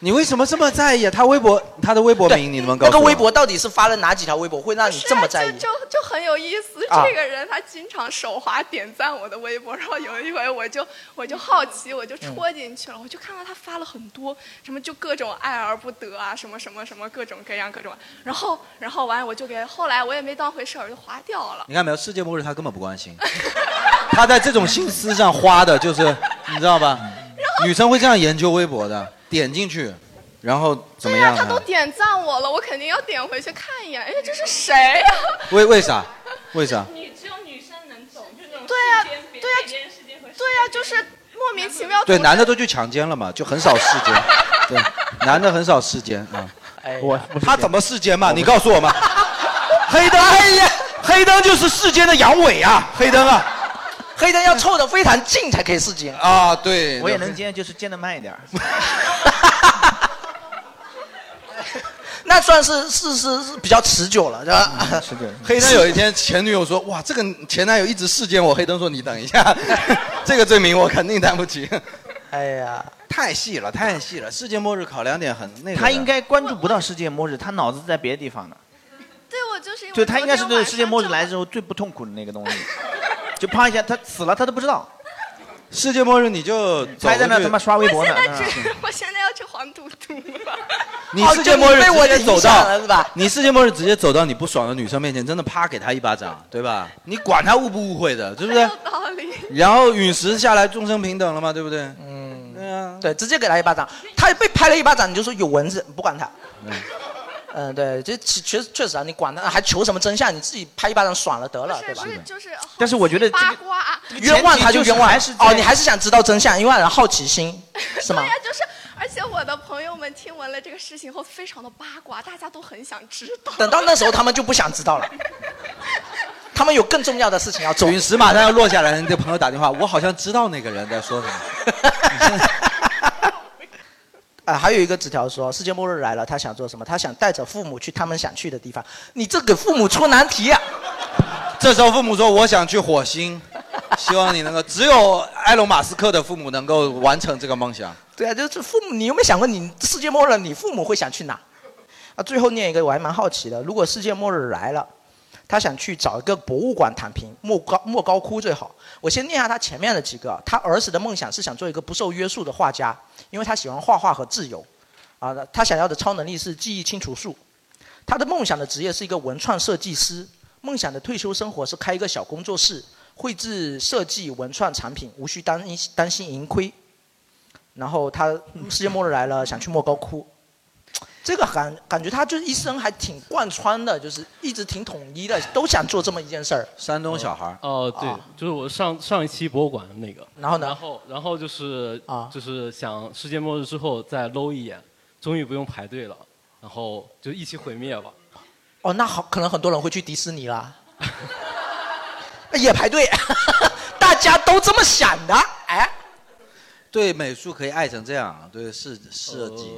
H: 你为什么这么在意啊？他微博，他的微博名你能不能告
G: 那
H: 诉
G: 个
H: 我？哎
G: 微博到底是发了哪几条微博，会让你这么在意？
C: 就就很有意思。
G: 啊
C: 这个人他经常手滑点赞我的微博，然后有一回我就我就好奇，我就戳进去了，我就看到他发了很多什么就各种爱而不得啊，什么什么什么各种各样各种，然后然后完我就给后来我也没当回事儿，我就划掉了。
H: 你看没有，世界末日他根本不关心，他在这种心思上花的就是，你知道吧？女生会这样研究微博的，点进去，然后怎么
C: 哎对呀、
H: 样啊
C: 他都
H: 呢？
C: 点赞我了，我肯定要点回去看一眼。哎，这是谁啊呀、
H: 为为啥？为啥？
C: 你只有女生能懂，就那种对呀、对呀、对呀、就是莫名其 妙。
H: 对，男的都去强奸了嘛，就很少世间。对，男的很少世间啊。
G: 哎
I: 我
H: 他怎么世间嘛？你告诉我嘛。黑灯，哎呀，黑灯就是世间的阳痿啊，黑灯啊。
G: 黑灯要凑得非常近才可以世间
H: 啊，对，
I: 我也能煎，就是煎的慢一点儿。
G: 那算是是是是比较持久了，对吧？
I: 嗯持久。
H: 黑灯有一天前女友说：“哇，这个前男友一直世间我。”黑灯说：“你等 一下，这个罪名我肯定担不起。”
G: 哎呀，
H: 太细了，太细了，世界末日考量点很那个的。
I: 他应该关注不到世界末日，他脑子在别的地方呢。
C: 对我就是因为
I: 就他应该是
C: 昨天
I: 对
C: 晚
I: 世界末日来之后最不痛苦的那个东西，就 啪一下他死了，他都不知道。
H: 世界末日你就
I: 他还在那他妈刷微博呢。嗯
C: 我现在只， 我现在要去黄赌毒了。
H: 你
G: 哦
H: 世界末日直接走到、
G: 了是 吧？
H: 你世界末日直接走到你不爽的女生面前，真的啪给她一巴掌，对吧？你管她误不误会的，对不对？
C: 道理。
H: 然后陨石下来，众生平等了啊嘛，对不对？
G: 嗯，
H: 对啊，
G: 对，直接给他一巴掌，他被拍了一巴掌，你就说有蚊子，不管他。嗯，对，这其确确实啊，你管他还求什么真相？你自己拍一巴掌爽了得了，对吧？
C: 就是，
I: 但是我觉得这个
G: 冤枉他就冤枉
I: 还是，
G: 哦，你还是想知道真相，因为人好奇心是吗
C: 对？呀、就是，而且我的朋友们听闻了这个事情后，非常的八卦，大家都很想知道。
G: 等到那时候，他们就不想知道了，他们有更重要的事情要做。
H: 陨石马上要落下来，你的朋友打电话，我好像知道那个人在说什么。
G: 啊，还有一个纸条说世界末日来了，他想做什么？他想带着父母去他们想去的地方。你这给父母出难题啊！
H: 这时候父母说：“我想去火星，希望你能够。”只有埃隆·马斯克的父母能够完成这个梦想。
G: 对啊，就是父母，你有没有想过你世界末日了，你父母会想去哪？啊，最后念一个我还蛮好奇的，如果世界末日来了，他想去找一个博物馆躺平，莫高莫高窟最好。我先念一下他前面的几个，他儿时的梦想是想做一个不受约束的画家，因为他喜欢画画和自由。啊，他想要的超能力是记忆清除术。他的梦想的职业是一个文创设计师，梦想的退休生活是开一个小工作室，绘制设计文创产品，无需担担心盈亏。然 后他世界末日来了，想去莫高窟。这个感感觉他就是一生还挺贯穿的，就是一直挺统一的，都想做这么一件事儿。
H: 山东小孩儿
P: 哦，对，就是我上上一期博物馆的那个。
G: 然后呢？啊
P: 然后然后就是就是想世界末日之后再搂一眼，终于不用排队了，然后就一起毁灭吧。
G: 哦，那好，可能很多人会去迪士尼啦，哎也排队， 大家都这么想的，哎，
H: 对美术可以爱成这样，对设设计。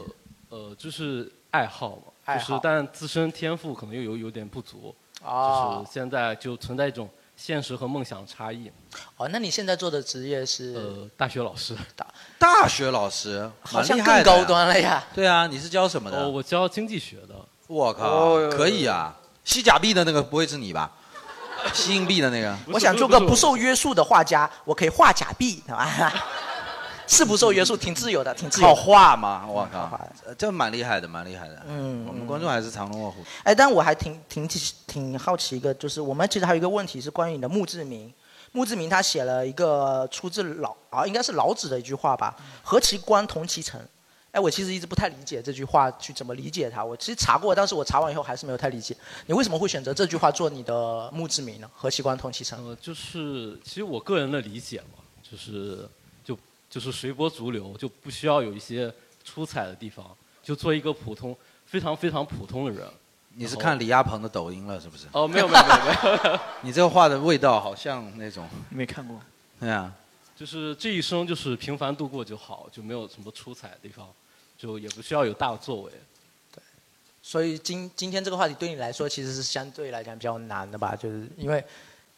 P: 呃，就是爱好嘛，
H: 爱
P: 就是
H: 好
P: 但自身天赋可能又有有点不足，
G: 哦
P: 就是现在就存在一种现实和梦想差异。
G: 哦，那你现在做的职业是？
P: 呃，大学老师。
G: 大
H: 大学老师，
G: 好
H: 蛮
G: 像
H: 厉害的
G: 更高端了呀。
H: 对啊，你是教什么的？
P: 哦，我教经济学的。
H: 我靠，
P: 哦
H: 可以啊！吸假币的那个不会是你 吧？吸硬币的那个，
G: 我想做个不受约束的画家，我可以画假币，好吧？ 是不受约束，挺自由的，挺自由
H: 靠
G: 的。
H: 画吗？我靠，呃这蛮厉害的，蛮厉害的。
G: 嗯
H: 我们观众还是藏龙卧虎。
G: 哎，但我还挺挺挺好奇一个，就是我们其实还有一个问题是关于你的墓志铭。墓志铭他写了一个出自老啊，应该是老子的一句话吧：“何其观，同其诚。”哎，我其实一直不太理解这句话去怎么理解它。我其实查过，但是我查完以后还是没有太理解。你为什么会选择这句话做你的墓志铭呢？何其观，同其诚。
P: 呃，就是其实我个人的理解嘛，就是就就是随波逐流，就不需要有一些出彩的地方，就做一个普通非常非常普通的人。
H: 你是
P: 然后
H: 看李亚鹏的抖音了是不是？
P: 哦没有没有没有没有
H: 你这话的味道哦好像那种，
I: 没看过。
H: 对啊，
P: 就是这一生就是平凡度过就好，就没有什么出彩的地方，就也不需要有大作为。
G: 所以今今天这个话题对你来说其实是相对来讲比较难的吧，就是因为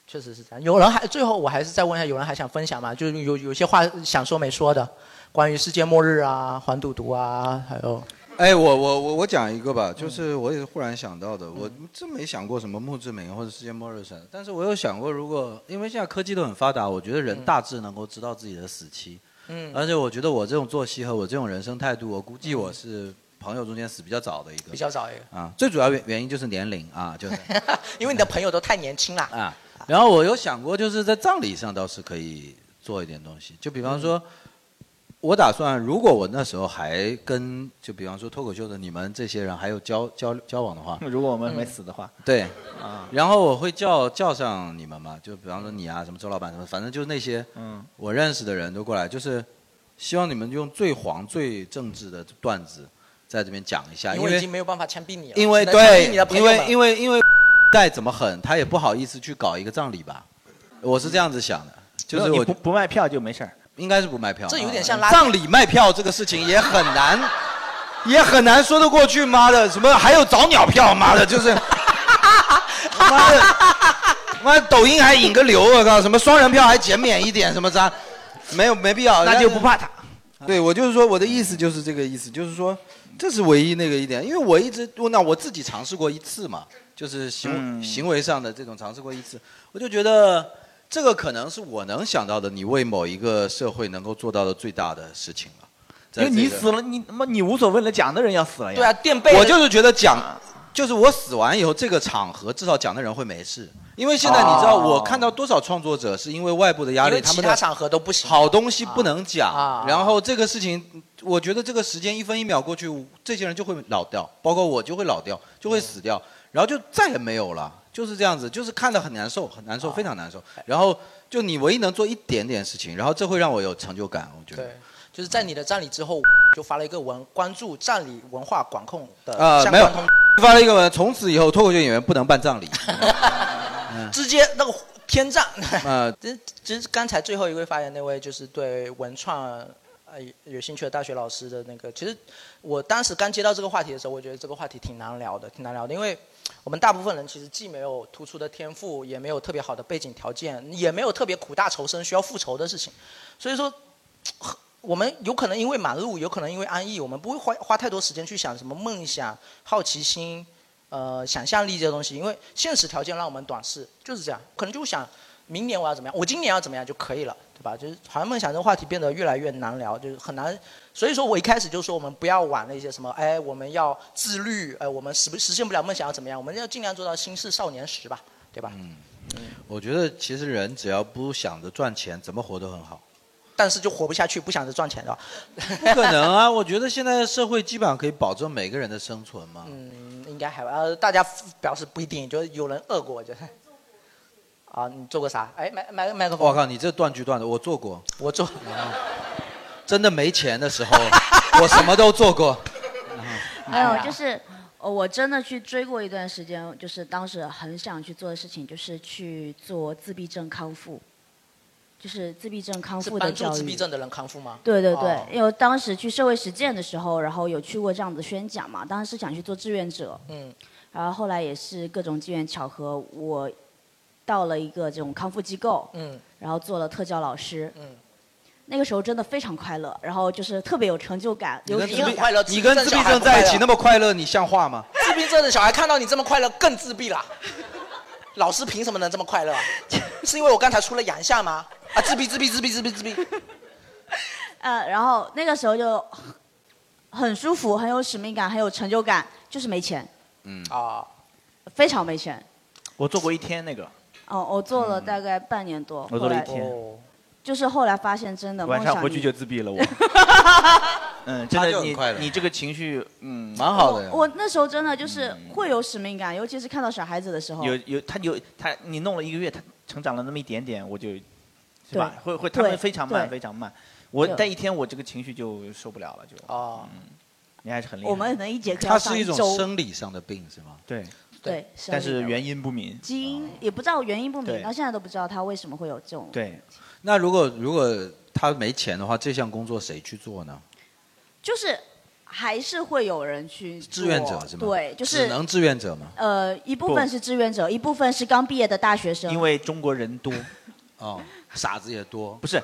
G: 确实是这样。有人还最后我还是再问一下，有人还想分享吗？就是有有些话想说没说的，关于世界末日啊、黄赌毒啊，还有
H: 哎，我我我我讲一个吧，就是我也是忽然想到的，我真没想过什么墓志铭或者世界末日啥的，但是我有想过，如果因为现在科技都很发达，我觉得人大致能够知道自己的死期，
G: 嗯
H: 而且我觉得我这种作息和我这种人生态度，我估计我是朋友中间死比较早的一个，
G: 比较早一个，
H: 啊，最主要原原因就是年龄啊，就是
G: 因为你的朋友都太年轻了
H: 啊。然后我有想过，就是在葬礼上倒是可以做一点东西，就比方说，
I: 嗯
H: 我打算如果我那时候还跟就比方说脱口秀的你们这些人还有交交交往的 话，嗯
I: 如果我们没死的话，
H: 对，
I: 啊，
H: 然后我会叫叫上你们嘛，就比方说你啊，什么周老板什么，反正就那些
I: 嗯
H: 我认识的人都过来，就是希望你们用最黄最政治的段子在这边讲一下，
G: 因
H: 啊因
G: 为已
H: 为
G: 经没有办法枪毙你了，
H: 因为
G: 只能枪毙
H: 对
G: 你的，朋
H: 因
G: 友
H: 为
G: 们
H: 因为因为再怎么狠，他也不好意思去搞一个葬礼吧，我是这样子想的，就是
I: 你
H: 我
I: 不不卖票就没事儿。
H: 应该是不卖票，
G: 这有点像拉
H: 啊葬礼卖票这个事情也很难， 也很难说得过去，妈的，什么还有早鸟票，妈的，就是， 妈的， 妈的抖音还引个流，我靠，什么双人票还减免一点，什么啥，没有没必要，
I: 那就不怕
H: 他。对，我就是说，我的意思就是这个意思，就是说，这是唯一那个一点，因为我一直，那我自己尝试过一次嘛，就是行、
I: 嗯
H: 行为上的这种尝试过一次，我就觉得这个可能是我能想到的，你为某一个社会能够做到的最大的事情了。
I: 因为你
H: 在这个
I: 死了，你他妈你无所谓了，讲的人要死了呀。
G: 对啊，垫背的
H: 哎我就是觉得讲，就是我死完以后，这个场合至少讲的人会没事，因为现在你知道，
G: 哦
H: 我看到多少创作者是因为外部的压
G: 因
H: 力，
G: 为
H: 他
G: 其
H: 们
G: 他
H: 的
G: 场合都不行，
H: 好东西不能讲，
G: 啊
H: 然后这个事情，我觉得这个时间一分一秒过去，这些人就会老掉，包括我就会老掉，就会死掉，然后就再也没有了，就是这样子，就是看得很难受，很难
G: 啊
H: 受，非常难受。然后就你唯一能做一点点事情，然后这会让我有成就感，我觉得。
G: 对，就是在你的葬礼之后，就发了一个文关注葬礼文化管控的
H: 啊、
G: 呃相
H: 没有
G: 关通，
H: 发了一个文，从此以后脱口秀演员不能办葬礼。
G: 直接那个偏 障。
H: 嗯呃，
G: 这这是刚才最后一位发言那位，就是对文创呃有兴趣的大学老师的那个。其实我当时刚接到这个话题的时候，我觉得这个话题挺难聊的，挺难聊的，因为我们大部分人其实既没有突出的天赋，也没有特别好的背景条件，也没有特别苦大仇深需要复仇的事情，所以说。 我们有可能因为忙碌，有可能因为安逸，我们不会花花太多时间去想什么梦想、好奇心、呃想象力这些东西，因为现实条件让我们短视，就是这样。可能就想明年我要怎么样，我今年要怎么样就可以了，对吧？就是好像梦想这个话题变得越来越难聊，就是很难。所以说我一开始就说我们不要玩那些什么，哎，我们要自律，哎，我们实不实现不了梦想要怎么样？我们要尽量做到心事少年时吧，对吧？嗯，
H: 我觉得其实人只要不想着赚钱，怎么活都很好。
G: 但是就活不下去，不想着赚钱的。
H: 不可能啊！我觉得现在社会基本上可以保证每个人的生存嘛。
G: 嗯，应该还呃，大家表示不一定，就是有人饿过，我觉得。啊，你做过啥？哎，麦麦麦克风。
H: 我靠，你这断句断的，我做过，嗯
G: 我做。
H: 真的没钱的时候， 我什么都做过。
G: 哎
D: 没有，就是呃我真的去追过一段时间，就是当时很想去做的事情，就是去做自闭症康复，就是自闭症康
G: 是
D: 复的
G: 帮助
D: 教
G: 自
D: 育
G: 闭。症的人康复吗？
D: 对对对，
G: 哦
D: 因为当时去社会实践的时候，然后有去过这样的宣讲嘛，当时是想去做志愿者，
G: 嗯，
D: 然后后来也是各种机缘巧合，我到了一个这种康复机构，
G: 嗯，
D: 然后做了特教老师，
G: 嗯，
D: 那个时候真的非常快乐，然后就是特别有成就感，
H: 你
D: 有
H: 跟
D: 使
H: 自
D: 命
H: 闭
D: 感。
H: 你跟自闭症在一起那么快乐，你像话吗？
G: 自闭症的小孩看到你这么快乐，更自闭了。老师凭什么能这么快 乐啊？是因为我刚才出了洋相吗？啊，自闭，自闭，自闭，自闭，自闭。
D: 呃，然后那个时候就很舒服，很有使命感，很有成就感，就是没钱，
G: 嗯啊，
D: 非常没钱。
I: 我做过一天那个，
D: 哦，我做了大概半年多，
I: 嗯我做了一
D: 后来
I: 天，
D: 就是后来发现真的
I: 晚
D: 梦
I: 上
D: 想
I: 回去
D: 力
I: 就自闭 了我。嗯，真的你你这个情绪，嗯，蛮
H: 好
D: 我那时候真的就是会有使命感，尤其是看到小孩子的时候。
I: 嗯有有他有他，你弄了一个月，他成长了那么一点点，我就，是吧？
D: 对
I: 会会，他们
D: 对
I: 非常慢，
D: 对
I: 非常慢。我
D: 对
I: 待一天，我这个情绪就受不了了，就。哦。你还是很厉害。
D: 我们可能一节课要
H: 它
D: 上
H: 是一种
D: 周，
H: 生理上的病是吗？
I: 对。
D: 对生
I: 但
D: 理
I: 是
D: 的
I: 原因不明。
D: 基因也不知道原因不明，
H: 对
D: 到现在都不知道他为什么会有这种。
I: 对。
H: 那如果如果他没钱的话，这项工作谁去做呢？
D: 就是还是会有人去
H: 志愿者
D: 做
H: 是吗？
D: 对，就
H: 只
D: 是
H: 能志愿者吗？
D: 呃，一部分
H: 不
D: 是志愿者，一部分是刚毕业的大学生。
I: 因为中国人多。
H: 哦，傻子也多。
I: 不是，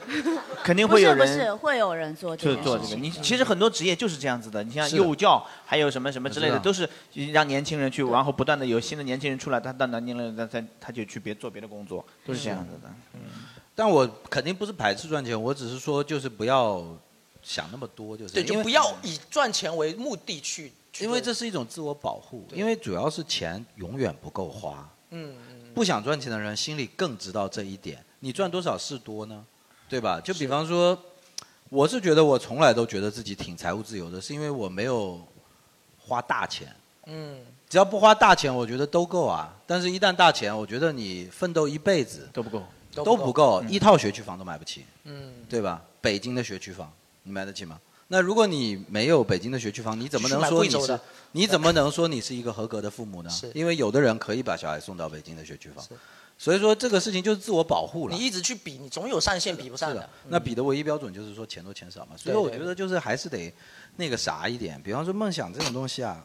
I: 肯定会有
D: 不是不是
I: 人。
D: 会有人做这
I: 就
D: 件
I: 做
D: 事
I: 这个，
D: 情
I: 你其实很多职业就是这样子的。你像
H: 是的
I: 幼教，还有什么什么之类的，
H: 我知道
I: 都是让年轻人去，然后不断的有新的年轻人出来，他到年龄了，他他他就去别做别的工作，都是这样子的。
H: 嗯
I: 嗯
H: 但我肯定不是排斥赚钱，我只是说就是不要想那么多，就是
G: 对，
H: 因
G: 就
H: 为
G: 不要以赚钱为目的去。去
H: 因为
G: 做
H: 这是一种自我保护，因为主要是钱永远不够花。
G: 嗯，
H: 不想赚钱的人心里更知道这一点。你赚多少是多呢？对吧？就比方说，我是觉得我从来都觉得自己挺财务自由的，是因为我没有花大钱。
G: 嗯，
H: 只要不花大钱，我觉得都够啊。但是，一旦大钱，我觉得你奋斗一辈子
I: 都不够，
H: 都
G: 都
H: 不
G: 不
H: 够嗯
G: 够，
H: 一套学区房都买不起，
G: 嗯，
H: 对吧？北京的学区房，你买得起吗？那如果你没有北京的学区房，你怎么能说你
G: 去买贵州
H: 是
G: 的？
H: 你怎么能说你是一个合格的父母呢
G: 是？
H: 因为有的人可以把小孩送到北京的学区房，所以说这个事情就是自我保护了。
G: 你一直去比，你总有上限比不上的。
H: 那比的唯一标准就是说钱多钱少嘛。所以
G: 对
H: 我
G: 对
H: 觉得就是还是得那个啥一点，比方说梦想这种东西啊，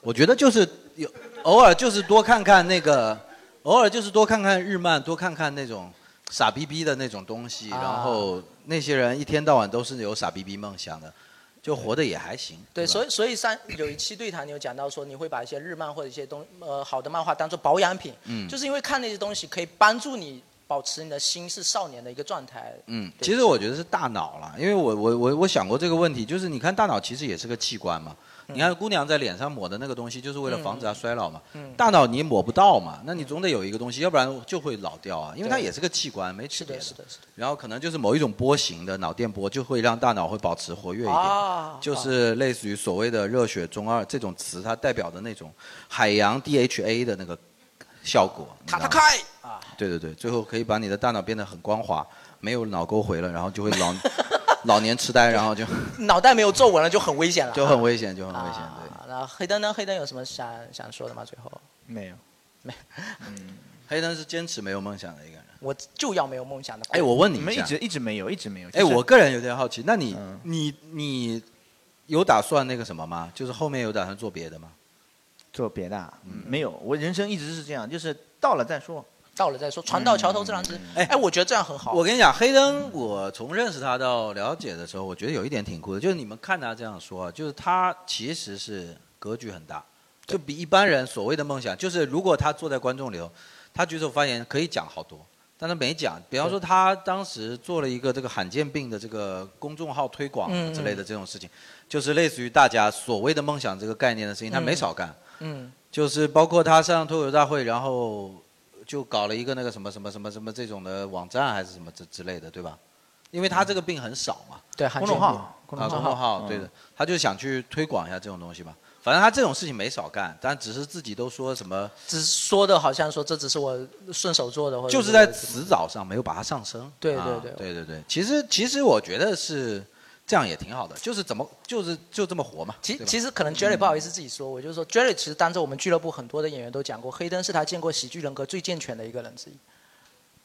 H: 我觉得就是有偶尔就是多看看那个，偶尔就是多看看日漫，多看看那种傻逼逼的那种东西，
G: 啊
H: 然后那些人一天到晚都是有傻逼逼梦想的，就活得也还行。
G: 对，
H: 吧
G: 所以所以上有一期对谈，你有讲到说你会把一些日漫或者一些东呃好的漫画当做保养品，
H: 嗯
G: 就是因为看那些东西可以帮助你保持你的心是少年的一个状态。
H: 嗯，其实我觉得是大脑啦，因为我我我我想过这个问题，就是你看大脑其实也是个器官嘛，你看姑娘在脸上抹的那个东西，就是为了防止她衰老嘛。
G: 嗯
H: 大脑你抹不到嘛，那你总得有一个东西，要不然就会老掉啊，因为它
G: 对
H: 也是个器官，没区别的。
G: 是的，是的。
H: 然后可能就是某一种波形的脑电波，就会让大脑会保持活跃一点，
G: 啊
H: 就是类似于所谓的热血中二这种词，它代表的那种海洋 DHA 的那个效果。你知道
G: 卡
H: 吗
G: 他开，啊
H: 对对对，最后可以把你的大脑变得很光滑，没有脑沟回了，然后就会 老老年痴呆，然后就
G: 脑袋没有皱纹了就很危险了，
H: 就很危险，就很危险。
G: 啊。那黑灯呢？黑灯有什么想想说的吗？最后
I: 没有，
G: 没。
H: 嗯黑灯是坚持没有梦想的一个人。
G: 我就要没有梦想的。
H: 哎，我问你一
G: 们
H: 下，
I: 一直没有，一直没有嗯
H: 哎，
G: 就是
H: 我个人有点好奇，那你、你你有打算那个什么吗？就是后面有打算做别的吗？嗯
I: 做别的、啊没有，我人生一直是这样，就是到了再说。嗯
G: 到了再说，船到桥头自然直。哎，我觉得这样很好。
H: 我跟你讲，黑灯，我从认识他到了解的时候，我觉得有一点挺酷的，就是你们看他这样说，啊就是他其实是格局很大，就比一般人所谓的梦想，就是如果他坐在观众里头，他举手发言可以讲好多，但他没讲。比方说，他当时做了一个这个罕见病的这个公众号推广
G: 嗯嗯
H: 之类的这种事情，就是类似于大家所谓的梦想这个概念的事情，他没少干。
G: 嗯，
H: 就是包括他上脱口大会，然后就搞了一个那个什么什么什么什么这种的网站还是什么之之类的，对吧？因为他这个病很少嘛，
G: 对
I: 公众号
H: 啊公众
I: 公众号
H: 号，
I: 嗯
H: 对的，他就想去推广一下这种东西吧。反正他这种事情没少干，但只是自己都说什么，
G: 只是说的好像说这只是我顺手做的，或者
H: 就是在辞藻上没有把它上升。
G: 对
H: 啊
G: 对对
H: 对对对，其实其实我觉得是这样也挺好的，就是怎么就是就这么活嘛。嗯
G: 其
H: 对吧
G: 其实可能 Jerry 不好意思自己说，我就说 Jerry 其实当着我们俱乐部很多的演员都讲过，黑灯是他见过喜剧人格最健全的一个人之一，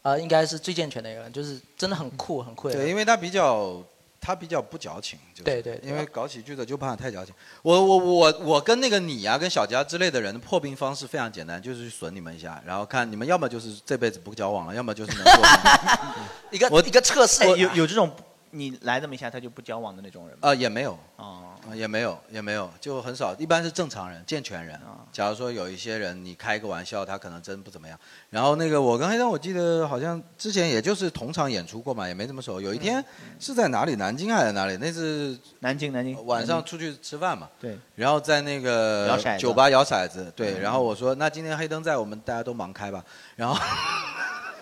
G: 呃，应该是最健全的一个人，就是真的很酷很酷的人。
H: 对，因为他比较他比较不矫情，就是、
G: 啊对对对
H: 因为搞喜剧的就怕太矫情。我我我我跟那个你啊，跟小佳之类的人的破冰方式非常简单，就是去损你们一下，然后看你们要么就是这辈子不交往了，要么就是能做
G: 一个
H: 我
G: 一个呃测试
I: 哎有有这种你来这么一哎下他就不交往的那种人吗？
H: 啊、也没有啊、也没有也没有，就很少，一般是正常人、健全人。
I: 啊
H: 假如说有一些人你开个玩笑，他可能真不怎么样。然后那个我跟黑灯，我记得好像之前也就是同场演出过嘛，也没怎么熟。有一
I: 嗯
H: 天是在哪里，南京还是哪里？那是
I: 南京南京
H: 晚上
I: 南
H: 出去吃饭嘛。
I: 对，
H: 然后在那
I: 摇
H: 个
I: 骰子
H: 酒吧摇骰子，对，
I: 嗯
H: 然后我说那今天黑灯在，我们大家都盲开吧，然后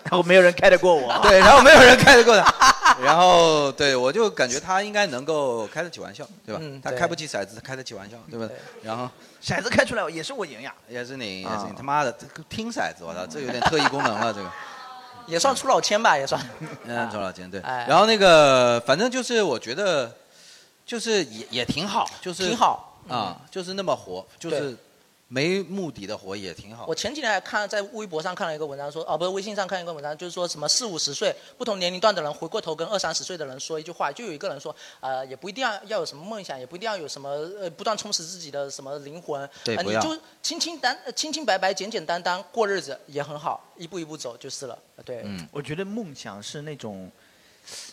I: 然后没有人开得过我
H: 对，然后没有人开得过他，然后对我就感觉他应该能够开得起玩笑，对吧？
I: 嗯
H: 他
I: 对
H: 开不起骰子，他开得起玩笑，对吧？然后
I: 骰子开出来也是我赢呀，
H: 也是你，也
I: 啊
H: 是你，他妈的这个拼骰子，我操，这有点特异功能了，这 个。
G: 也算出老千吧，也算。
H: 嗯，周老钱对。
G: 哎
H: 然后那个，反正就是我觉得，就是也也挺好，就是
G: 挺好
I: 嗯
H: 啊、就是那么活，就是没目的的活也挺好。
G: 我前几天还看在微博上看了一个文章说，哦，不是微信上看了一个文章，就是说什么四五十岁不同年龄段的人回过头跟二三十岁的人说一句话，就有一个人说，呃，也不一定要要有什么梦想，也不一定要有什么呃不断充实自己的什么灵魂，
H: 对
G: 呃
H: 不
G: 你
H: 要
G: 就清清淡呃清清白白、简简单单过日子也很好，一步一步走就是了。呃对，
I: 嗯，我觉得梦想是那种，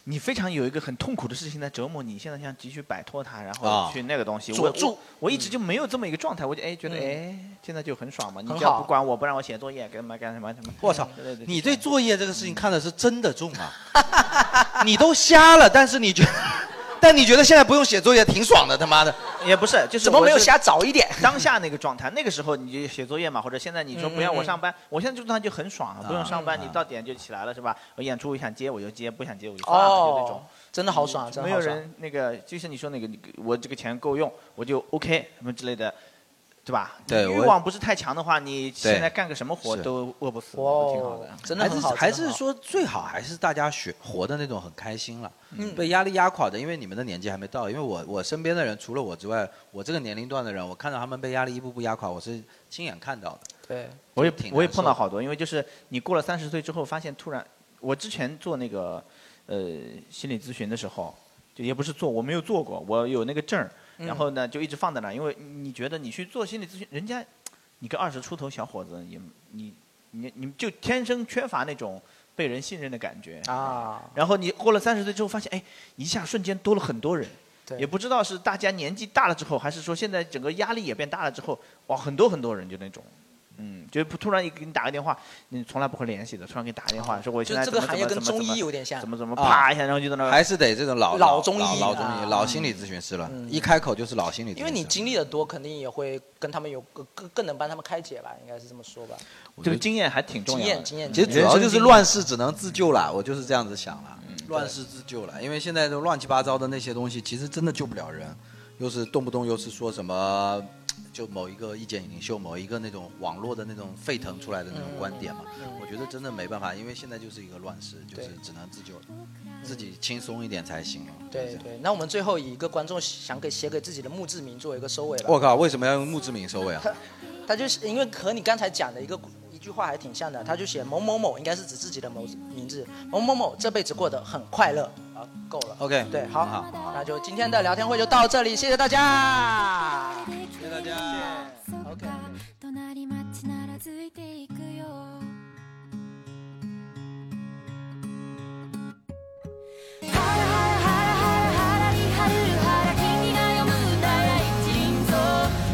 I: 你非常有一个很痛苦的事情在折磨你，现在想急需摆脱它，然后
G: 啊
I: 去那个东西。
G: 佐
I: 我
G: 助
I: 我我一
H: 嗯
I: 直就没有这么一个状态，我就哎觉得
G: 嗯
I: 哎现在就很爽嘛，你
H: 很
I: 只要
H: 好
I: 不管我，不让我写作业，干嘛干什么什么。
H: 我操
I: 对对对，嗯
H: 你对作业这个事情看的是真的重啊！ 你都瞎了，但是你觉得， 但你觉得现在不用写作业挺爽的，他妈的！
I: 也不是，就是
H: 怎么没有瞎
G: 早一点？
I: 当下那个状态，那个时候你就写作业嘛，或者现在你说
G: 嗯
I: 不要我
G: 嗯
I: 上班，我现在这个状态就很爽啊，不用上班，
G: 啊
I: 你到点就起来了是吧？我演出我想接我就接，不想接我就算了，就那种
G: 哦。，真的好爽，真的好爽。
I: 没有人那个，就像你说那个，你我这个钱够用，我就 OK 什么之类的，对吧？
H: 对
I: 你欲
H: 我
I: 望不是太强的话，你
H: 对
I: 现在干个什么活
H: 是
I: 都饿不死，
G: 哦
I: 都挺好的。
H: 还是还是说最好还是大家学活的那种很开心了，
I: 嗯
H: 被压力压垮的，因为你们的年纪还没到。因为我我身边的人除了我之外，我这个年龄段的人，我看到他们被压力一步步压垮，我是亲眼看到的。
G: 对，
I: 我也
H: 挺
I: 我也
H: 难
I: 碰到
H: 受的
I: 好多，因为就是你过了三十岁之后，发现突然，我之前做那个呃心理咨询的时候，就也不是做，我没有做过，我有那个证儿，
G: 嗯
I: 然后呢就一直放在那儿，因为你觉得你去做心理咨询，人家你个二十出头小伙子，也你你你就天生缺乏那种被人信任的感觉
G: 啊。
I: 然后你过了三十岁之后，发现哎，一下瞬间多了很多人。也不知道是大家年纪大了之后，还是说现在整个压力也变大了之后，哇，很多很多人就那种，嗯，就突然一给你打个电话，你从来不会联系的，突然给你打个电话，说我现
G: 就这
I: 在
G: 个
I: 怎么
G: 行业
I: 怎
G: 跟
I: 么怎么
G: 中医
I: 怎么
G: 有点像，
I: 怎么怎么
H: 啊
I: 啪一下，然后就在那儿
H: 还是得这种老
G: 老中医
H: 老老中
G: 啊嗯
H: 医、老心理咨询师了，一开口就是老心理咨询师。
G: 因为你经历的多，肯定也会跟他们有更更更能帮他们开解吧，应该是这么说吧。
I: 这个经验还挺重要的
G: 经验经验
H: 其实主要就是
G: 人生经验
H: 乱世只能自救了，我就是这样子想了，乱世自救了。因为现在都乱七八糟的那些东西，其实真的救不了人，又是动不动又是说什么，就某一个意见领袖、某一个那种网络的那种沸腾出来的那种观点
G: 嗯
H: 嘛。我觉得真的没办法，因为现在就是一个乱世，就是只能自救了，自己轻松一点才行了。
G: 对对，那我们最后以一个观众想给写给自己的墓志铭做一个收尾吧。
H: 我靠，为什么要用墓志铭收尾啊？
G: 他就是因为和你刚才讲的一个句话还挺像的，他就写某某某，应该是指自己的某名字，某某某这辈子过得很快乐啊，够了。
H: OK，
G: 对，好，
H: 很好，
G: 那就今天的聊天会就到这里，谢谢大家。
H: 谢谢大家。
G: OK。
J: 隣町ならついていくよハラハラハラハラハラリハルハラ君が読むんだや一輪草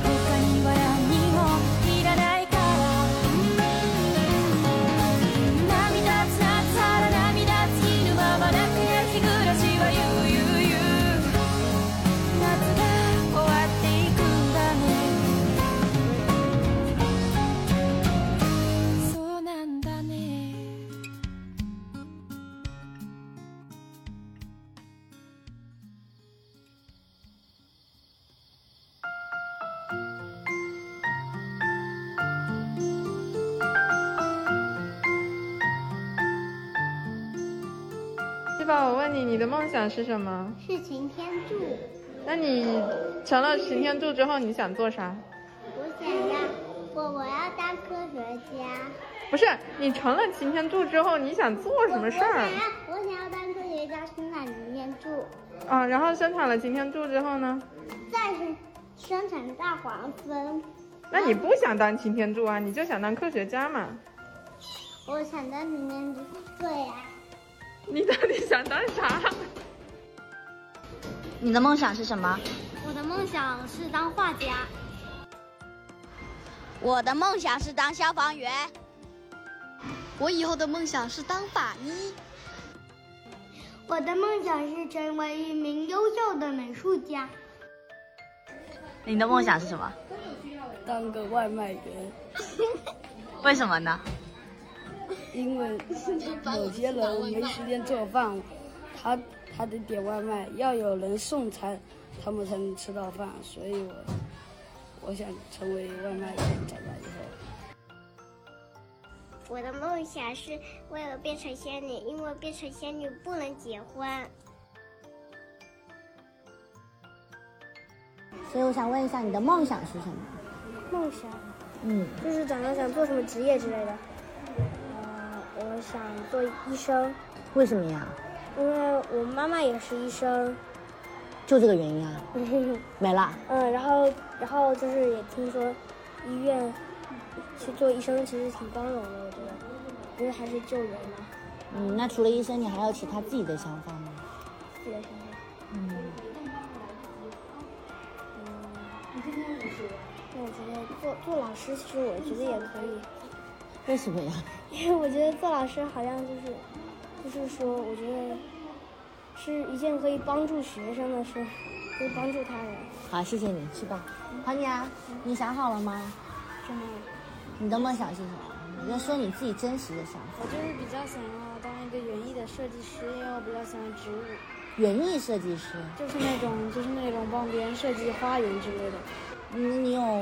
J: 他には何もいらないから涙つなつはら涙尽きぬままなくや日暮らしはゆうゆうゆう夏が終わっていくんだねそうなんだね
Q: 是吧？我问你，你的梦想是什么？
F: 是擎天柱。
Q: 那你成了擎天柱之后，你想做啥？
F: 我想要，我我要当科学家。
Q: 不是，你成了擎天柱之后，你想做什么事儿？
F: 我想要，我想要当科学家，生产擎天柱，
Q: 啊，然后生产了擎天柱之后呢？
F: 再生生产大黄蜂。
Q: 那你不想当擎天柱啊？你就想当科学家嘛？
F: 我想当擎天柱。对呀、
V: 啊
Q: 你到底想当啥？
T: 你的梦想是什么？
F: 我的梦想是当画家。
S: 我的梦想是当消防员。
F: 我以后的梦想是当法医。我的梦想是成为一名优秀的美术家。
D: 你的梦想是什么？
A: 当个外卖员，
D: 为什么呢？
A: 因为有些人没时间做饭，他他得点外卖，要有人送餐，他们才能吃到饭。所以我我想成为外卖员，长大以后。
V: 我的梦想是为了变成仙女，因为变成仙女不能结婚。
T: 所以我想问一下，你的梦想是什么？
R: 梦想
T: 嗯，
R: 就是长大想做什么职业之类的。呃我想做医生，
T: 为什么呀？
R: 因为我妈妈也是医生。
T: 就这个原因啊？没了。
R: 嗯，然后然后就是也听说，医院去做医生其实挺光荣的，我觉得，因为还是救人嘛。
T: 嗯，那除了医生，你还有其他自己的想法吗？
R: 自己的想法。
T: 嗯，
R: 嗯那我觉得做做老师，其实我觉得也可以，
T: 为什么呀？
R: 因为我觉得做老师好像就是，就是说，我觉得是一件可以帮助学生的事，可以帮助他人。
T: 好，谢谢你，去吧。黄妮啊，你想好了吗？
R: 什么？
T: 你的梦想是什么？你就说你自己真实的想法。
R: 我就是比较想要当一个园艺的设计师，因为我比较喜欢植物，
T: 园艺设计师，
R: 就是那种就是那种帮别人设计花园之类的。
T: 你嗯你有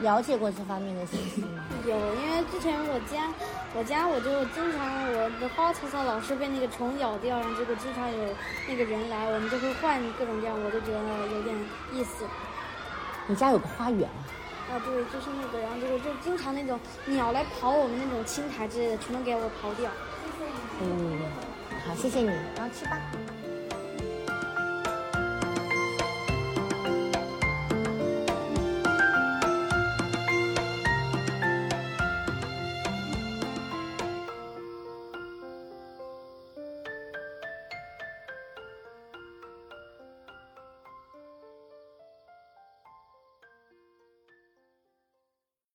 T: 了解过这方面的信息吗？
R: 有，因为之前我家我家我就经常我的花草草老是被那个虫咬掉，然后结果经常有那个人来，我们就会换各种各样，我就觉得有点意思。
T: 你家有个花园啊？
R: 啊，对，就是那个，然后结果就经常那种鸟来刨我们那种青苔之类的，全都给我刨掉。
T: 嗯，好，谢谢你，然后去吧。